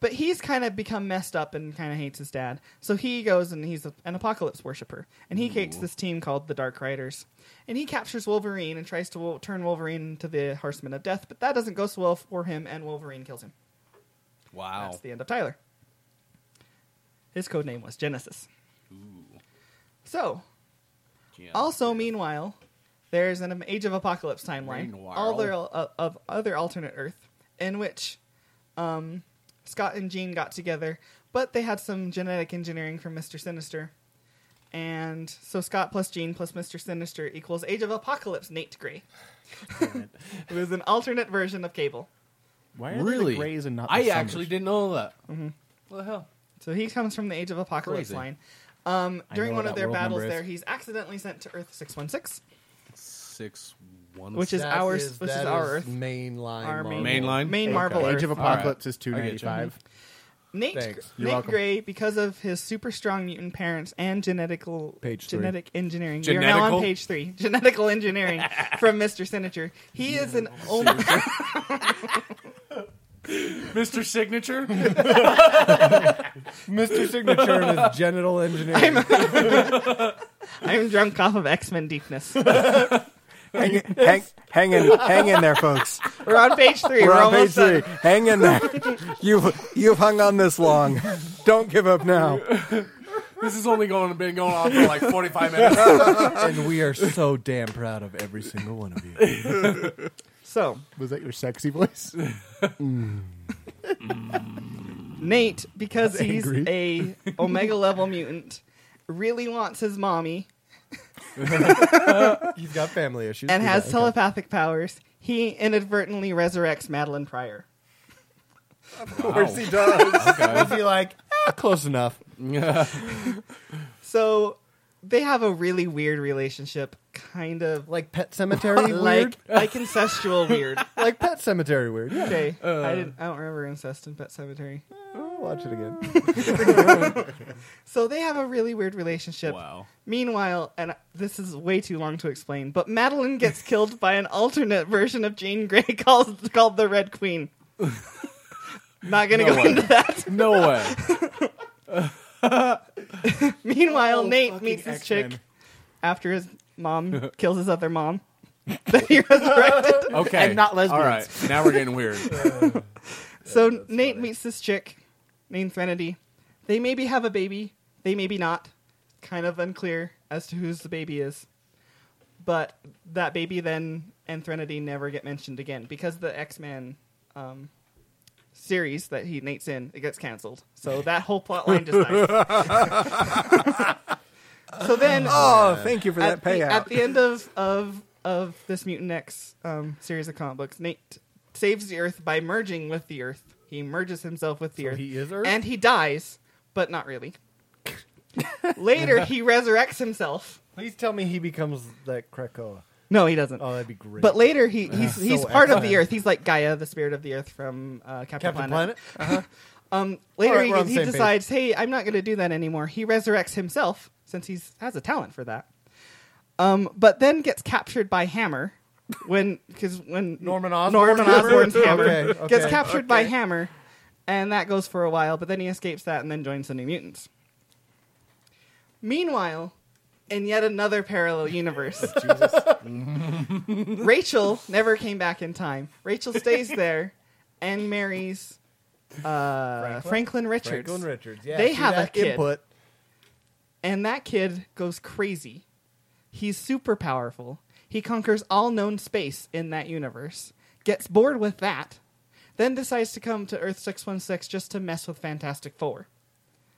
D: But he's kind of become messed up and kind of hates his dad. So he goes and he's a, an apocalypse worshiper. And he creates this team called the Dark Riders. And he captures Wolverine and tries to wo- turn Wolverine into the Horseman of Death. But that doesn't go so well for him, and Wolverine kills him.
I: Wow.
D: That's the end of Tyler. His code name was Genesis. So, also meanwhile, there's an Age of Apocalypse timeline,
I: Meanwhile.
D: all their, uh, of other alternate Earth, in which um, Scott and Jean got together, but they had some genetic engineering from Mister Sinister, and so Scott plus Jean plus Mister Sinister equals Age of Apocalypse Nate Gray. it was an alternate version of Cable.
B: Why are they
I: Really?
B: the Greys and not? the
I: I
B: Summers?
I: actually didn't know that. What the hell?
D: So he comes from the Age of Apocalypse
I: Crazy.
D: line. Um,
B: I
D: during
B: know
D: one
B: what
D: of
B: that
D: their
B: world
D: battles,
B: number is.
D: there he's accidentally sent to Earth six one six,
I: Six one.
D: which is
C: That
D: our
C: is-
D: which is
C: that
D: our Earth,
C: main line.
D: our main,
C: Marvel.
I: Main line?
D: main
I: Okay.
D: Marvel
B: Age
D: Earth.
B: of Apocalypse is two ninety five.
D: Nate,
C: Thanks.
D: Nate
B: welcome.
D: Gray, because of his super strong mutant parents and genetical
C: Page three.
D: genetic engineering, we are now on
I: Genetical?
D: page three. Genetical engineering from Mister Senator. He is an only.
I: Mr. Signature?
C: Mr. Signature and his genital engineering.
D: I'm drunk off of X Men deepness.
F: Hang, hang, hang in, hang in there, folks.
D: We're on page 3
F: We're on page
D: almost
F: three.
D: done.
F: Hang in there. You've you've hung on this long. Don't give up now.
I: this is only going been going on for like forty five minutes.
C: and we are so damn proud of every single one of you.
D: So
B: Was that your sexy voice?
D: Nate, because he's
B: angry.
D: a omega level mutant, really wants his mommy
C: He's got family issues.
D: and
C: We
D: has
C: got- okay.
D: telepathic powers. He inadvertently resurrects Madeline Pryor.
C: Of course he does. I'd be like, ah, close enough.
D: So they have a really weird relationship, kind of
C: Like Pet Cemetery
D: like
C: weird.
D: like incestual weird.
C: Like Pet Cemetery weird. Yeah.
D: Okay, I didn't. I don't remember incest in Pet Cemetery.
C: I'll watch it again.
D: So they have a really weird relationship.
I: wow.
D: Meanwhile, and this is way too long to explain, but Madeline gets killed by an alternate version of Jane Grey called, called the Red Queen. Not going to
I: No
D: go
I: way.
D: into that.
I: No way.
D: Meanwhile, Nate meets this chick after his mom kills his other mom that he resurrected.
I: Okay.
B: And not lesbians.
I: All right. Now we're getting weird.
D: so Nate meets this chick named Trinity. They maybe have a baby, they maybe not. Kind of unclear as to whose the baby is. But that baby then and Trinity never get mentioned again because the X Men um, series that he Nate's in it gets canceled. So that whole plot line just dies. so then
F: Oh, thank you for
D: at,
F: that
D: the, at
F: payout.
D: the end of of of this Mutant X um, series of comic books, Nate saves the Earth by merging with the Earth. He merges himself with the Earth,
C: he is Earth?
D: and he dies, but not really. Later, he resurrects himself.
C: Please tell me he becomes that Krakoa.
D: No, he doesn't.
C: Oh, that'd be great.
D: But later, he, he's, he's
C: so
D: part of the
C: excellent.
D: earth. He's like Gaia, the spirit of the earth from uh, Captain,
C: Captain
D: Planet.
C: Planet.
D: Um, later,
C: All right, we're on the
D: he, he
C: same page.
D: decides, hey, I'm not going to do that anymore. He resurrects himself since he has a talent for that. Um, but then gets captured by Hammer when because when
C: Norman Osborn?
D: Norman Osborn's
C: Okay,
D: Hammer
C: okay,
D: gets captured by Hammer, and that goes for a while. But then he escapes that and then joins the New Mutants. Meanwhile, in yet another parallel universe, Rachel never came back in time. Rachel stays there and marries uh, Franklin? Richards.
C: Franklin Richards. Yeah,
D: They
C: see
D: have a
C: that
D: kid.
C: input.
D: And that kid goes crazy. He's super powerful. He conquers all known space in that universe, gets bored with that, then decides to come to Earth 616 just to mess with Fantastic Four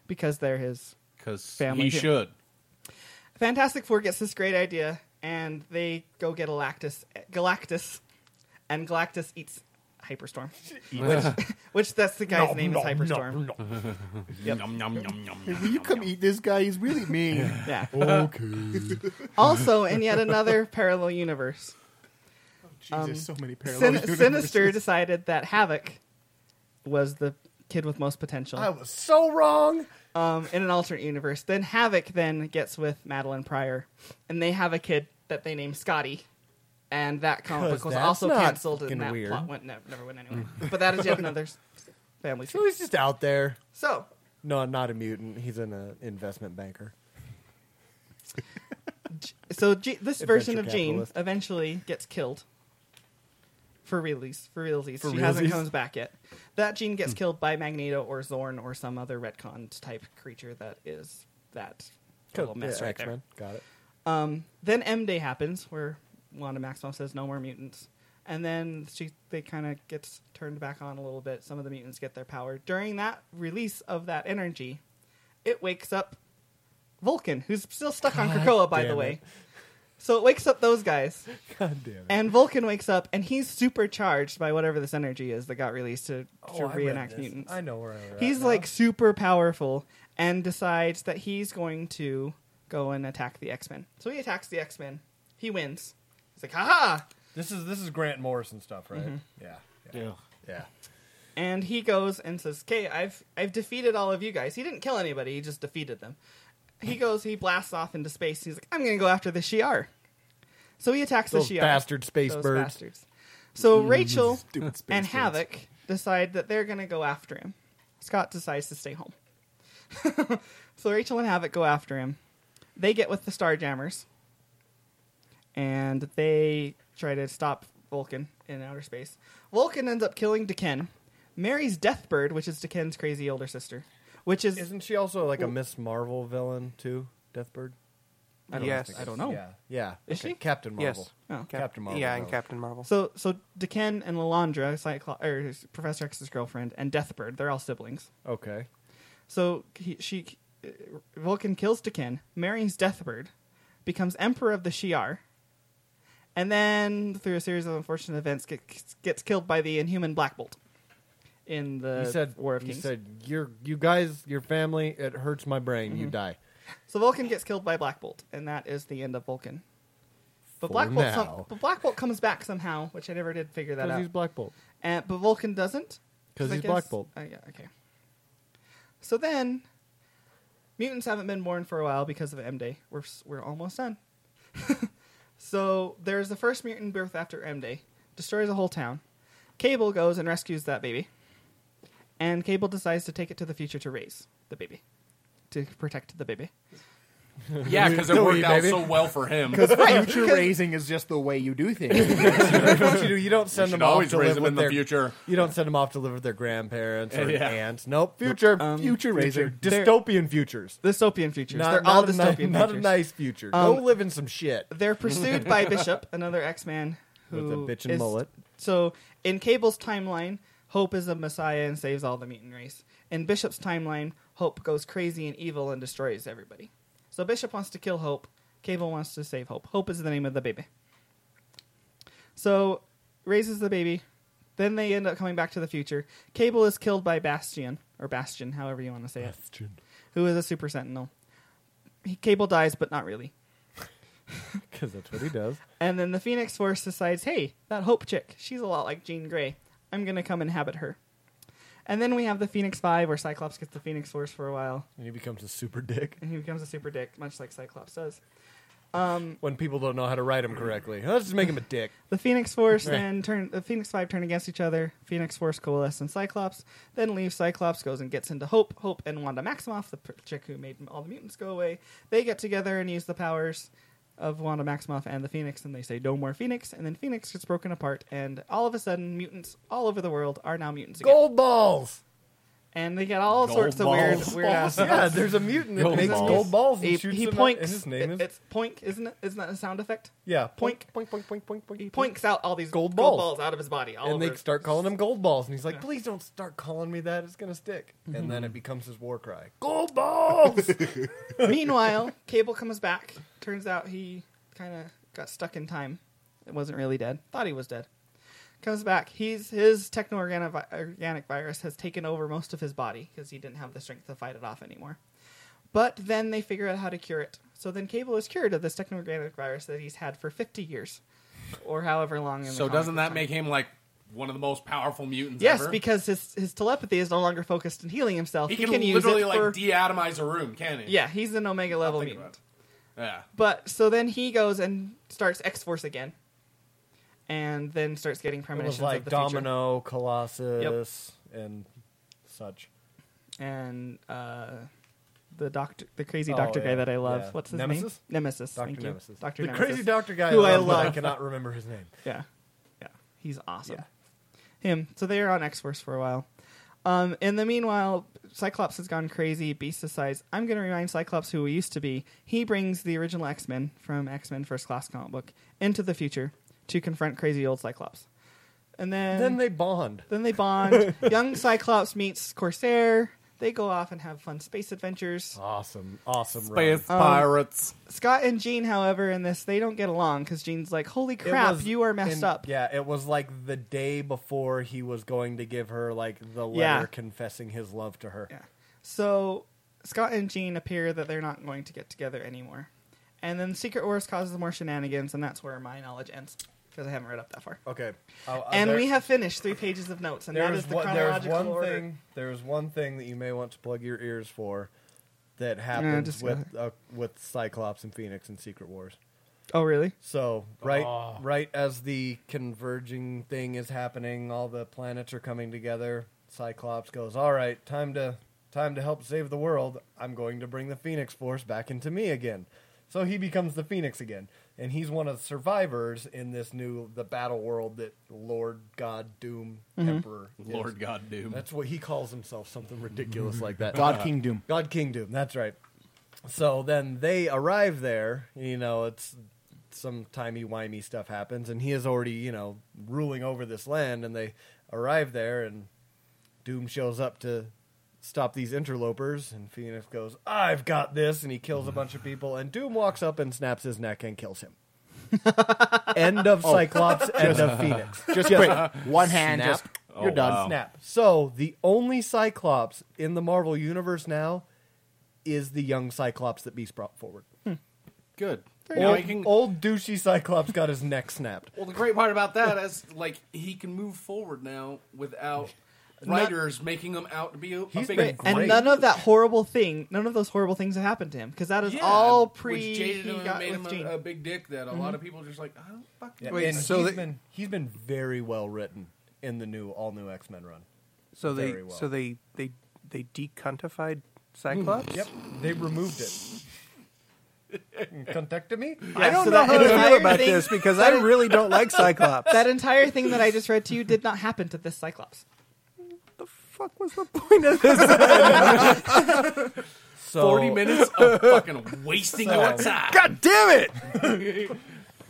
D: because they're his
I: Because
D: Family
I: he
D: too.
I: should.
D: Fantastic Four gets this great idea, and they go get Galactus. Galactus, and Galactus eats Hyperstorm, which, which that's the guy's name is Hyperstorm.
I: Yum, yum, yum, yum, yum.
B: Will you come eat this guy? He's really mean.
D: Yeah. Okay. also, in yet another parallel universe,
B: Jesus, so many parallel
D: Sin- Sinister decided that Havoc was the kid with most potential.
C: I was so wrong.
D: um, in an alternate universe. Then Havoc then gets with Madeline Pryor, and they have a kid that they name Scotty. And that comic
C: 'Cause
D: book was
C: that's
D: also
C: not
D: canceled,
C: fucking
D: and that
C: weird.
D: plot went never, never went anywhere. but that is yet another s- family.
C: So
D: story.
C: he's just out there.
D: So
C: No, not a mutant. He's an uh, investment banker.
D: so G- this version of
C: Adventure
D: Jean
C: capitalist.
D: eventually gets killed for release for realsies. she hasn't comes back yet. That Jean
C: Hmm.
D: gets killed by Magneto or Zorn or some other retcon type creature that is that little mess right there.
C: X-Men. Got it.
D: Um, then M Day happens, where Wanda Maximoff says no more mutants, and then she they kind of gets turned back on a little bit. Some of the mutants get their power during that release of that energy. It wakes up Vulcan, who's still stuck on Krakoa, by the
C: damn
D: way.
C: it.
D: So it wakes up those guys,
C: God damn it.
D: and Vulcan wakes up, and he's supercharged by whatever this energy is that got released to, to
C: Oh, I read
D: reenact
C: this.
D: mutants.
C: I know where I read
D: He's
C: now.
D: like super powerful and decides that he's going to go and attack the X Men. So he attacks the X Men. He wins. He's like, haha!
C: this is this is Grant Morrison stuff, right?
D: Mm-hmm.
C: Yeah, yeah,
E: Yeah.
C: yeah.
D: And he goes and says, "Okay, I've I've defeated all of you guys. He didn't kill anybody. He just defeated them." He goes. He blasts off into space. He's like, "I'm going to go after the Shi'ar." So he attacks
C: Those
D: the Shi'ar.
C: bastard space
D: Those
C: birds.
D: bastards. So Rachel
B: Stupid space
D: and
B: birds.
D: Havoc decide that they're going to go after him. Scott decides to stay home. so Rachel and Havoc go after him. They get with the Starjammers and they try to stop Vulcan in outer space. Vulcan ends up killing Deken, marries Deathbird, which is Deken's crazy older sister, which is
C: Isn't she also like a Miss Marvel villain too? Deathbird.
D: I don't
F: Yes.
D: know. I don't know.
C: Yeah, yeah.
D: Oh. Is she?
C: Captain Marvel?
F: Yes.
D: Oh.
F: Cap-
C: Captain Marvel.
F: Yeah, and
C: villain.
F: Captain Marvel.
D: So, so Deken and Lalandra, Cyclo- or Professor X's girlfriend, and Deathbird, they're all siblings.
C: Okay.
D: So he, she, uh, Vulcan kills Dakin, marries Deathbird, becomes emperor of the Shi'ar, and then through a series of unfortunate events, gets, gets killed by the Inhuman Black Bolt in the
C: you said
D: War of
C: you
D: Kings.
C: said your you guys your family it hurts my brain
D: Mm-hmm.
C: you die.
D: so Vulcan gets killed by Black Bolt, and that is the end of Vulcan. But Black,
C: For
D: Bolt some-
C: now.
D: but Black Bolt comes back somehow, which I never did figure that
C: Because
D: out.
C: he's Black Bolt.
D: And, but Vulcan doesn't.
C: 'Cause
D: I
C: he's
D: guess-
C: Black Bolt.
D: Oh, yeah, okay. So then, mutants haven't been born for a while because of M Day. We're s- we're almost done. so there's the first mutant birth after M Day. Destroys a whole town. Cable goes and rescues that baby. And Cable decides to take it to the future to raise the baby, to protect the baby.
I: Yeah, because it worked out so well for him.
B: Future raising is just the way you do things.
C: What you do? You don't send
I: should
C: them off
I: always
C: to
I: raise
C: live
I: them
C: with
I: in the
C: their
I: future.
C: You don't send them off to live with their grandparents or
I: Yeah.
C: aunts. Nope. Future, future raising,
D: They're-
C: dystopian futures.
D: Dystopian futures.
C: Not,
D: um, They're
C: not
D: all
C: a ni-
D: dystopian futures.
C: Not a nice future. Go
D: Um,
C: live in some shit
D: They're pursued by Bishop, another X-Man who
C: with a bitch and
D: is-
C: mullet.
D: So in Cable's timeline, Hope is a messiah and saves all the mutant race. In Bishop's timeline, Hope goes crazy and evil and destroys everybody. So Bishop wants to kill Hope. Cable wants to save Hope. Hope is the name of the baby. So raises the baby. Then they end up coming back to the future. Cable is killed by Bastion or Bastion, however you want to say it, who is a super sentinel. he- Cable dies, but not really.
B: because that's what he does.
D: And then the Phoenix Force decides, hey, that Hope chick, she's a lot like Jean Grey. I'm going to come inhabit her. And then we have the Phoenix Five, where Cyclops gets the Phoenix Force for a while,
C: And he becomes a super dick
D: and he becomes a super dick, much like Cyclops does.
C: when people don't know how to write him correctly. Let's just make him a dick.
D: The Phoenix Force
C: Right.
D: then turn the Phoenix Five turn against each other. Phoenix Force coalesces and Cyclops, then leaves Cyclops, goes and gets into Hope. Hope and Wanda Maximoff, the pr- chick who made all the mutants go away, they get together and use the powers of Wanda Maximoff and the Phoenix, and they say no more Phoenix. And then Phoenix gets broken apart, and all of a sudden, mutants all over the world are now mutants again.
C: Gold balls.
D: And they get all sorts of weird, weird ass.
C: Yeah, there's a mutant that
G: Gold
C: makes
G: balls.
C: gold balls and
D: He,
C: shoots
D: he
C: them out,
D: poinks.
C: and his name
D: it-
C: is
D: it's poink, isn't it? Isn't that a sound effect?
C: yeah.
D: Poink.
C: poink, poink, poink, poink, poink.
D: He poinks out all these
C: Gold
D: gold,
C: balls.
D: balls. out of his body. All
C: and they
D: over.
C: start calling him gold balls, and he's like, "Please don't start calling me that. It's gonna stick." And
D: Mm-hmm.
C: then it becomes his war cry: "Gold balls!"
D: Meanwhile, Cable comes back. Turns out he kind of got stuck in time. It wasn't really dead. Thought he was dead. Comes back. He's his techno organic virus has taken over most of his body because he didn't have the strength to fight it off anymore. But then they figure out how to cure it. So then Cable is cured of this techno organic virus that he's had for 50 years or however long. In the
I: So
D: comic
I: doesn't
D: book
I: that
D: time.
I: make him like one of the most powerful mutants?
D: Yes,
I: ever?
D: because his his telepathy is no longer focused in healing himself.
I: he
D: He,
I: can,
D: use
I: literally
D: it
I: like
D: for,
I: deatomize a room, can he?
D: yeah, he's an omega level
I: Think about
D: mutant.
I: it. Yeah.
D: But so then he goes and starts X Force again, and then starts getting
C: it
D: premonitions
C: was like
D: of the
C: Domino, Colossus, and such.
D: future. And uh, the doctor, the crazy
C: Oh,
D: doctor
C: yeah,
D: guy that I love.
C: yeah.
D: What's his
C: Nemesis?
D: name? Nemesis.
C: Doctor
D: Thank
C: Nemesis,
D: you, Doctor
C: the
D: Nemesis.
C: crazy doctor guy
D: who I
C: love, but I
D: love.
C: cannot remember his name.
D: Yeah, yeah, he's awesome. Him. So they are on X Force for a while. Um, in the meanwhile, Cyclops has gone crazy. Beast decides, I'm going to remind Cyclops who he used to be. He brings the original X Men from X Men First Class comic book into the future to confront crazy old Cyclops. And then,
C: Then they bond.
D: Then they bond. Young Cyclops meets Corsair. They go off and have fun space adventures.
C: Awesome, awesome.
I: Um,
C: run.
E: Space pirates.
D: Scott and Jean, however, in this, they don't get along because Jean's like, "Holy
C: It
D: crap,
C: was
D: you are messed
C: in-
D: up."
C: Yeah, it was like the day before he was going to give her like the letter
D: Yeah.
C: confessing his love to her.
D: Yeah. So Scott and Jean appear that they're not going to get together anymore, and then Secret Wars causes more shenanigans, and that's where my knowledge ends because I haven't read up that far.
C: Okay. I'll- I'll-
D: and
C: Oh, uh, there-
D: we have finished three pages of notes, and
C: there
D: that
C: is
D: is the
C: one- there is
D: chronological
C: one
D: order.
C: thing. There is one thing that you may want to plug your ears for that
D: just
C: happens
D: go
C: with uh, with Cyclops and Phoenix in Secret Wars.
D: Oh, really?
C: So right, right as the converging thing is happening, all the planets are coming together. Cyclops goes, "All right, time to time to help save the world. I'm going to bring the Phoenix Force back into me again." So he becomes the Phoenix again, and he's one of the survivors in this new the battle world that Lord God Doom Emperor is.
I: Lord God Doom.
C: That's what he calls himself, something ridiculous like that.
B: God King Doom.
C: God King Doom. That's right. So then they arrive there. You know, it's some timey wimey stuff happens, and he is already you know ruling over this land. And they arrive there, and Doom shows up to stop these interlopers. And Phoenix goes, "I've got this," and he kills a bunch of people. And Doom walks up and snaps his neck and kills him. end of Cyclops. end of Phoenix.
B: Just Oh, quick, one hand,
C: Snap.
B: just you're done.
I: Oh.
C: Snap. So the only Cyclops in the Marvel universe now is the young Cyclops that Beast brought forward.
I: Good. Now
C: Old,
I: he can-
C: old douchey Cyclops got his neck snapped.
I: well, the great part about that is like he can move forward now without writers making him out to be a, a
C: He's
I: big
C: been
D: And
C: Great.
D: none of that horrible thing, none of those horrible things have happened to him because that is
I: Yeah,
D: all
I: which
D: pre
I: jaded
D: he
I: him and
D: got
I: made
D: with
I: him
D: Jean.
I: a, a big dick that a lot of people are just like I don't fucking.
F: Wait,
C: and
F: so
C: he's
F: they-
C: been he's been very well written in the new all new X Men run.
F: So they
C: Very well.
F: so they they they decuntified Cyclops.
C: Mm. Yep, they removed it. Contacted me.
F: I don't
D: so that
F: know how to
D: entire
F: feel about
D: thing-
F: this because I really don't like Cyclops.
D: That entire thing that I just read to you did not happen to this Cyclops.
F: the fuck was the point of this?
C: So,
I: Forty minutes of fucking wasting your time.
F: God damn it!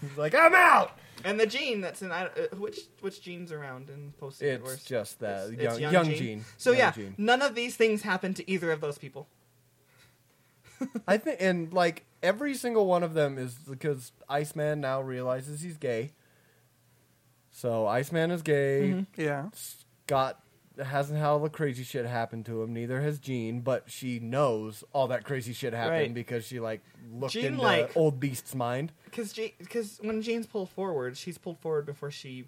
C: He's like, I'm out.
D: And the Jean that's in I, uh, which which Jean's around in post Secret Wars?
C: It's just that
D: It's
C: young,
D: young
C: young
D: Jean.
C: Jean.
D: So
C: Young
D: yeah,
C: Jean.
D: none of these things happened to either of those people.
C: I think, and like every single one of them is because Iceman now realizes he's gay. So Iceman is gay.
F: Yeah.
C: Scott hasn't had all the crazy shit happen to him. Neither has Jean, but she knows all that crazy shit happened
D: Right.
C: because she like looked
D: Jean,
C: into
D: like-
C: old Beast's mind.
D: Because because when Jane's pulled forward, she's pulled forward before she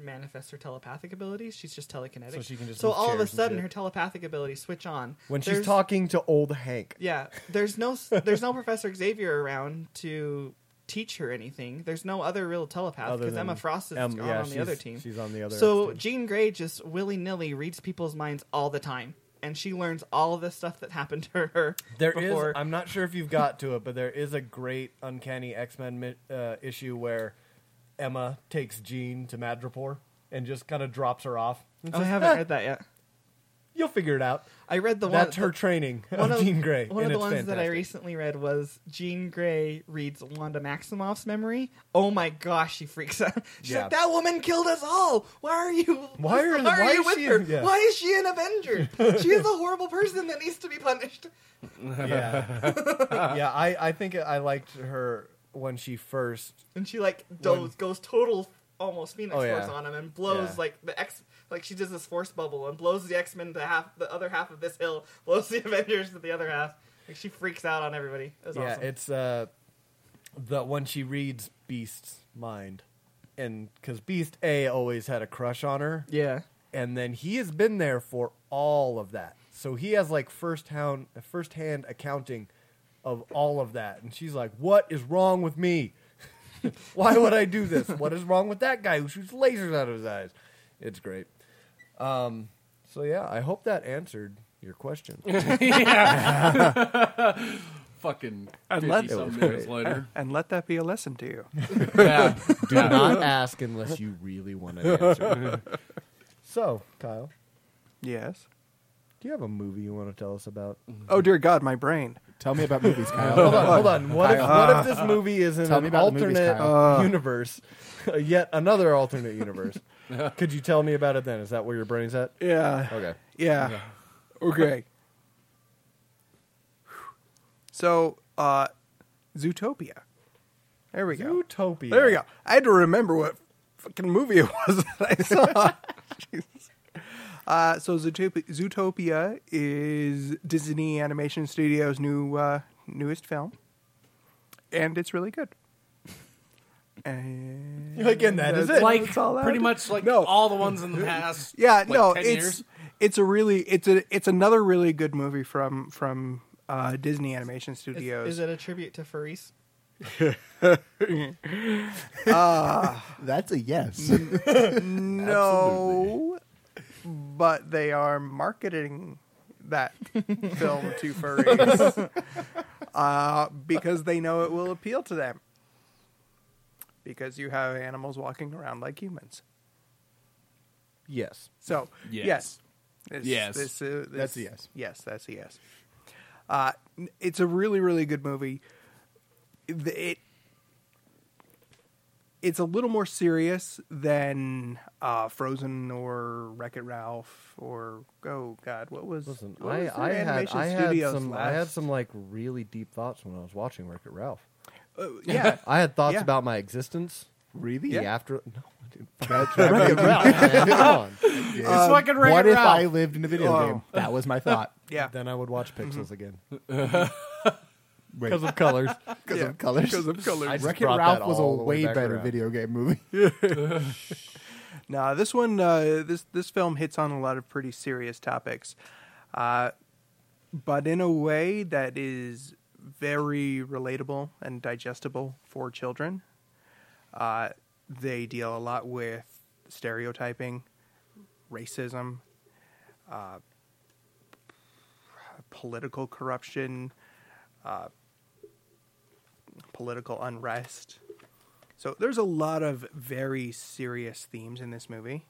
D: manifests her telepathic abilities. She's just telekinetic.
C: So she can just
D: So
C: move
D: all of a
C: chairs and
D: sudden,
C: shit.
D: her telepathic abilities switch on
C: When she's
D: There's-
C: talking to old Hank,
D: Yeah, there's no there's no Professor Xavier around to teach her anything. There's no other real telepath
C: Other
D: because
C: than
D: Emma Frost is
C: Em-
D: gone
C: yeah,
D: on the
C: she's-
D: other team.
C: she's on the other
D: So
C: team.
D: Jean Grey just willy nilly reads people's minds all the time, and she learns all of the stuff that happened to her.
C: There is-
D: before. Oh,
C: I'm not sure if you've got to it, but there is a great Uncanny X Men mi- uh, issue where Emma takes Jean to Madripoor and just kind of drops her off. And
D: Oh, I
C: says,
D: haven't
C: "Ah,
D: read that yet.
C: You'll figure it out.
D: I read the
C: That's
D: one.
C: her training
D: one
C: of Jean Grey.
D: One
C: and
D: of the
C: it's
D: ones that I
C: fantastic.
D: recently read was Jean Grey reads Wanda Maximoff's memory. Oh my gosh, she freaks out. She's
C: Yeah.
D: like, "That woman killed us all. Why are you?
C: Why are- why
D: you
C: is
D: with
C: she-
D: her?
C: yeah.
D: Why is she an Avenger? she is a horrible person that needs to be punished."
C: yeah, yeah. I, I think I liked her when she first.
D: And she like goes
C: One-
D: goes total almost Phoenix
C: Oh, yeah.
D: Force on him and blows
C: Yeah.
D: like the X like she does this force bubble and blows the X Men to half the other half of this hill, blows the Avengers to the other half. Like she freaks out on everybody. It was
C: yeah,
D: awesome.
C: it's uh, the when she reads Beast's mind, and because Beast A always had a crush on her,
D: yeah.
C: and then he has been there for all of that, so he has like first hand first hand accounting of all of that, and she's like, "What is wrong with me? Why would I do this? What is wrong with that guy who shoots lasers out of his eyes?" It's great. Um, so yeah, I hope that answered your question.
E: Fucking
F: And
E: 50
F: let-
E: some minutes later.
F: And let that be a lesson to you.
E: yeah.
B: Do not ask unless you really want an answer.
C: So, Kyle,
F: yes.
C: do you have a movie you want to tell us about?
F: Oh dear God, my brain.
B: Tell me about movies,
C: Hold
B: Kyle.
C: on, hold on. What if, what if this movie is in
B: Tell me
C: an
B: about the movies,
C: alternate
F: Uh.
B: Kyle.
C: universe, uh, yet another alternate universe? Could you tell me about it then? Is that where your brain's at?
F: Yeah.
C: Okay.
F: Yeah. Okay. So, uh, Zootopia. There we go.
C: Utopia.
F: There we go. I had to remember what fucking movie it was that I saw. Jesus. Uh, so Zootopia, Zootopia is Disney Animation Studios' new uh, newest film, and it's really good. And
C: Again, that is it.
E: like
F: That's all I
E: pretty
F: did.
E: much like
F: No.
E: all the ones in the past.
F: Yeah,
E: like,
F: no,
E: 10
F: it's
E: years.
F: it's a really it's a it's another really good movie from from uh, Disney Animation Studios.
D: Is, is it a tribute to Faris?
B: That's a yes.
F: Mm-hmm. No, but they are marketing that film to furries uh, because they know it will appeal to them. Because you have animals walking around like humans.
C: Yes.
F: So
E: Yes.
F: yes, This-
E: Yes.
F: this, uh, this-
B: That's a yes.
F: Yes, that's a yes. Uh, n- it's a really, really good movie. It, it- it's a little more serious than uh, Frozen or Wreck It Ralph or oh god, what was?
C: Listen,
F: what
C: I,
F: was their
C: I had
F: animation
C: I had
F: studios
C: some I
F: last-
C: had some like really deep thoughts when I was watching Wreck It Ralph.
F: Uh, yeah,
C: I had thoughts
F: Yeah.
C: about my existence. Really? The
F: Yeah.
C: after no. dude, That's Wreck It Ralph. man, Come on.
E: It's fucking Wreck-It
B: what if
E: Ralph.
B: I lived in a video
F: Oh.
B: game? That was my thought.
F: yeah.
C: Then I would watch
B: Mm-hmm.
C: Pixels again
B: Wait,
C: because of colors.
B: because
F: yeah,
B: of colors.
F: Because of colors.
C: I just
B: Wreck It
C: brought
B: Ralph
C: that
B: was a
C: all the way
B: way
C: back
B: better
C: around.
B: video game movie.
F: No, this one, uh, this this film hits on a lot of pretty serious topics, uh, but in a way that is very relatable and digestible for children. Uh, they deal a lot with stereotyping, racism, uh, political corruption, uh, political unrest. So there's a lot of very serious themes in this movie.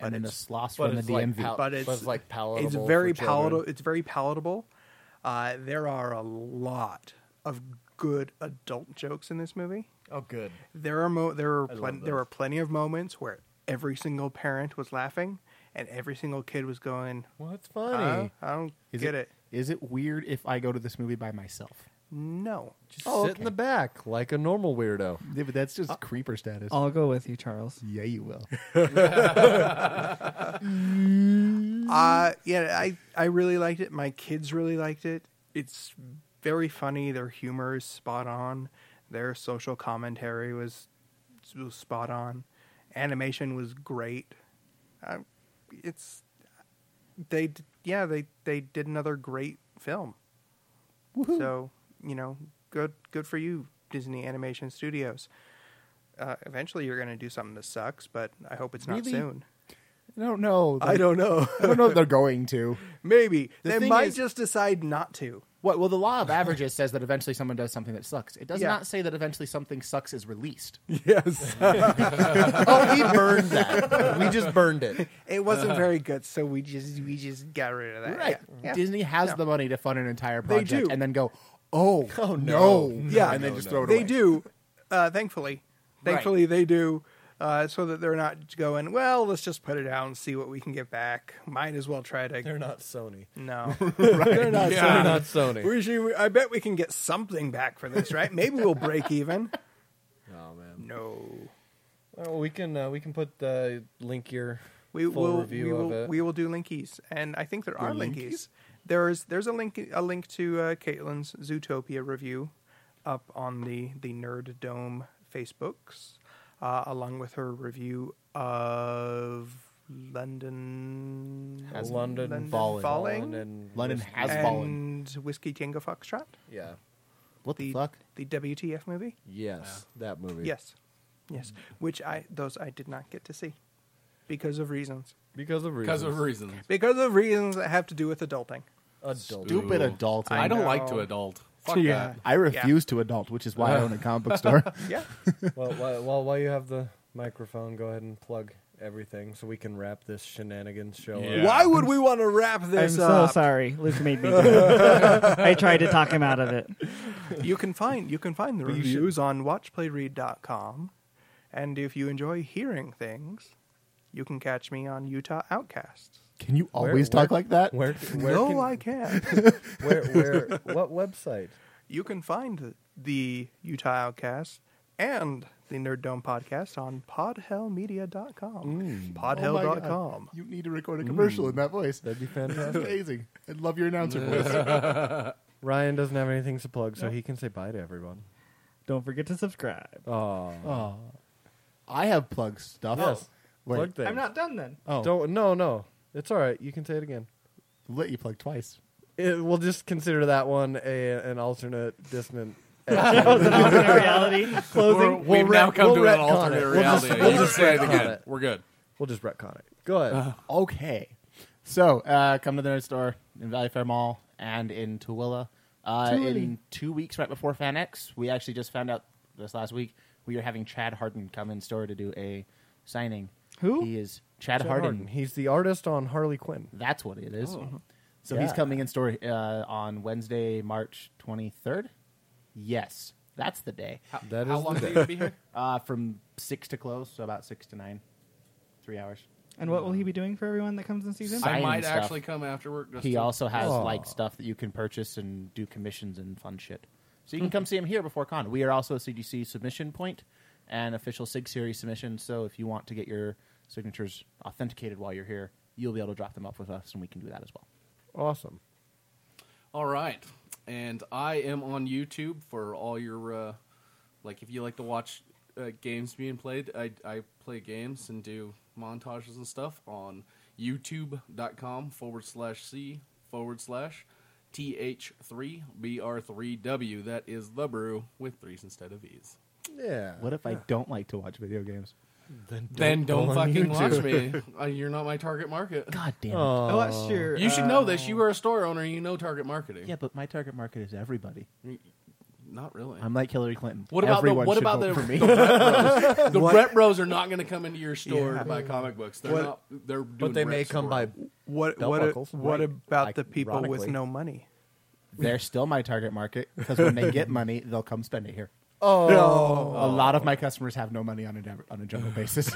B: and then the sloths
C: but
B: from the
C: it's like
B: DMV.
C: pal-
F: But it's-
C: it's like palatable.
F: It's very
C: for children.
F: palatable. It's very palatable. Uh, there are a lot of good adult jokes in this movie.
C: Oh, good.
F: There are mo- there are
C: love
F: plen-
C: those.
F: there are plenty of moments where every single parent was laughing and every single kid was going,
C: Well, that's
F: "Huh?
C: funny.
F: "I don't
B: Is
F: get it."
B: Is it weird if I go to this movie by myself?
F: No.
C: Just
B: Oh,
C: sit in the back like a normal weirdo.
B: Yeah, but that's just creeper status.
D: I'll go with you, Charles.
B: yeah, you will.
F: Uh, yeah, I, I really liked it. My kids really liked it. It's very funny. Their humor is spot on. Their social commentary was, was spot on. Animation was great. Uh, it's they d- yeah they they did another great film. So you know, good good for you, Disney Animation Studios. Uh, eventually, you're going to do something that sucks, but I hope it's not
B: Really?
F: soon.
B: I don't know.
F: I don't know.
B: I don't know if they're going to.
F: Maybe
B: The
F: they
B: thing
F: might
B: is-
F: just decide not to.
B: What? Well, the law of averages says that eventually someone does something that sucks. It does
F: Yeah.
B: not say that eventually something sucks is released.
C: Yes. oh, he burned that. We just burned it.
F: It wasn't very good, so we just we just got rid of that.
B: Uh-huh. Right.
F: Yeah.
B: Disney has the money to fund an entire project
F: do.
B: and then go, oh,
C: Oh,
B: no.
C: no.
F: Yeah.
B: And they just throw it
F: They
B: away.
F: do, uh, thankfully. Thankfully, they do, uh, so that they're not going. Well, let's just put it out and see what we can get back. Might as well try to.
C: They're not Sony.
F: no,
C: They're not Sony. Not Sony.
F: we should, I bet we can get something back for this, right? Maybe we'll break even.
C: oh man.
F: No,
C: Well, we can uh, we can put the link here.
F: we
C: full
F: will.
C: review
F: we will.
C: of it.
F: We will do linkies, and I think there are linkies. There's there's a link a link to uh, Caitlin's Zootopia review up on the the Nerd Dome Facebooks, uh, along with her review of London
B: Has
C: London,
F: falling,
C: falling, and
B: London
C: Whiskey.
B: has fallen.
F: and Whiskey Tango Foxtrot,
C: Yeah.
B: What the,
F: the
B: fuck?
F: the WTF movie.
C: Yes, that movie.
F: Yes, yes, which I those I did not get to see because of reasons
C: because of reasons.
I: because of reasons.
F: because of reasons that have to do with adulting.
C: Adult.
B: Stupid
I: Ooh.
B: adult.
I: I, don't like to
F: know.
I: adult. Fuck
F: Yeah.
I: that.
B: I refuse to adult, which is why I own a comic book store.
F: Yeah.
C: well, while, while, while you have the microphone, go ahead and plug everything so we can wrap this shenanigans show
I: Yeah.
C: up.
F: Why would we want to wrap
D: I'm
F: this
D: so
F: up?
D: sorry. Luke made me do it. I tried to talk him out of it.
F: You can find you can find the reviews on watchplayread.com. And if you enjoy hearing things, you can catch me on Utah Outcasts.
B: Can you always talk like that?
C: Where, where,
F: no,
C: can,
F: I can.
C: where, where, what website?
F: you can find the Utah Outcasts and the Nerd Dome podcast on
D: Oh
F: podhellmedia.com. Podhell.com.
B: Oh You need to record a commercial
C: Mm.
B: in that voice.
C: That'd be fantastic.
B: amazing. I love your announcer voice.
C: Ryan doesn't have anything to plug, so he can say bye to everyone.
D: Don't forget to subscribe.
C: Oh,
B: I have plug stuff.
C: yes.
B: Wait.
C: Plug things.
D: I'm not done then.
B: Oh, don't
C: Don't. No, no. It's all right. You can say it again.
B: let you plug twice.
C: It, Eh, we'll just consider that one a, an alternate dissonant.
D: Alternate reality
I: We're,
D: closing.
I: we've
C: We'll
I: now
C: ret-
I: come
C: we'll
I: to
C: retcon
I: an alternate
C: it. We'll just-
I: reality.
C: we'll
I: you
C: just
I: just say it
C: retcon
I: again.
C: it.
I: We're good.
C: We'll just retcon it. Go ahead.
B: Uh, Okay. So, uh, come to the nerd store in Valley Fair Mall and in Tooele. Uh, in two weeks, right before FanX, we actually just found out this last week we are having Chad Harden come in store to do a signing.
D: Who?
B: He is Chad,
C: Chad
B: Harden.
C: He's the artist on Harley Quinn.
B: That's what it is. So
C: Oh. Yeah.
B: he's coming in store uh, on Wednesday, March 23rd. Yes, that's the day.
C: That
I: How
C: is
I: long
C: the
I: are you gonna be here?
B: Uh, from 6 to close, so about 6 to 9. Three hours.
D: And what will he be doing for everyone that comes and sees him?
B: Sign-
I: I
B: Signing
I: might
B: stuff.
I: actually come after work. Just
B: He
I: to-
B: also has like stuff that you can purchase and do commissions and fun shit. So
I: Hmm.
B: you can come see him here before con. We are also a CGC submission point and official Sig Series submission. So if you want to get your signatures authenticated while you're here, you'll be able to drop them up with us, and we can do that as well.
C: Awesome.
I: All right, and I am on YouTube for all your uh, like if you like to watch uh, games being played. I I play games and do montages and stuff on YouTube.com forward slash c forward slash th three br three w. That is the brew with threes instead of e's.
C: Yeah.
B: What if I don't like to watch video games?
I: then don't
C: go on
I: fucking watch me.
C: YouTube.
I: Uh, You're not my target market.
B: God damn it!
D: I watched your.
I: You should
D: uh,
I: know this. You are a store owner. You know target marketing.
B: Yeah, but my target market is everybody.
I: Not really.
B: I'm like Hillary Clinton.
I: What about
B: Everyone
I: the what
B: should
I: about the,
B: vote for me?
I: the rep bros? The rep bros are not going to come into your store to buy comic books. They're
F: What-
I: not. They're doing
C: But they may
I: reps
C: come
I: for
C: by.
I: them.
F: What
C: Belt
F: what,
C: buckles.
F: what
C: Right.
F: about the people with
B: Ironically.
F: no money?
B: They're still my target market because when they get money, they'll come spend it here.
C: Oh.
B: A lot of my customers have no money on a dev- on a general basis.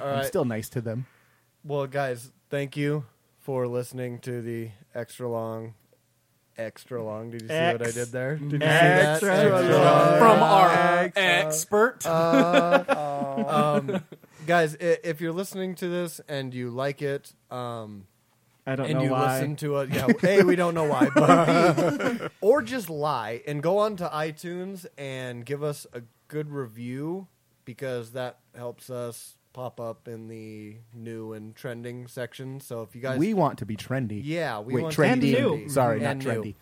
B: I'm still nice to them.
C: Well, guys, thank you for listening to the extra long extra long. Did you see what I
D: Ex-
C: did there? Did you see that?
D: Extra.
E: From our
C: uh,
E: expert.
C: Um, guys, i- if you're listening to this and you like it, um,
D: I don't
C: and
D: know
C: you
D: why.
C: listen to it, yeah, A, we don't know why, but B, or just lie and go on to iTunes and give us a good review because that helps us pop up in the new and trending section. So if you guys
B: we want to be trendy.
C: yeah, we
B: Wait,
C: want
B: trendy.
C: to be
D: And
B: new. Sorry, not
C: And new.
B: trendy.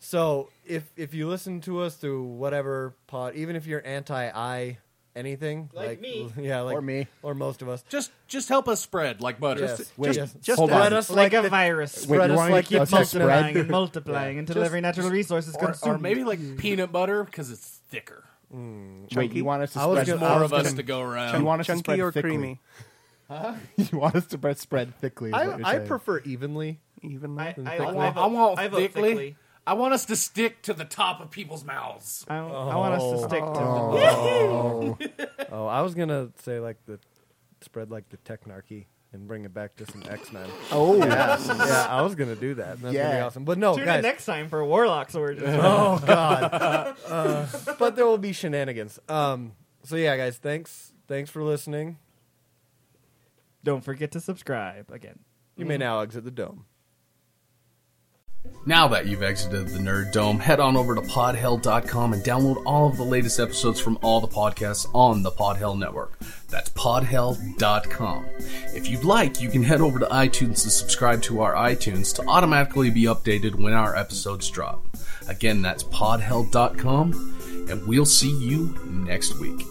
C: So if if you listen to us through whatever pod, even if you're anti I anything,
D: Like me.
C: yeah, like
B: Or me.
C: or most of us,
I: Just just help us spread like butter.
C: Yes,
B: Wait,
C: yes.
B: just
C: Spread
B: hold on.
C: us
D: like,
C: like,
D: a virus.
B: Wait,
C: spread
B: you
C: us
B: want
C: like
B: to
D: keep
C: a
B: us to
D: multiplying
B: spread?
D: and multiplying until
C: Just-
D: every natural resource is
I: Or,
D: consumed.
I: or maybe like peanut butter because it's thicker.
B: Wait, you want us to
C: I was
B: spread
C: gonna-
I: More
C: I was
I: of us
C: gonna-
I: to go around.
B: You want us to
F: Chunky
B: spread
F: or
B: thickly.
F: creamy?
B: You want us to spread- spread thickly? is what you're
C: I, I
B: saying.
C: prefer evenly.
F: Evenly.
D: I, I,
I: I
D: I,
I: want,
D: vote-
I: I want
D: I vote
I: thickly.
D: thickly.
I: I want us to stick to the top of people's mouths.
D: I, I want us to stick to
C: Oh, I was gonna say like the spread like the technarchy and bring it back to some X Men.
B: Oh,
C: yeah, I was gonna do that. That's gonna be
B: Yeah.
C: awesome. But no,
D: Tune
C: Oh, guys,
D: in next time for Warlock's Origins.
C: Oh God! Uh, but there will be shenanigans. Um, so yeah, guys, thanks, thanks for listening.
D: Don't forget to subscribe again.
C: You may now exit the dome.
I: Now that you've exited the Nerd Dome, head on over to podhell.com and download all of the latest episodes from all the podcasts on the Podhell Network. That's podhell.com. If you'd like, you can head over to iTunes to subscribe to our iTunes to automatically be updated when our episodes drop. Again, that's podhell.com, and we'll see you next week.